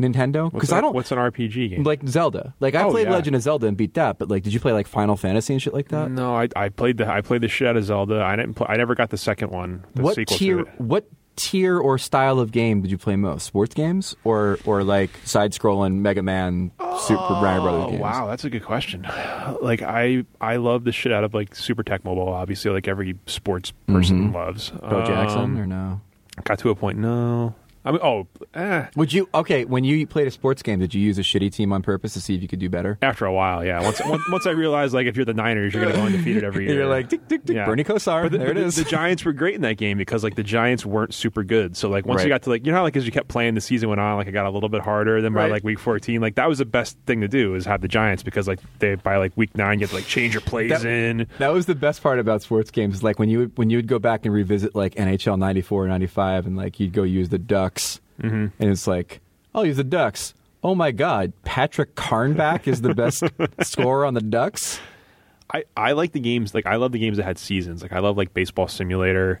Nintendo?
What's
Because
a-
I don't
What's an RPG game?
like Zelda. Like I
Oh,
played
yeah.
Legend of Zelda and beat that. But like, did you play like Final Fantasy and shit like that?
no, I, I played the I played the shit out of Zelda. I didn't. Play, I never got the second one. The
what
sequel
tier?
To it.
What tier or style of game did you play most? Sports games or or like side scrolling Mega Man, Super Mario Brothers
Oh
games?
wow, that's a good question. Like I I love the shit out of like Super Tech Mobile. Obviously, like every sports person
Mhm.
loves.
Bo Jackson
Um,
or no?
Got to a point. No, I mean, oh, eh.
Would you okay when you played a sports game? Did you use a shitty team on purpose to see if you could do better?
After a while, yeah. Once once, once I realized, like, if you're the Niners, you're going to go undefeated every year.
You're like, tick, tick, tick, Bernie Kosar,
But the,
there
but
it
the-
is.
The Giants were great in that game because like the Giants weren't super good. So like once you
Right.
got to like you know how, like as you kept playing, the season went on. Like it got a little bit harder. Then by
Right.
like week 14, like that was the best thing to do is have the Giants because like they by like week nine you have to like change your plays
That-
in.
That was the best part about sports games. is, Like when you would, when you would go back and revisit like NHL '94 or '95, and like you'd go use the Ducks,
Mhm.
and it's like, I'll use the Ducks. Oh my God, Patrick Carnback is the best scorer on the Ducks.
I I like the games like I love the games that had seasons. Like I love like Baseball Simulator.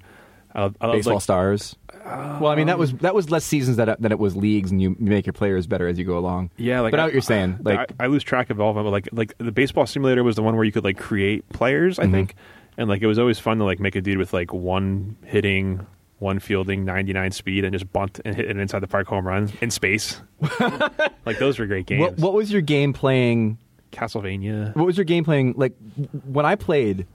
I love, I love
Baseball
like,
stars. well, I mean that was that was less seasons that than it was leagues, and you make your players better as you go along.
Yeah, like
but I
I-
know what you're saying. Like
I, I lose track of all of them. But like like the baseball simulator was the one where you could like create players,
Mm-hmm.
I think, and like it was always fun to like make a dude with like one hitting, one fielding, ninety nine speed, and just bunt and hit an inside the park home run in space. like those were great games.
what what was your game playing?
Castlevania.
What was your game playing? Like w- when I played,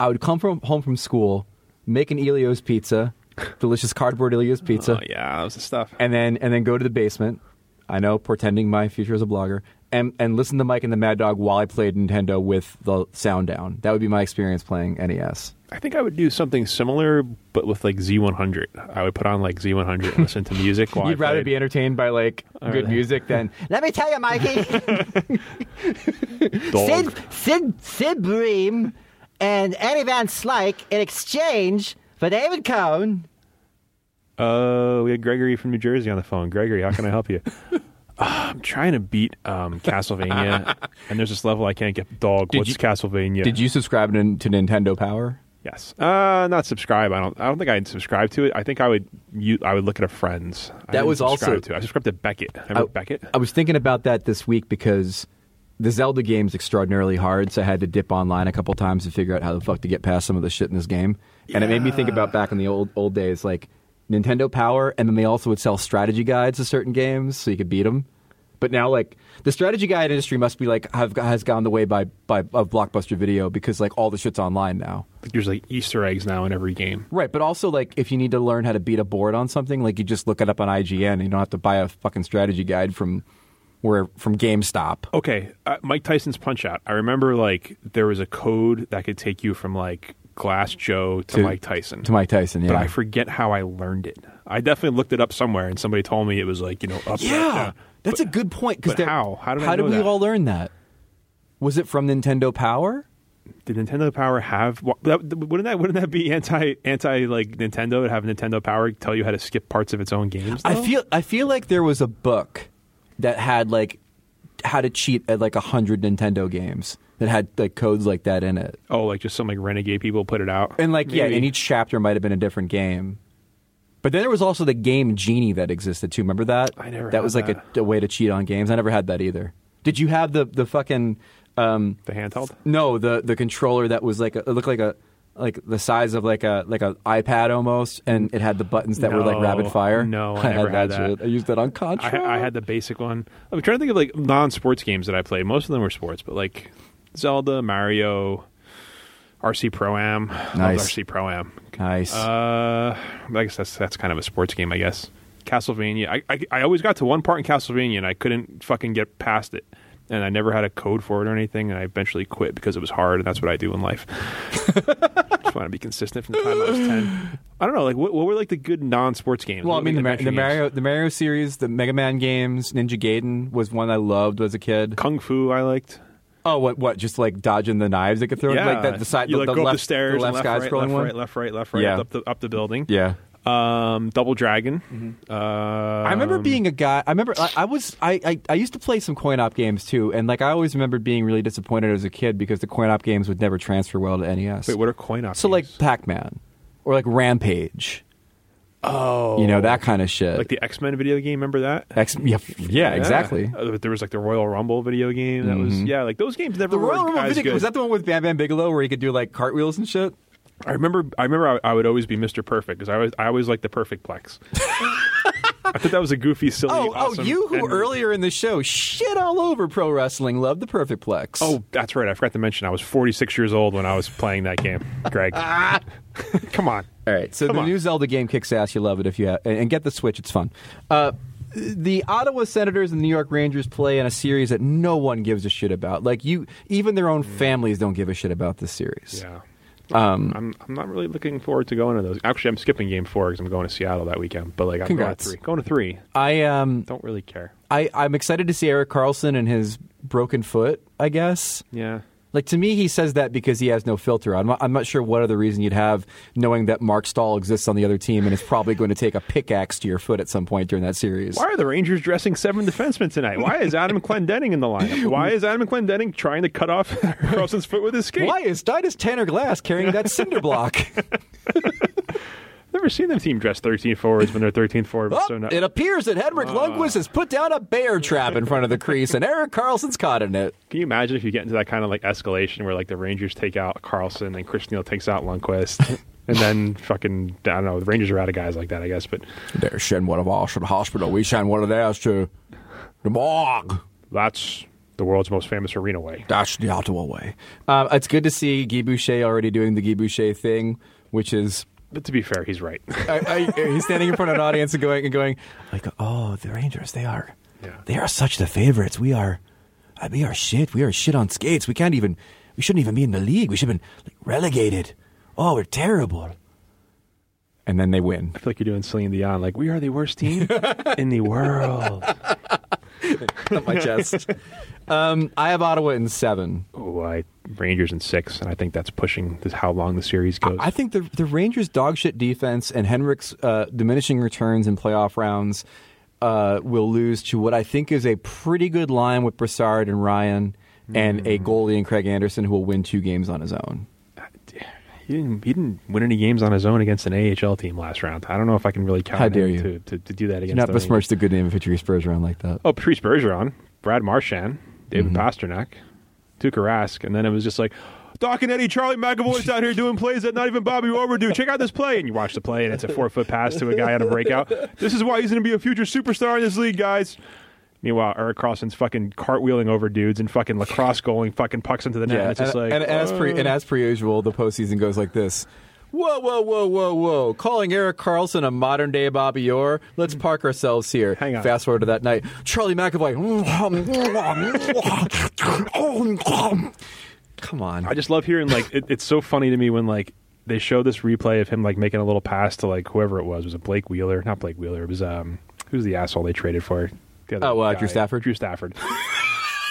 I would come from home from school, make an Elio's pizza, delicious cardboard Elio's pizza,
Oh yeah, that was the stuff.
and then and then go to the basement. I know, pretending my future as a blogger, and and listen to Mike and the Mad Dog while I played Nintendo with the sound down. That would be my experience playing E NES.
I think I would do something similar, but with like Z one hundred. I would put on like Z one hundred and listen to music while I
You'd rather
played. Oh,
be entertained by like good
right.
music than let me tell you, Mikey.
Dog.
Sid, Sid, Sid Bream and Annie Van Slyke in exchange for David Cohn.
Uh, we had Gregory from New Jersey on the phone. Gregory, how can I help you? Ah, I'm trying to beat um, Castlevania, and there's this level I can't get. Dog,
Did
what's
you-
Castlevania?
Did you subscribe to, to Nintendo Power?
Yes. Uh, not subscribe. I don't. I don't think I'd subscribe to it. I think I would. You, I would look at a friend's. I
That
didn't
was also-
subscribe to. I subscribed to Beckett. Remember Beckett?
I was thinking about that this week because the Zelda game's extraordinarily hard, so I had to dip online a couple times to figure out how the fuck to get past some of the shit in this game. And it made me think about back in the old old days, like Nintendo Power, and then they also would sell strategy guides to certain games so you could beat them. But now, like the strategy guide industry must be like have has gone the way by by of Blockbuster Video because like all the shit's online now.
Like, there's like Easter eggs now in every game.
Right, but also like if you need to learn how to beat a board on something, like you just look it up on IGN. You don't have to buy a fucking strategy guide from where from GameStop.
Okay, uh, Mike Tyson's Punch Out. I remember like there was a code that could take you from like Glass Joe to,
To-
Mike Tyson.
to Mike Tyson, yeah.
But I forget how I learned it. I definitely looked it up somewhere, and somebody told me it was like you know up.
Yeah,
left, down.
that's a good point.
but
they're-
how? How did I know
we
that?
all learn that? Was it from Nintendo Power?
Did Nintendo Power have? wha- That, wouldn't that wouldn't that be anti anti like Nintendo to have Nintendo Power tell you how to skip parts of its own games?
I
though?
feel I feel like there was a book that had like how to cheat at like a hundred Nintendo games that had like codes like that in it,
oh, like just some like renegade people put it out,
and like yeah,
Maybe.
and each chapter might have been a different game. But then there was also the game Genie that existed too. Remember that? I
never
That
had
was like a- A, way to cheat on games. I never had that either. Did you have the the fucking Um,
the handheld?
No, the the controller that was like a, it looked like a like the size of like a like an iPad almost, and it had the buttons that were like
No.
rapid fire.
No, I
had
never had that.
shit. I used that on Contra.
I, I had the basic one. I'm trying to think of like non-sports games that I played. Most of them were sports, but like Zelda, Mario, RC Pro Am.
Nice.
RC Pro Am.
Nice.
Uh, I guess that's that's kind of a sports game, I guess. Castlevania. I, I I always got to one part in Castlevania and I couldn't fucking get past it. And I never had a code for it or anything, and I eventually quit because it was hard, and that's what I do in life. Just want to be consistent from the time I was ten. I don't know, like what, what were like the good non-sports games?
Well,
What
I
were
mean, the, Mar- the
adventure games?
Mario, the Mario series, the Mega Man games, Ninja Gaiden was one I loved as a kid.
Kung Fu, I liked.
Oh, what? What? Just like dodging the knives that could throw, like that, the side,
you
the,
like
the
go
left,
up the stairs,
the left,
and left,
sky
right,
scrolling
left,
one.
right, left, right, left, right,
Yeah.
up the up the building.
Yeah. Mm-hmm.
Um, Double Dragon.
I remember
Um,
being a guy. I remember I, I was I, I I used to play some coin op games too, and like I always remember being really disappointed as a kid because the coin op games would never transfer well to NES.
Wait, what are coin op?
so like Pac Man or like Rampage,
Oh,
you know that kind of shit.
like the X Men video game. Remember that?
X, yeah, yeah, exactly.
Uh, but there was like the Royal Rumble video game. That was
Mhm.
yeah, like those games never.
The
were
Royal Rumble
as
video
good.
was that the one with Bam Bam Bigelow where he could do like cartwheels and shit.
I remember. I remember. I, I would always be Mister Perfect because I was. I always liked the Perfect Plex. I thought that was a goofy, silly.
Oh, oh,
awesome-
you who
and-
earlier in the show shit all over pro wrestling, love the perfect plex.
Oh, that's right. I forgot to mention I was 46 years old when I was playing that game. Greg,
Ah.
come on.
All right. So
Come
the
on.
new Zelda game kicks ass. You love it if you have, and, and get the Switch. It's fun. Uh, the Ottawa Senators and the New York Rangers play in a series that no one gives a shit about. Like you, even their own families don't give a shit about this series.
Mm. Yeah.
Um,
I'm I'm not really looking forward to going to those. Actually, I'm skipping game four because I'm going to Seattle that weekend. But like, I'm
Congrats.
going to three. Going to three.
I um
don't really care.
I I'm excited to see Eric Carlson and his broken foot. I guess.
Yeah.
Like to me, he says that because he has no filter. I'm not, I'm not sure what other reason you'd have, knowing that Mark Stahl exists on the other team and is probably going to take a pickaxe to your foot at some point during that series.
Why are the Rangers dressing seven defensemen tonight? Why is Adam Clendenning in the lineup? Why is Adam Clendenning trying to cut off Carlson's foot with his skate?
Why is Dinus Tanner Glass carrying that cinder block?
Never seen the team dress 13 forwards when their 13th forward was
Oh,
so not.
it appears that Henrik Lundqvist has put down a bear trap in front of the crease, and Eric Carlson's caught in it.
Can you imagine if you get into that kind of like escalation where like the Rangers take out Carlson and Chris Neal takes out Lundqvist, and then fucking I don't know the Rangers are out of guys like that I guess, but
They send one of us to the hospital. We send one of theirs to the morgue.
that's the world's most famous arena way.
That's the Ottawa way. Um, it's good to see Guy Boucher already doing the Guy Boucher thing, which is
But to be fair, he's right.
I, I, he's standing in front of an audience and going and going like, "Oh, the Rangers, they are, they are such the favorites. We are, uh, we are shit. We are shit on skates. We can't even, we shouldn't even be in the league. We should have been like, relegated. Oh, we're terrible." And then they win.
I feel like you're doing Celine Dion, like we are the worst team in the world.
on my chest. Um, I have Ottawa in seven.
Oh, I Rangers in six, and I think that's pushing this, how long the series goes.
I think the the Rangers' dog shit defense and Henrik's uh, diminishing returns in playoff rounds uh, will lose to what I think is a pretty good line with Broussard and Ryan and
Mm.
a goalie in Craig Anderson who will win two games on his own.
he didn't. He didn't win any games on his own against an AHL team last round. I don't know if I can really count.
How dare
him
you.
to, to, to do that
Do
against?
not
the
besmirch the good name of Patrice Bergeron like that.
Oh, Patrice Bergeron, Brad Marchand, David
Mm-hmm.
Pasternak, Tuukka Rask, and then it was just like Doc and Eddie, Charlie McAvoy's out here doing plays that not even Bobby Orr would do. Check out this play, and you watch the play, and it's a four foot pass to a guy on a breakout. This is why he's going to be a future superstar in this league, guys. Meanwhile, Eric Carlson's fucking cartwheeling over dudes and fucking lacrosse going fucking pucks into the net. and it's just
and,
like
and- and as per,
"Oh."
and as per usual, the postseason goes like this. Whoa, whoa, whoa, whoa, whoa. Calling Eric Carlson a modern day Bobby Orr. Let's park ourselves here. Hang
on.
Fast forward to that night. Charlie McAvoy. Come on.
I just love hearing like it, it's so funny to me when like they show this replay of him like making a little pass to like whoever it was was it Blake Wheeler not Blake Wheeler it was um who's the asshole they traded for the
Oh, uh,
guy.
Drew Stafford?
Drew Stafford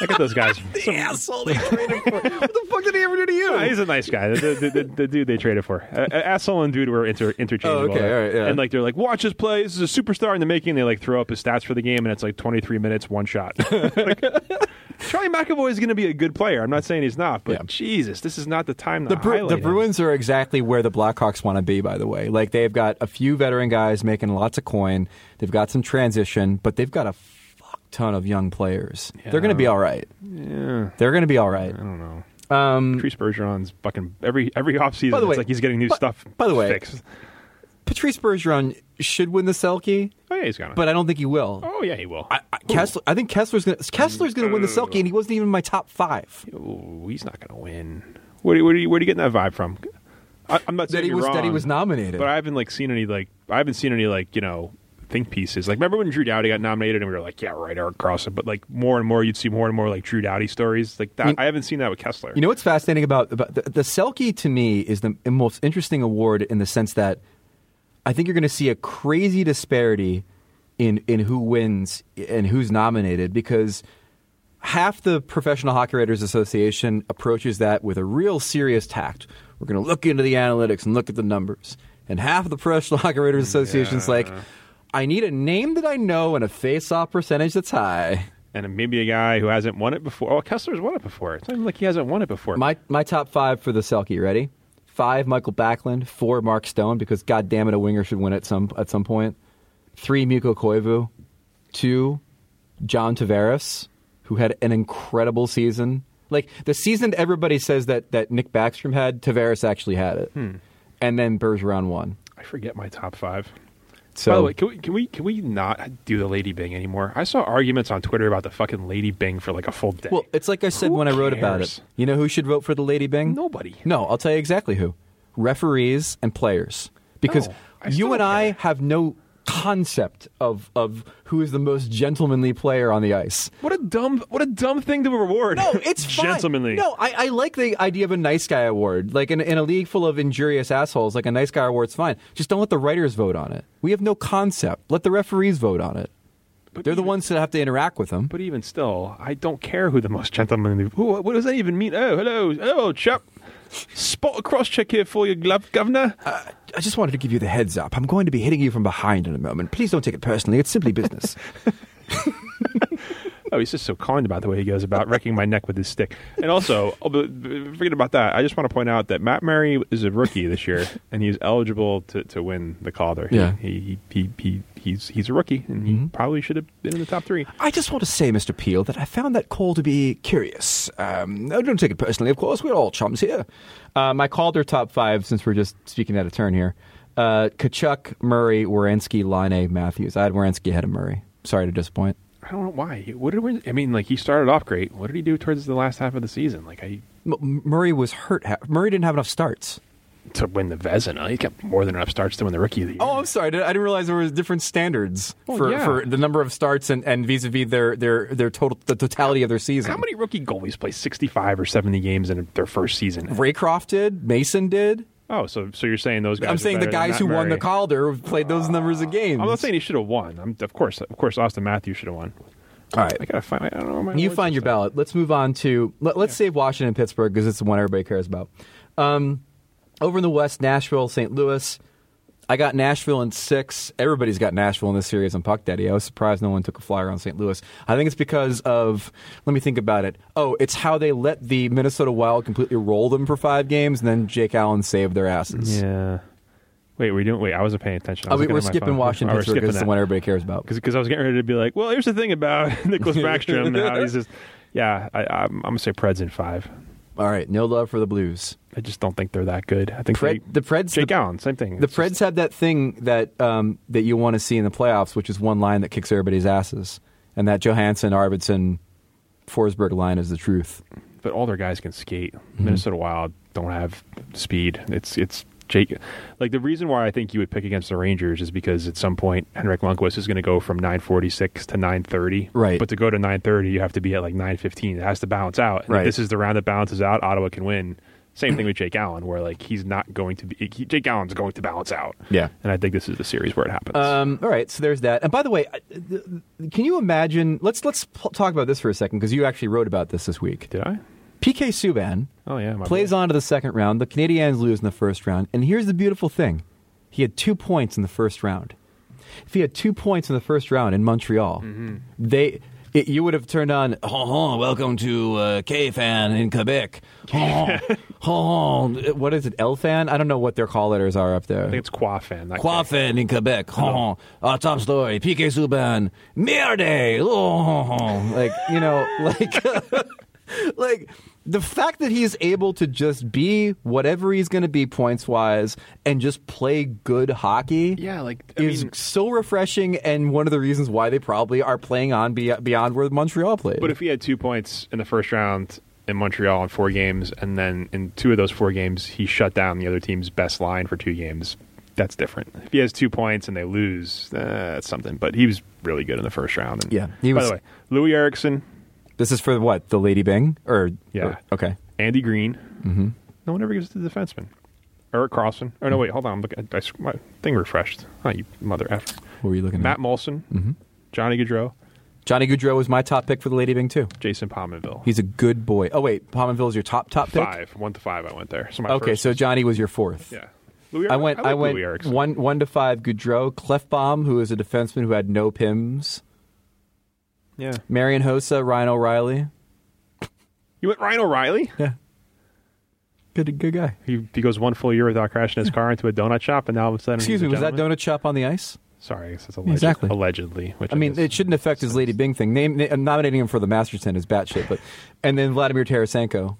look at those guys
The asshole they traded for. What the fuck did he ever do to you?
Nah, he's a nice guy the, the, the, the dude they traded for uh, uh, asshole and dude were inter- interchangeable
Oh, okay, all right, yeah.
and like they're like watch this play this is a superstar in the making they like throw up his stats for the game and it's like 23 minutes one shot Like, Charlie McAvoy is going to be a good player. I'm not saying he's not, but Jesus, this is not the time to
The, Bru-
highlight
the
him.
Bruins are exactly where the Blackhawks want to be, by the way. Like, they've got a few veteran guys making lots of coin. They've got some transition, but they've got a fuck ton of young players. They're going to be all right.
Yeah.
They're going to be all right. I
don't know.
Um,
Patrice Bergeron's fucking every every offseason.
By the way-
it's like he's getting new
by-
stuff.
by the way-
fixed.
Patrice Bergeron should win the Selkie.
Oh yeah, he's gonna.
But I don't think he will.
oh yeah, he will.
I, Kessler, I think Kessler's going to Kessler's going to win the Selkie, and he wasn't even in my top five.
Ooh, he's not gonna win. Where do you- where do you where do you getting that vibe from? I, I'm not
That
saying
he
you're
was- that he
wrong,
was nominated.
but I haven't like seen any like I haven't seen any like you know think pieces. Like remember when Drew Dowdy got nominated and we were like, yeah, right, Eric Carlson. But like more and more, you'd see more and more like Drew Dowdy stories like that.
You-
I haven't seen that with Kessler.
Mm. You know what's fascinating about, about the, the Selkie to me is the most interesting award in the sense that I think you're going to see a crazy disparity in in who wins and who's nominated because half the Professional Hockey Writers Association approaches that with a real serious tact. We're going to look into the analytics and look at the numbers, and half of the Professional Hockey Writers Association's like, I need a name that I know and a face-off percentage that's high.
and maybe a guy who hasn't won it before. Oh, Kessler's won it before. It's not even like he hasn't won it before.
My my top five for the Selkie. Ready? Five Michael Backlund, four Mark Stone because god damn it, a winger should win at some at some point. Three Miko Koivu, two John Tavares, who had an incredible season. Like the season everybody says that that Nick Backstrom had, Tavares actually had it,
Hmm.
and then Bergeron won.
I forget my top five.
So-
By the way, can we can we can we not do the Lady Bing anymore? I saw arguments on Twitter about the fucking Lady Bing for like a full day.
Well, it's like I said
Who
when I wrote about
cares?
it. You know who should vote for the Lady Bing?
Nobody.
No, I'll tell you exactly who. Referees and players. Because
No,
you and Oh, I have no concept of, of who is the most gentlemanly player on the ice.
What a dumb what a dumb thing to reward.
No, it's fine.
gentlemanly.
No, I, I like the idea of a nice guy award. Like in, in a league full of injurious assholes, like a nice guy award's fine. Just don't let the writers vote on it. We have no concept. Let the referees vote on it. They're the ones that have to interact with them.
But even still, I don't care who the most gentlemanly. Who, what does that even mean? Oh, hello, hello, chap. Spot a cross check here for you, glove governor.
I just wanted to give you the heads up. I'm going to be hitting you from behind in a moment. Please don't take it personally. It's simply business.
Oh, he's just so kind about the way he goes about wrecking my neck with his stick. And also, oh, but- but forget about that. I just want to point out that Matt Murray is a rookie this year, and he's eligible to, to win the Calder. He-
Yeah. Mm-hmm.
he, he, he, he he's he's a rookie, and he probably should have been in the top three.
I just want to say, Mr. Peel, that I found that call to be curious. Um, no, don't take it personally, of course. We're all chums here. Um, I called her top five since we're just speaking out of turn here. Uh, Kachuk, Murray, Wierenski, Line, Matthews. I had Wierenski ahead of Murray. Sorry to disappoint.
I don't know why. What did we, I mean? Like he started off great. What did he do towards the last half of the season? Like I
M- Murray was hurt. Ha- Murray didn't have enough starts.
to win the Vezina, he got more than enough starts to win the Rookie of the Year.
Oh, I'm sorry. I didn't- I didn't realize there was different standards
Well,
for,
yeah.
for the number of starts and, and vis-a-vis their, their, their total the totality of their season.
How many rookie goalies play 65 or 70 games in their first season?
Raycroft did. Mason did.
Oh, so so you're saying those guys?
I'm
are
saying the
better than
guys
Matt
who won the
Murray.
Calder played those numbers of games.
I'm not saying he should have won. I'm, of course, of course, Austin Matthews should have won.
All right.
I gotta find. I don't know. where my
You
awards
find
are.
your ballot. Let's move on to let, let's save Washington and Pittsburgh because it's the one everybody cares about. Um, over in the West, Nashville, St. Louis. I got Nashville in six. Everybody's got Nashville in this series on Puck Daddy. I was surprised no one took a flyer on St. Louis. I think it's because of let me think about it. Oh, it's how they let the Minnesota Wild completely roll them for five games, and then Jake Allen saved their asses.
Yeah. Wait, we doing? Wait, I was paying attention. I
Oh,
was
we-
looking
we're
at my
skipping
phone.
Washington
Oh, we're
Pittsburgh
skipping
because it's the
that.
one everybody cares about.
because I was getting ready to be like, well, here's the thing about Nicholas Backstrom. and how he's just, yeah, I, I'm, I'm gonna say Preds in five.
All right, no love for the Blues.
I just don't think they're that good. I think
Pred-
they-
the Preds-
Jake
the-
Allen, same thing.
The
It's just-
Preds have that thing that um, that you want to see in the playoffs, which is one line that kicks everybody's asses, and that Johansson, Arvidsson, Forsberg line is the truth.
but all their guys can skate.
Mm-hmm.
Minnesota Wild don't have speed. It's it's Jake. Like the reason why I think you would pick against the Rangers is because at some point Henrik Lundqvist is going to go from 9:46 to 9:30.
Right.
But to go to 9:30, you have to be at like 9:15. It has to balance out. And if
Right.
this is the round that balances out. Ottawa can win. Same thing with Jake Allen, where like he's not going to be. He, Jake Allen's going to balance out.
Yeah.
And I think this is the series where it happens.
Um, all right, so there's that. And by the way, I- th- th- can you imagine? Let's let's pl- talk about this for a second because you actually wrote about this this week.
Did I?
PK Subban
Oh yeah. My
plays on to the second round. The Canadiens lose in the first round, and here's the beautiful thing: he had two
Mm-hmm.
points in the first round. If he had two points in the first round in Montreal, they It, you would have turned on, oh, welcome to uh, K-Fan in Quebec. Oh, oh, what is it, L-Fan? I don't know what their call letters are up there. I think
it's Quafan.
Quafan in Quebec. Oh, uh, top story, PK Subban. Merde! Oh, like, you know, like... like the fact that he's able to just be whatever he's going to be points wise and just play good hockey
yeah like
is so refreshing and one of the reasons why they probably are playing on be- beyond where montreal played
But if he had two points in the first round in Montreal in four games, and then in two of those four games he shut down the other team's best line for two games, that's different. If he has two points and they lose, uh, that's something. But he was really good in the first round. And
Yeah, he
by
was-
the way, Louis Erickson.
This is for what the Lady Bing or
yeah,
or- okay.
Andy Green.
hmm
No one ever gives it to the defenseman. Eric Carlson. Oh no, wait, hold on. I'm looking. I, I, my thing refreshed. Oh, you mother effer.
What were you looking
Matt Molson,
at? hmm
Johnny Gaudreau,
Johnny Goudreau was my top pick for the Lady Bing too.
Jason Pominville.
He's a good boy. Oh wait, Pominville is your top top pick.
Five, one to five. I went there. So my
Okay,
first-
so Johnny was your fourth.
yeah. Louis
I
Eric-
went. I,
like
went
Louis Erickson.
one one to five. Goudreau, Clefbaum, who is a defenseman who had no pims.
Yeah.
Marion Hossa, Ryan O'Reilly.
You went Ryan O'Reilly?
Yeah. Good good guy.
He, he goes one full year without crashing his car into a donut shop, and now all of a sudden.
Excuse me,
he's a
was that
gentleman?
donut shop on the ice?
Sorry, I guess it's alleged,
Exactly.
allegedly. Which
I mean, it shouldn't affect his Lady Bing thing. Name, na- nominating him for the Masterton is batshit, but and then Vladimir Tarasenko,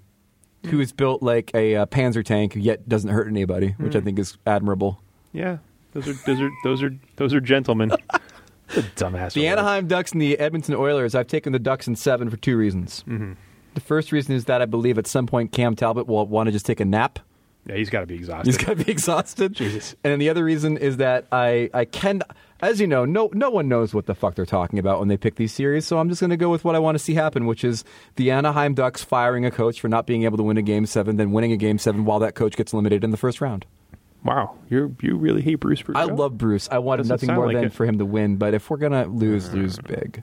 who has built like a uh, Panzer tank, yet doesn't hurt anybody, which I
Mm.
think is admirable.
yeah, those are those are those are those are gentlemen. What a dumbass.
The Anaheim Ducks and the Edmonton Oilers. I've taken the Ducks in seven for two reasons.
Mm-hmm.
The first reason is that I believe at some point Cam Talbot will want to just take a nap.
Yeah, he's got to be exhausted.
He's got to be exhausted. Jesus. And then the other reason is that I, I can, as you know, no, no one knows what the fuck they're talking about when they pick these series. So I'm just going to go with what I want to see happen, which is the Anaheim Ducks firing a coach for not being able to win a game seven, then winning a game seven while that coach gets eliminated in the first round.
Wow, you you really hate Bruce Bruce.
I love Bruce. I wanted
Doesn't
nothing
sound
more
like
than
it. Mm.
for him to win, but if we're going to lose, lose big.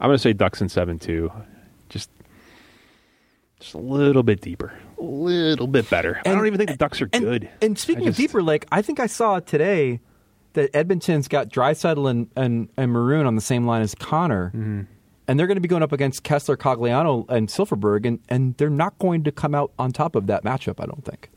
I'm going to say Ducks in seven too. Just just a little bit deeper, a little bit better. I don't even think the Ducks are good.
And speaking
I
of deeper, like I think I saw today that Edmonton's got Drysaddle and, and and Maroon on the same line as Connor, and they're going to be going up against Kessler, Cogliano, and Silverberg, and and they're not going to come out on top of that matchup. I don't think.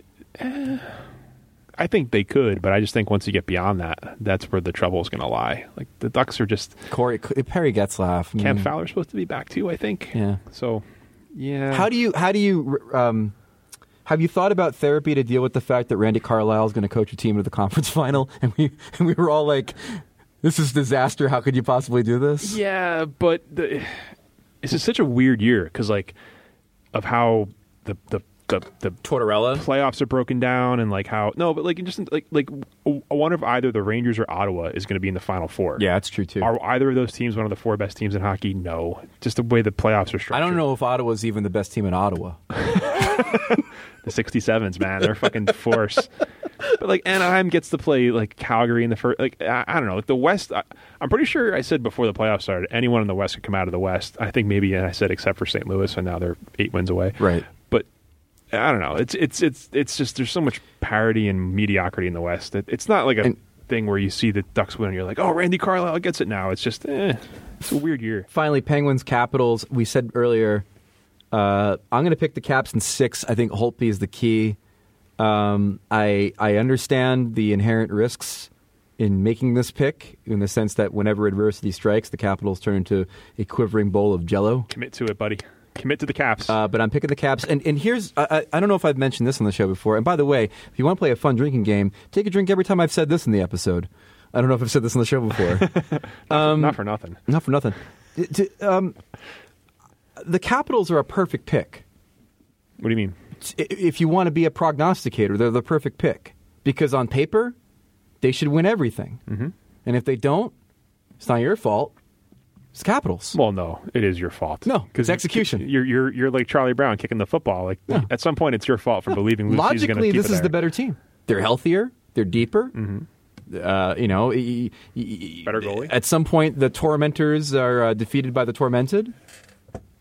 I think they could, but I just think once you get beyond that, that's where the trouble is going to lie. Like the Ducks are just
Corey Perry Getzlaff, I
Cam
mean,
Fowler's supposed to be back too. I think.
Mm. Yeah.
So yeah.
How do you how do you um, have you thought about therapy to deal with the fact that Randy Carlisle is going to coach a team to the conference final, and we and we were all like, "This is disaster. How could you possibly do this?"
Yeah, but the, it's just such a weird year because like of how the the the, the
Tortorella
playoffs are broken down and like how no, but like just like like I wonder if either the Rangers or Ottawa is going to be in the final four.
Yeah, that's true too.
Are either of those teams one of the four best teams in hockey? No, just the way the playoffs are structured.
I don't know if Ottawa's even the best team in Ottawa.
The 67s, man, they're a fucking force. But like Anaheim gets to play like Calgary in the first. Like I, I don't know. Like the West, I, I'm pretty sure I said before the playoffs started, anyone in the West could come out of the West. I think maybe I said except for St. Louis, and now they're eight wins away.
Right.
But I don't know. It's it's it's it's just there's so much parody and mediocrity in the West. It, it's not like a thing where you see the Ducks win and you're like, oh, Randy Carlisle gets it now. It's just eh, it's a weird year.
Finally, Penguins, Capitals. We said earlier, uh, I'm going to pick the Caps in six. I think Holtby is the key. Um, I I understand the inherent risks in making this pick, in the sense that whenever adversity strikes, the Capitals turn into a quivering bowl of Jello.
Commit to it, buddy. Commit to the Caps.
Uh, but I'm picking the Caps. And, and here's I, I I don't know if I've mentioned this on the show before. And by the way, if you want to play a fun drinking game, take a drink every time I've said this in the episode. I don't know if I've said this on the show before. um,
not for nothing.
Not for nothing. D- d- um, the Capitals are a perfect pick.
What do you mean?
If you want to be a prognosticator, they're the perfect pick because on paper, they should win everything.
Mhm.
And if they don't, it's not your fault. It's the Capitals.
Well, no, it is your fault. No,
it's execution.
You're you're you're like Charlie Brown kicking the football. Like at some point, it's your fault for believing Lucy's going to
Logically,
keep
this
it
is the
there.
better team. They're healthier. They're deeper. Uh, you know, e- e- e-
Mm-hmm. Better goalie.
at some point, the tormentors are uh, defeated by the tormented.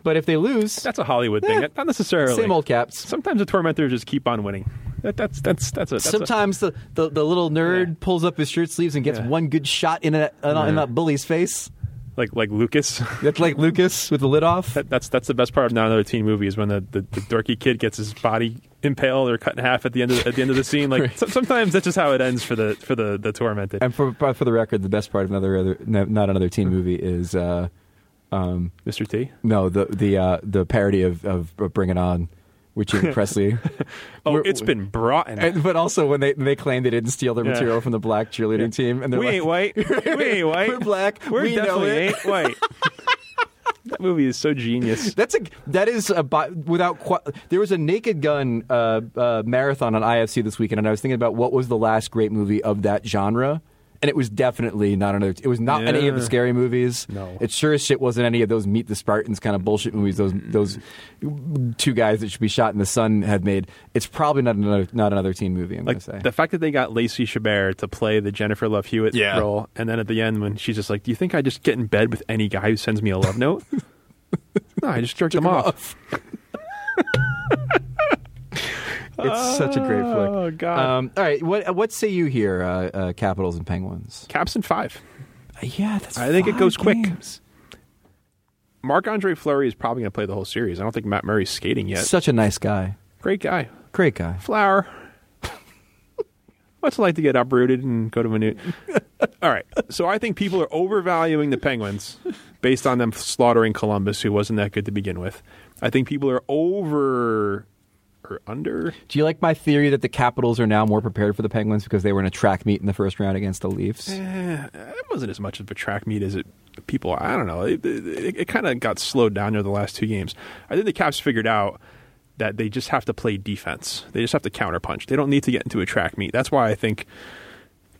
But if they lose,
that's a Hollywood thing. Not necessarily.
Same old caps.
Sometimes the tormentors just keep on winning. That, that's that's that's a that's
Sometimes the, the, the little nerd pulls up his shirt sleeves and gets one good shot in, a, in, a- in
Yeah.
that bully's face.
like like Lucas.
That's like Lucas with the lid off.
That, that's that's the best part of not another teen movie is when the, the, the dorky kid gets his body impaled or cut in half at the end of the, at the end of the scene. Like so- sometimes that's just how it ends for the for the the tormented.
And for for the record, the best part of another other no, not another teen movie is uh, um,
Mr. T.
No, the the uh, the parody of, of Bring It On with Jimmy Presley.
Oh, it's been brought in.
And, but also when they they claim they didn't steal their
Yeah.
material from the black cheerleading team, and they're
we
like,
ain't white. We ain't white.
We're black.
We're
We know
definitely
it.
ain't white. that movie is so genius.
That's a that is a bi- without qu- there was a Naked Gun uh, uh, marathon on IFC this weekend, and I was thinking about what was the last great movie of that genre, and it was definitely not another. It was not any of the
Yeah.
scary movies.
No.
it sure as shit wasn't any of those Meet the Spartans kind of bullshit movies. Those those two guys that should be shot in the sun had made. It's probably not another not another teen movie. I'm
Like
gonna say.
the fact that they got Lacey Chabert to play the Jennifer Love Hewitt
Yeah.
role, and then at the end when she's just like, "Do you think I just get in bed with any guy who sends me a love note?" no, I just jerked him off.
It's such a great flick.
Oh, God.
Um, all right, what what say you here? Uh, uh, Capitals and Penguins.
Caps in five.
Yeah, that's.
I think it
five
goes quick.
games.
Marc Andre Fleury is probably going to play the whole series. I don't think Matt Murray's skating yet.
Such a nice guy.
great guy.
Great guy.
Flower. What's it like to get uprooted and go to a new? All right. So I think people are overvaluing the Penguins based on them slaughtering Columbus, who wasn't that good to begin with. I think people are over or under.
Do you like my theory that the Capitals are now more prepared for the Penguins because they were in a track meet in the first round against the Leafs?
Eh, it wasn't as much of a track meet as it people. I don't know. It, it, it kind of got slowed down over the last two games. I think the Caps figured out that they just have to play defense. They just have to counterpunch. They don't need to get into a track meet. That's why I think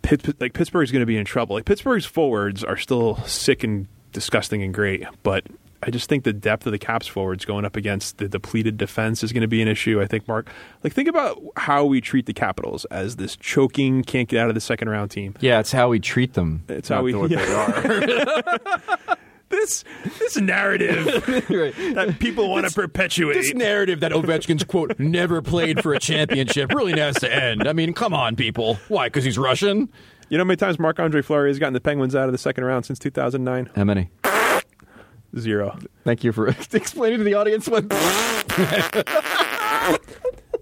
Pitt, like Pittsburgh's going to be in trouble. Like Pittsburgh's forwards are still sick and disgusting and great, but I just think the depth of the Caps forwards going up against the depleted defense is going to be an issue. I think Mark, like think about how we treat the Capitals as this choking can't get out of the second round team.
Yeah, it's how we treat them.
It's how we this this narrative that people want to perpetuate.
This narrative that Ovechkin's quote never played for a championship really has to end. I mean, come on, people. Why? Because he's Russian.
you know how many times Marc Andre Fleury has gotten the Penguins out of the second round since 2009?
How many?
Zero.
Thank you for explaining to the audience what.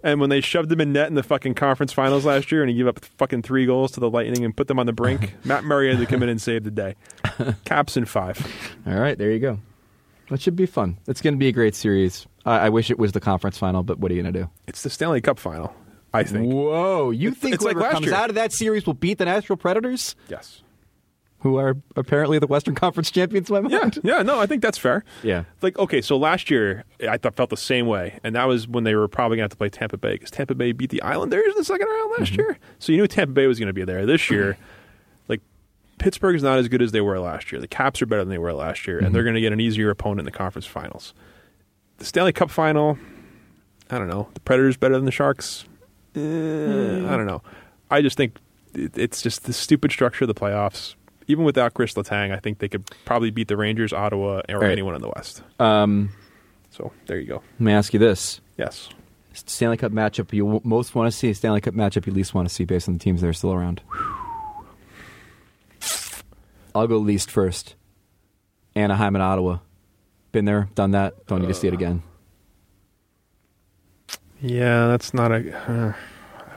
And when they shoved him in net in the fucking conference finals last year and he gave up fucking three goals to the Lightning and put them on the brink, Matt Murray had to come in and save the day. Caps in five.
All right, there you go. That should be fun. It's going to be a great series. I, I wish it was the conference final, but what are you going to do?
It's the Stanley Cup final, I think.
Whoa, Oh, you think
it's like
whoever
last
comes
year.
out of that series will beat the Nashville Predators,
Yes.
who are apparently the Western Conference champions? in My mind.
Yeah, no, I think that's fair.
Yeah.
Like, okay, so last year I thought, felt the same way, and that was when they were probably going to have to play Tampa Bay because Tampa Bay beat the Islanders in the second round last year. So you knew Tampa Bay was going to be there this year. like, Pittsburgh's not as good as they were last year. The Caps are better than they were last year, and they're going to get an easier opponent in the conference finals. The Stanley Cup final, I don't know. The Predators better than the Sharks. Eh, I don't know. I just think it, it's just the stupid structure of the playoffs. Even without Chris Letang, I think they could probably beat the Rangers, Ottawa, or
Right.
anyone in the West.
Um,
So there you go.
let me ask you this:
Yes.
Stanley Cup matchup you w- most want to see, Stanley Cup matchup you least want to see based on the teams that are still around. I'll go least first. Anaheim and Ottawa. Been there, done that. Don't need to see it again.
Yeah, that's not a. Uh,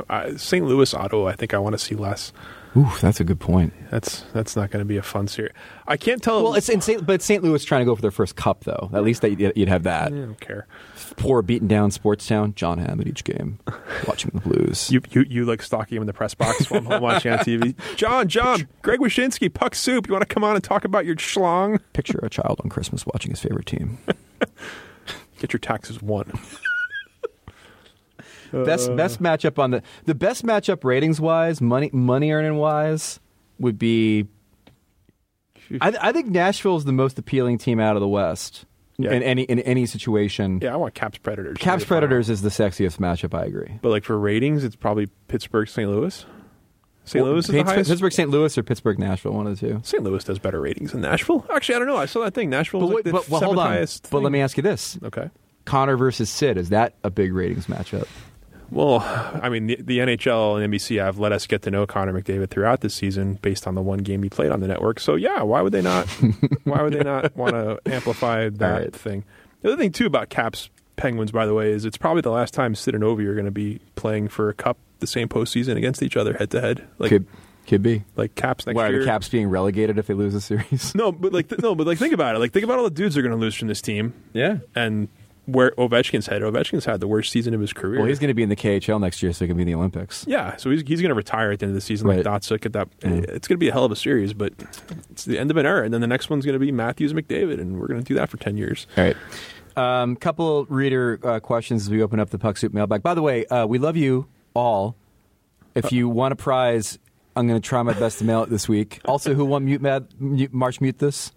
I, St. Louis, Ottawa. I think I want to see less.
Oof, that's a good point.
That's that's not going to be a fun series. I can't tell.
Well, it's in St. But St. Louis trying to go for their first cup, though. At least that you'd you'd have
I
that.
don't care.
Poor beaten down sports town. John Hamm at each game, watching the Blues.
You you you like stalking him in the press box while I'm home watching on TV. John, John, Greg Wyshynski, Puck Soup. You want to come on and talk about your schlong?
Picture a child on Christmas watching his favorite team.
Get your taxes one. Uh.
best best matchup on the the best matchup ratings wise, money money earning wise would be. I, I think Nashville is the most appealing team out of the West
Yeah.
in any in any situation.
Yeah, I want Caps Predators.
Caps Predators is the sexiest matchup. I agree.
But like for ratings, it's probably Pittsburgh, St. Louis. St. Louis is the
Pittsburgh,
highest.
Pittsburgh, St. Louis, or Pittsburgh, Nashville, one of the two.
St. Louis does better ratings than Nashville. Actually, I don't know. I saw that thing. Nashville
But
was
wait,
like the
but well,
seventh
hold on.
highest.
But let
thing.
me ask you this:
Okay.
Connor versus Sid is that a big ratings matchup?
Well, I mean, the, the NHL and NBC have let us get to know Connor McDavid throughout this season based on the one game he played on the network. So yeah, why would they not? why would they not want to amplify that
All right.
thing? The other thing too about Caps Penguins, by the way, is it's probably the last time Sid and Ovi are going to be playing for a cup the same postseason against each other head to head. Like
could could be
like Caps next
Why are
year.
the Caps being relegated if they lose the series?
No, but like th- no, but like think about it. Like think about all the dudes they're going to lose from this team. Yeah, and where Ovechkin's head. Ovechkin's had the worst season of his career.
Well, he's going to be in the KHL next year, so he can be in the Olympics.
Yeah, so he's he's going to retire at the end of the season, like Dotsuk. At that,
Mm.
it's going to be a hell of a series, but it's the end of an era, and then the next one's going to be Matthews McDavid, and we're going to do that for ten years.
All right. Um, couple reader uh, questions as we open up the Puck Soup mailbag. By the way, uh, we love you all. If you want a prize, I'm going to try my best to mail it this week. Also, who won Mute Mad Mute, March Mute this?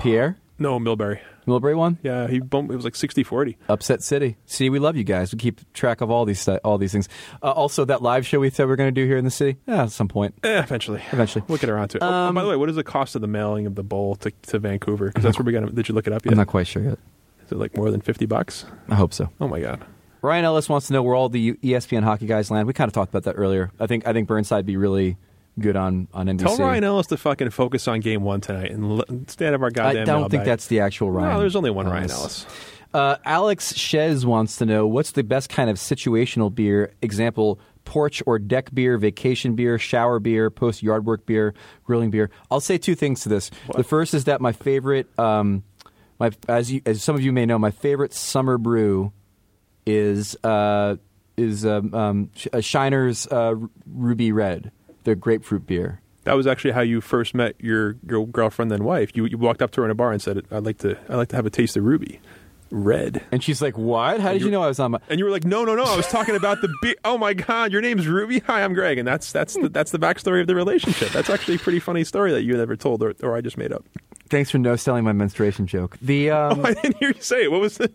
Pierre
No, Milbury.
Milbury won.
Yeah, he bumped. It was like 60-40.
Upset City. See, we love you guys. We keep track of all these stu- all these things. Uh, also, that live show we said we are going to do here in the city. Yeah, at some point.
Eh, eventually,
Eventually.
we'll get around to it. Oh, by the way, what is the cost of the mailing of the bowl to, to Vancouver? Because that's where we got. 'em. Did you look it up yet?
I'm not quite sure yet.
Is it like more than fifty bucks?
I hope so.
Oh my god.
Ryan Ellis wants to know where all the E ESPN hockey guys land. We kind of talked about that earlier. I think I think Burnside would be really good on on NBC.
Tell Ryan Ellis to fucking focus on game one tonight and let, stand up our goddamn.
I don't
mailbag.
think that's the actual Ryan.
No, there's only one Ryan Ellis.
Uh, Alex Shez wants to know what's the best kind of situational beer? Example: porch or deck beer, vacation beer, shower beer, post yard work beer, grilling beer. I'll say two things to this. The first is that my favorite, um, my as you, as some of you may know, my favorite summer brew is uh, is um, um, Sh- uh, Shiner's uh, R- Ruby Red, their grapefruit beer.
That was actually how you first met your your girlfriend then wife. You you walked up to her in a bar and said, "I'd like to I'd like to have a taste of ruby, red."
And she's like, "What? How did you know I was on my?"
And you were like, "No, no, no! I was talking about the beer. Oh my god, your name's Ruby. Hi, I'm Greg." And that's that's the, that's the backstory of the relationship. That's actually a pretty funny story that you never told, or, or I just made up.
Thanks for no selling my menstruation joke. The um,
I didn't hear you say it. What was the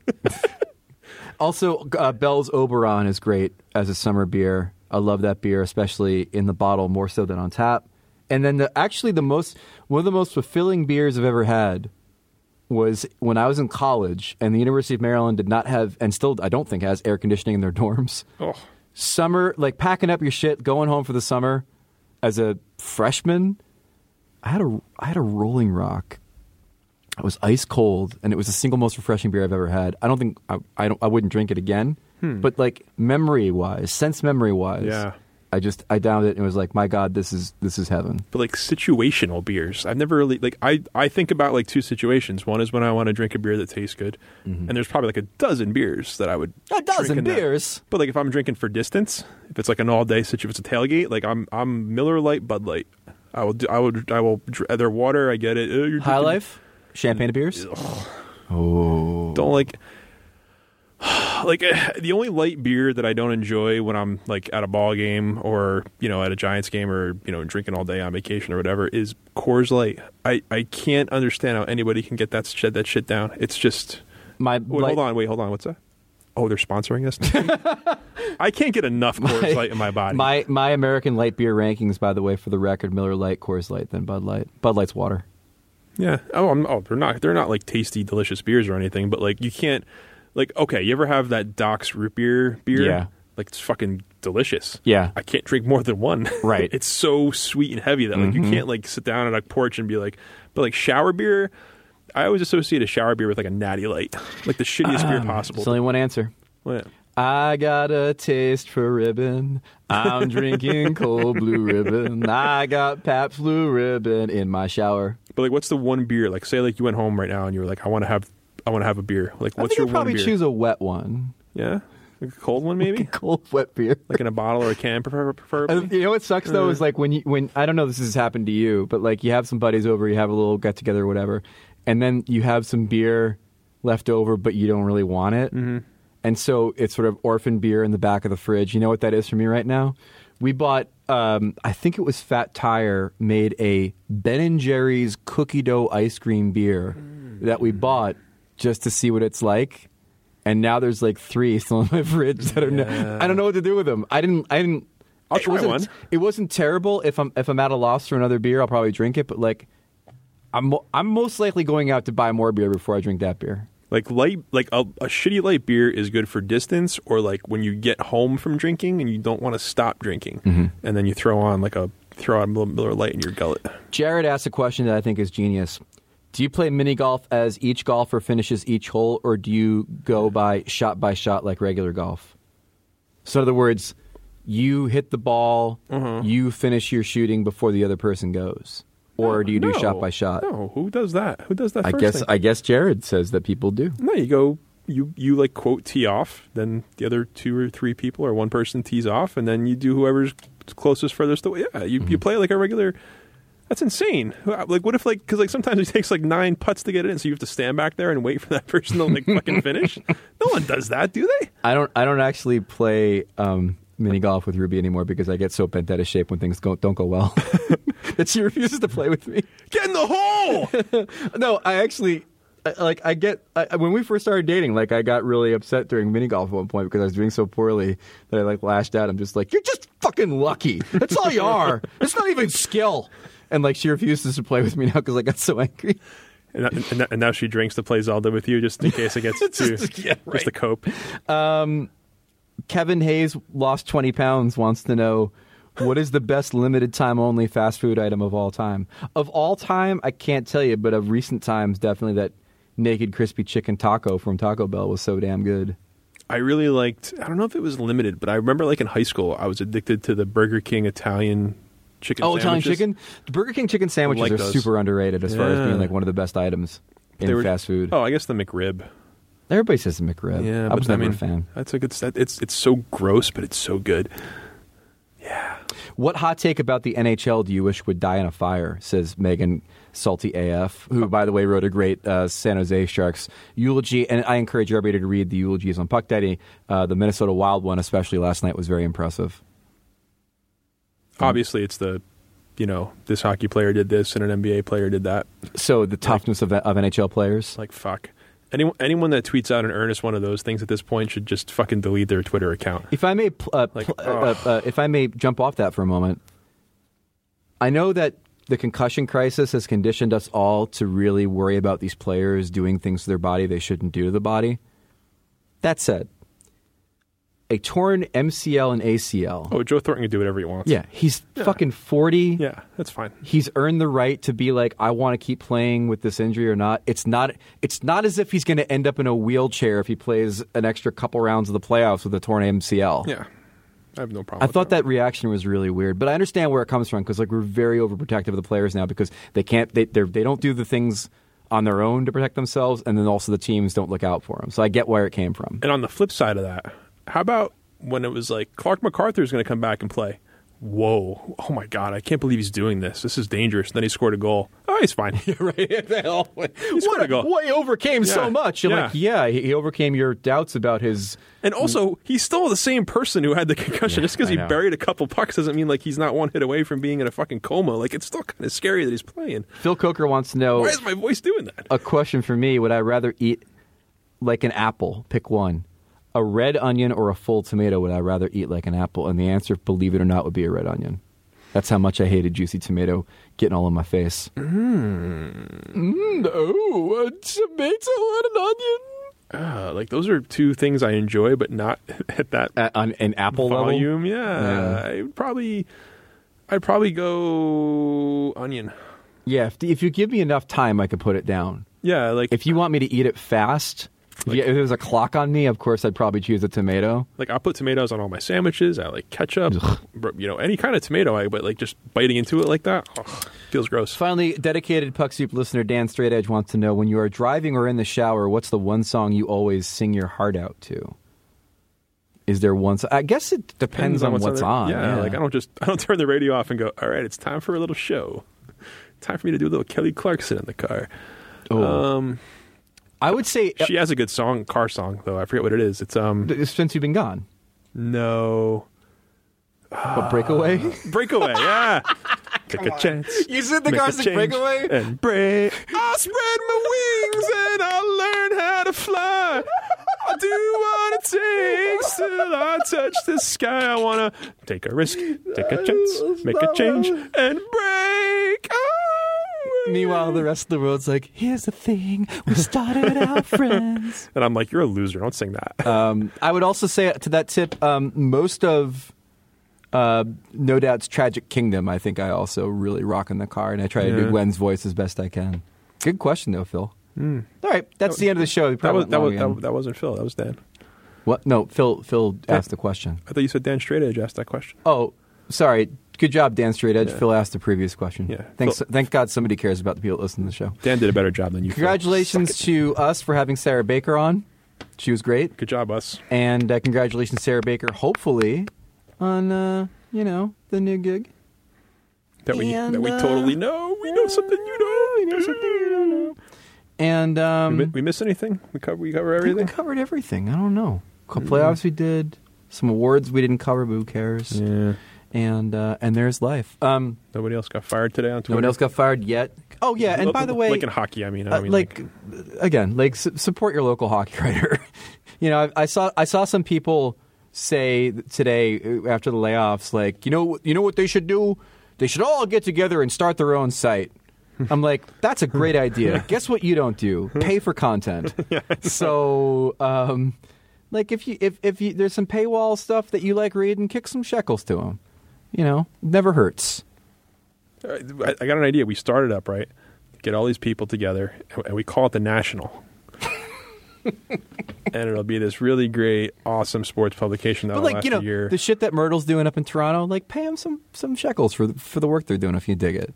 Also, uh, Bell's Oberon is great as a summer beer. I love that beer, especially in the bottle, more so than on tap. And then, the, actually, the most one of the most fulfilling beers I've ever had was when I was in college, and the University of Maryland did not have, and still I don't think has air conditioning in their dorms.
Oh.
Summer, like packing up your shit, going home for the summer, as a freshman, I had a I had a Rolling Rock it was ice cold, and it was the single most refreshing beer I've ever had. I don't think I, I don't I wouldn't drink it again,
Hmm.
but like memory wise, sense memory wise,
Yeah.
I just I downed it and was like, my God, this is this is heaven.
but like situational beers. I've never really like I I think about like two situations. One is when I want to drink a beer that tastes good, and there's probably like a dozen beers that I would
Mm-hmm. a dozen
beers. But like if I'm drinking for distance, if it's like an all day situation, if it's a tailgate, like I'm I'm Miller Light, Bud Light. I will do, I will I will dr- their water. I get it. Uh, you're
High
drinking-
Life, champagne beers. Oh,
don't like like eh, the only light beer that I don't enjoy when I'm like at a ball game or you know at a Giants game or you know drinking all day on vacation or whatever is Coors Light. I I can't understand how anybody can get that shit that shit down. It's just
my
wait, hold on wait hold on what's that? Oh, they're sponsoring us. I can't get enough Coors Light in my body.
My my American light beer rankings, by the way, for the record, Miller Light, Coors Light, then Bud Light. Bud Light's water.
Yeah. Oh, I'm, oh, they're not. They're not like tasty, delicious beers or anything. But like, you can't. Like, okay, you ever have that Doc's root beer beer?
Yeah.
Like it's fucking delicious.
Yeah.
I can't drink more than one.
Right.
it's so sweet and heavy that like
Mhm.
you can't like sit down on a porch and be like, but like shower beer. I always associate a shower beer with like a natty light, like the shittiest beer possible.
There's Ah, only one answer.
What?
I got a taste for ribbon. I'm drinking cold blue ribbon. I got Pabst Blue Ribbon in my shower.
But like, what's the one beer? Like, say like you went home right now and you were like, I want to have, I want to have a beer. Like,
I
what's
think
your
I'd probably
one beer?
choose a wet one.
yeah, like a cold one maybe.
cold wet beer,
like in a bottle or a can, prefer- preferably.
And you know what sucks though
Uh.
is like when you when I don't know if this has happened to you, but like you have some buddies over, you have a little get together, or whatever, and then you have some beer left over, but you don't really want it, and so it's sort of orphan beer in the back of the fridge. You know what that is for me right now? We bought, um, I think it was Fat Tire made a Ben and Jerry's cookie dough ice cream beer that we bought just to see what it's like. And now there's like three still in my fridge that are. No, I don't know what to do with them. I didn't. I didn't.
I'll
it
try
wasn't-
one.
It wasn't terrible. If I'm if I'm at a loss for another beer, I'll probably drink it. But like, I'm mo- I'm most likely going out to buy more beer before I drink that beer.
Like light, like a, a shitty light beer is good for distance, or like when you get home from drinking and you don't want to stop drinking,
Mm-hmm.
and then you throw on like a throw on a little Miller Light in your gullet.
Jared asked a question that I think is genius. Do you play mini golf as each golfer finishes each hole, or do you go by shot by shot like regular golf? So, in other words, you hit the ball,
Mm-hmm.
you finish your shooting before the other person goes, or do you do
No.
shot by shot?
No, who does that? Who does that?
I
first
guess
thing?
I guess Jared says that people do.
No, you go. You you like quote tee off, then the other two or three people or one person tees off, and then you do whoever's closest furthest away. Yeah, you you play like a regular. That's insane. Like, what if like because like sometimes it takes like nine putts to get it in, so you have to stand back there and wait for that person to like fucking finish. No one does that, do they?
I don't. I don't actually play um, mini golf with Ruby anymore because I get so bent out of shape when things go, don't go well that she refuses to play with me.
Get in the hole.
no, I actually I- like. I get I, when we first started dating. Like, I got really upset during mini golf at one point because I was doing so poorly that I like lashed out. I'm just like, you're just fucking lucky. That's all you are. It's not even skill. And like, she refuses to play with me now because I got so angry.
And, and, and now she drinks to play Zelda with you just in case it gets too
yeah, right.
just to cope.
Um, Kevin Hayes lost 20 pounds, wants to know what is the best limited time only fast food item of all time? Of all time, I can't tell you, but of recent times, definitely that naked crispy chicken taco from Taco Bell was so damn good.
I really liked. I don't know if it was limited, but I remember like in high school, I was addicted to the Burger King Italian chicken.
oh, Italian
sandwiches.
chicken? The Burger King chicken sandwiches
Like
are
those.
super underrated as far as
Yeah.
being like one of the best items
They
in
were-
fast food.
Oh, I guess the McRib.
Everybody says the McRib.
Yeah,
I was never
but I mean,
a fan. Mm.
That's a good. Set. It's it's so gross, but it's so good.
What hot take about the NHL do you wish would die in a fire? Says Megan Salty AF, who, by the way, wrote a great uh, San Jose Sharks eulogy. And I encourage everybody to read the eulogies on Puck Daddy. Uh, the Minnesota Wild one, especially last night, was very impressive.
Obviously, it's the, you know, this hockey player did this and an NBA player did that.
So the toughness of, of NHL players.
Like fuck. Anyone anyone that tweets out in earnest one of those things at this point should just fucking delete their Twitter account.
If I may, pl- uh, pl- uh, uh, if I may jump off that for a moment, I know that the concussion crisis has conditioned us all to really worry about these players doing things to their body they shouldn't do to the body. That said, a torn MCL and ACL.
Oh, Joe Thornton can do whatever he wants.
Yeah, he's
Yeah.
fucking 40.
Yeah, that's fine.
He's earned the right to be like I want to keep playing with this injury or not. It's not it's not as if he's going to end up in a wheelchair if he plays an extra couple rounds of the playoffs with a torn MCL.
Yeah, I have no problem.
I
with
thought that reaction was really weird, but I understand where it comes from because like we're very overprotective of the players now because they can't they they're, they don't do the things on their own to protect themselves, and then also the teams don't look out for them. So I get where it came from.
And on the flip side of that, how about when it was like Clark MacArthur is going to come back and play? Whoa! Oh my God! I can't believe he's doing this. This is dangerous. Then he scored a goal. Oh, he's fine.
right?
He scored a goal.
What he overcame
Yeah.
so much. You're
Yeah.
like, yeah, he, he overcame your doubts about his.
And also, he's still the same person who had the concussion. Just because
I
he
know.
buried a couple pucks doesn't mean like he's not one hit away from being in a fucking coma. Like it's still kind of scary that he's playing.
Phil Coker wants to know
Why is my voice doing that?
a question for me: Would I rather eat like an apple? Pick one. A red onion or a full tomato? Would I rather eat like an apple? And the answer, believe it or not, would be a red onion. That's how much I hated juicy tomato getting all in my face. Mm, oh, a tomato and an onion.
Uh, like those are two things I enjoy, but not at that
on an apple level?
volume. Yeah, I would probably, I'd probably go onion.
Yeah, if, if you give me enough time, I could put it down.
Yeah, like
if you want me to eat it fast, if, you, if there was a clock on me, of course I'd probably choose a tomato.
Like I put tomatoes on all my sandwiches. I like ketchup, br- you know, any kind of tomato. I but like just biting into it like that oh, feels gross.
Finally, dedicated Puck Soup listener Dan Straight Edge wants to know when you are driving or in the shower, what's the one song you always sing your heart out to? Is there one? So- I guess it depends, on what's, on.
Yeah, like I don't just I don't turn the radio off and go. All right, it's time for a little show. Time for me to do a little Kelly Clarkson in the car.
Oh.
Um,
I would say uh,
she has a good song, car song though. I forget what it is. It's um
since you've been gone.
No.
What, breakaway?
breakaway, yeah. Take a chance.
You said the
Make a
Garson
change,
Breakaway?
And break. I spread my wings and I learn how to fly. I do what it takes till I touch the sky. I wanna Oh, take a risk, take a chance, make a change, and break.
Meanwhile, the rest of the world's like, here's the thing. We started out friends.
And I'm like, you're a loser. Don't sing that.
Um, I would also say to that tip, um, most of uh, No Doubt's Tragic Kingdom, I think I also really rock in the car, and I try to
Yeah.
do Gwen's voice as best I can. Good question, though, Phil.
Mm.
All right, that's the end of the show. We
That, was,
probably
that, was,
went
that,
long
that wasn't Phil. That was Dan.
What? No, Phil. Phil
Yeah.
asked the question.
I thought you said Dan Straight Edge asked that question.
Oh, sorry. Good job, Dan Straight Edge.
Yeah.
Phil asked the previous question.
Yeah.
Thanks. Thank God somebody cares about the people that listen to the show.
Dan did a better job than you. Phil.
Congratulations to us for having Sarah Baker on. She was great.
Good job, us.
And uh, congratulations, Sarah Baker. Hopefully, on uh, you know the new gig.
That we
And,
that we
uh,
totally know. We know something you know. We know something you don't know.
And um,
we, mi- we miss anything? We cover we cover
I think
everything. Mm-hmm.
we covered everything. I don't know. Couple Playoffs we did. Some awards we didn't cover. But who cares?
Yeah.
And uh, and there's life. Um,
Nobody else got fired today on Twitter.
no one else got fired yet. Oh yeah. And
Lo-
by the way,
like in hockey, I mean, I
Uh,
mean,
like, again, like su- support your local hockey writer. you know, I, I saw I saw some people say th- today uh, after the layoffs, like you know you know what they should do? They should all get together and start their own site. I'm like, that's a great idea. Guess what you don't do? Pay for content. so, um, like if you if if you, there's some paywall stuff that you like reading, kick some shekels to them. You know, never hurts.
uh, I, I got an idea. We started up right. Get all these people together, and- and we call it the National. and it'll be this really great, awesome sports publication that'll
But like
last
you know,
a year.
the shit that Myrtle's doing up in Toronto, like pay him some some shekels for the, for the work they're doing if you dig it.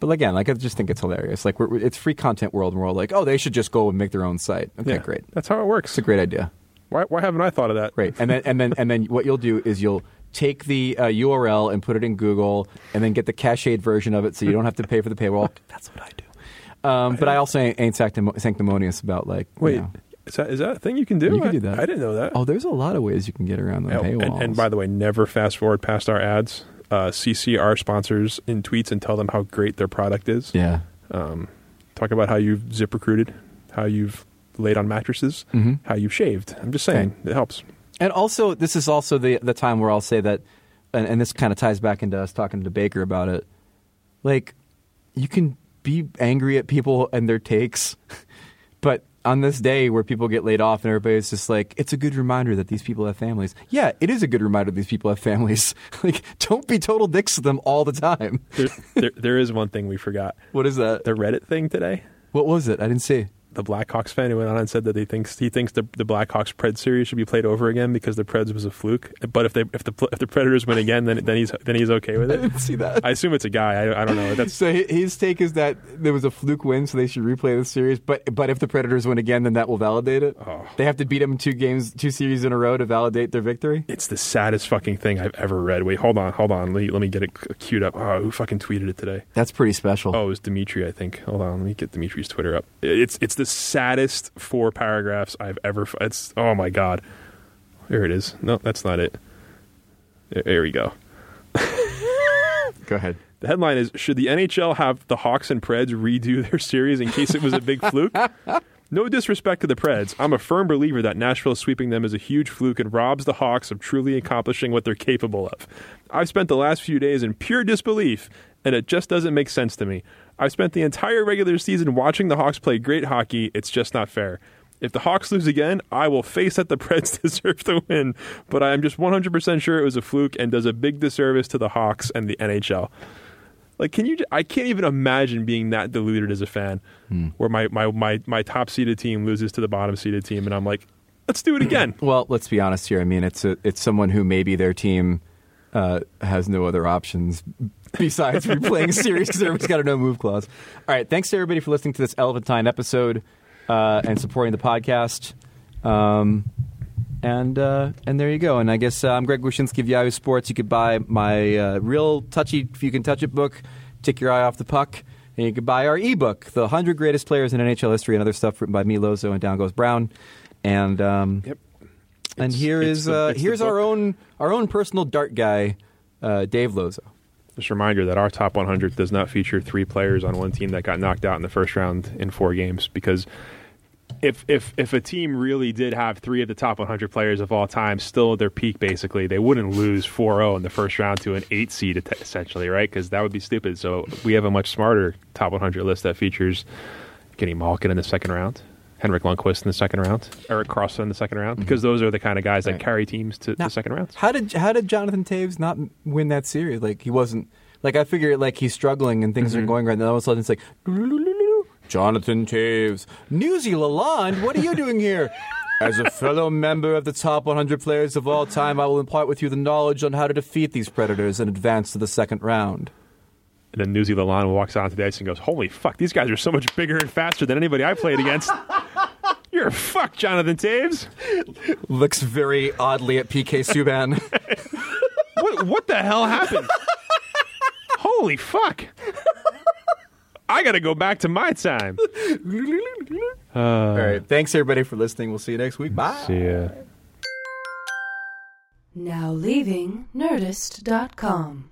But again, like I just think it's hilarious. Like we're, it's free content world, and we're all like, oh, they should just go and make their own site. Okay,
Yeah,
great.
That's how it works.
It's a great idea.
Why, why haven't I thought of that?
Great. And then and then and then what you'll do is you'll take the uh, URL and put it in Google, and then get the cached version of it, so you don't have to pay for the paywall. That's what I do. Um, but I also ain't, ain't sanctim- sanctimonious about like you
Wait,
know.
is that is that a thing you can do?
You can
I,
do that.
I didn't know that.
Oh, there's a lot of ways you can get around the
Oh, and,
paywall.
and by the way, never fast forward past our ads. Uh, CC our sponsors in tweets and tell them how great their product is.
Yeah.
Um, talk about how you've zip recruited, how you've laid on mattresses,
Mhm.
how you've shaved. I'm just saying it helps.
And also, this is also the the time where I'll say that, and, and this kind of ties back into us talking to Baker about it. Like, you can be angry at people and their takes, but on this day where people get laid off and everybody's just like, it's a good reminder that these people have families. Yeah, it is a good reminder these people have families. like, don't be total dicks to them all the time.
There, there, there is one thing we forgot.
What is that?
The Reddit thing today.
What was it? I didn't see.
The Blackhawks fan who went on and said that he thinks he thinks the, the Blackhawks Pred series should be played over again because the Preds was a fluke. But if they if the if the Predators win again, then then he's then he's okay with it. I
didn't see that.
I assume it's a guy. I, I don't know. That's
So hi- his take is that there was a fluke win, so they should replay the series. But but if the Predators win again, then that will validate it. They have to beat them two games, two series in a row to validate their victory.
It's the saddest fucking thing I've ever read. Wait, hold on, hold on. Let me, let me get it c- queued up. Oh, who fucking tweeted it today?
That's pretty special.
Oh, it was Dimitri, I think. Hold on, let me get Dimitri's Twitter up. It's it's the saddest four paragraphs I've ever. f- It's oh my god. Here it is. No, that's not it. There, there we go.
Go ahead.
The headline is: Should the NHL have the Hawks and Preds redo their series in case it was a big fluke? No disrespect to the Preds, I'm a firm believer that Nashville sweeping them is a huge fluke and robs the Hawks of truly accomplishing what they're capable of. I've spent the last few days in pure disbelief, and it just doesn't make sense to me. I've spent the entire regular season watching the Hawks play great hockey. It's just not fair. If the Hawks lose again, I will face that the Preds deserve the win, but I am just 100% sure it was a fluke and does a big disservice to the Hawks and the NHL. Like, can you? ju- I can't even imagine being that deluded as a fan, where my my my my top seeded team loses to the bottom seeded team, and I'm like, let's do it again.
Well, let's be honest here. I mean, it's a, it's someone who maybe their team uh, has no other options besides replaying a series because everybody's got a no move clause. All right, thanks to everybody for listening to this Elephantine episode uh, and supporting the podcast. Um, and uh, and there you go. And I guess uh, I'm Greg Wyszynski of Yahoo Sports. You could buy my uh, real touchy, if you can touch it book, Take Your Eye Off the Puck. And you could buy our ebook, The 100 Greatest Players in NHL History and Other Stuff, written by me, Lozo, and Down Goes Brown. And um,
Yep.
and here
it's
is
the-
uh,
it's the
here's our
book.
own our own personal dart guy, uh, Dave Lozo.
Just a reminder that our top 100 does not feature three players on one team that got knocked out in the first round in four games because if if if a team really did have three of the top 100 players of all time still at their peak, basically, they wouldn't lose 4-0 in the first round to an eight seed et- essentially, right? Because that would be stupid. So we have a much smarter top 100 list that features Kenny Malkin in the second round. Henrik Lundqvist in the second round, Eric Carlson in the second round, because those are the kind of guys that carry teams to the second round.
How did how did Jonathan Taves not win that series? Like he wasn't like I figure like he's struggling and things are
Mm-hmm.
going right, and then all of a sudden it's like Jonathan Taves, Newsy Lalonde, what are you doing here? As a fellow member of the top 100 players of all time, I will impart with you the knowledge on how to defeat these predators and advance to the second round.
And then Newsy Lalonde walks onto the ice and goes, "Holy fuck, these guys are so much bigger and faster than anybody I played against." You're a fuck, Jonathan Taves.
Looks very oddly at PK Subban.
what what the hell happened? Holy fuck! I gotta go back to my time.
All right. Thanks everybody for listening. We'll see you next week. Bye.
See ya.
Now leaving Nerdist.com.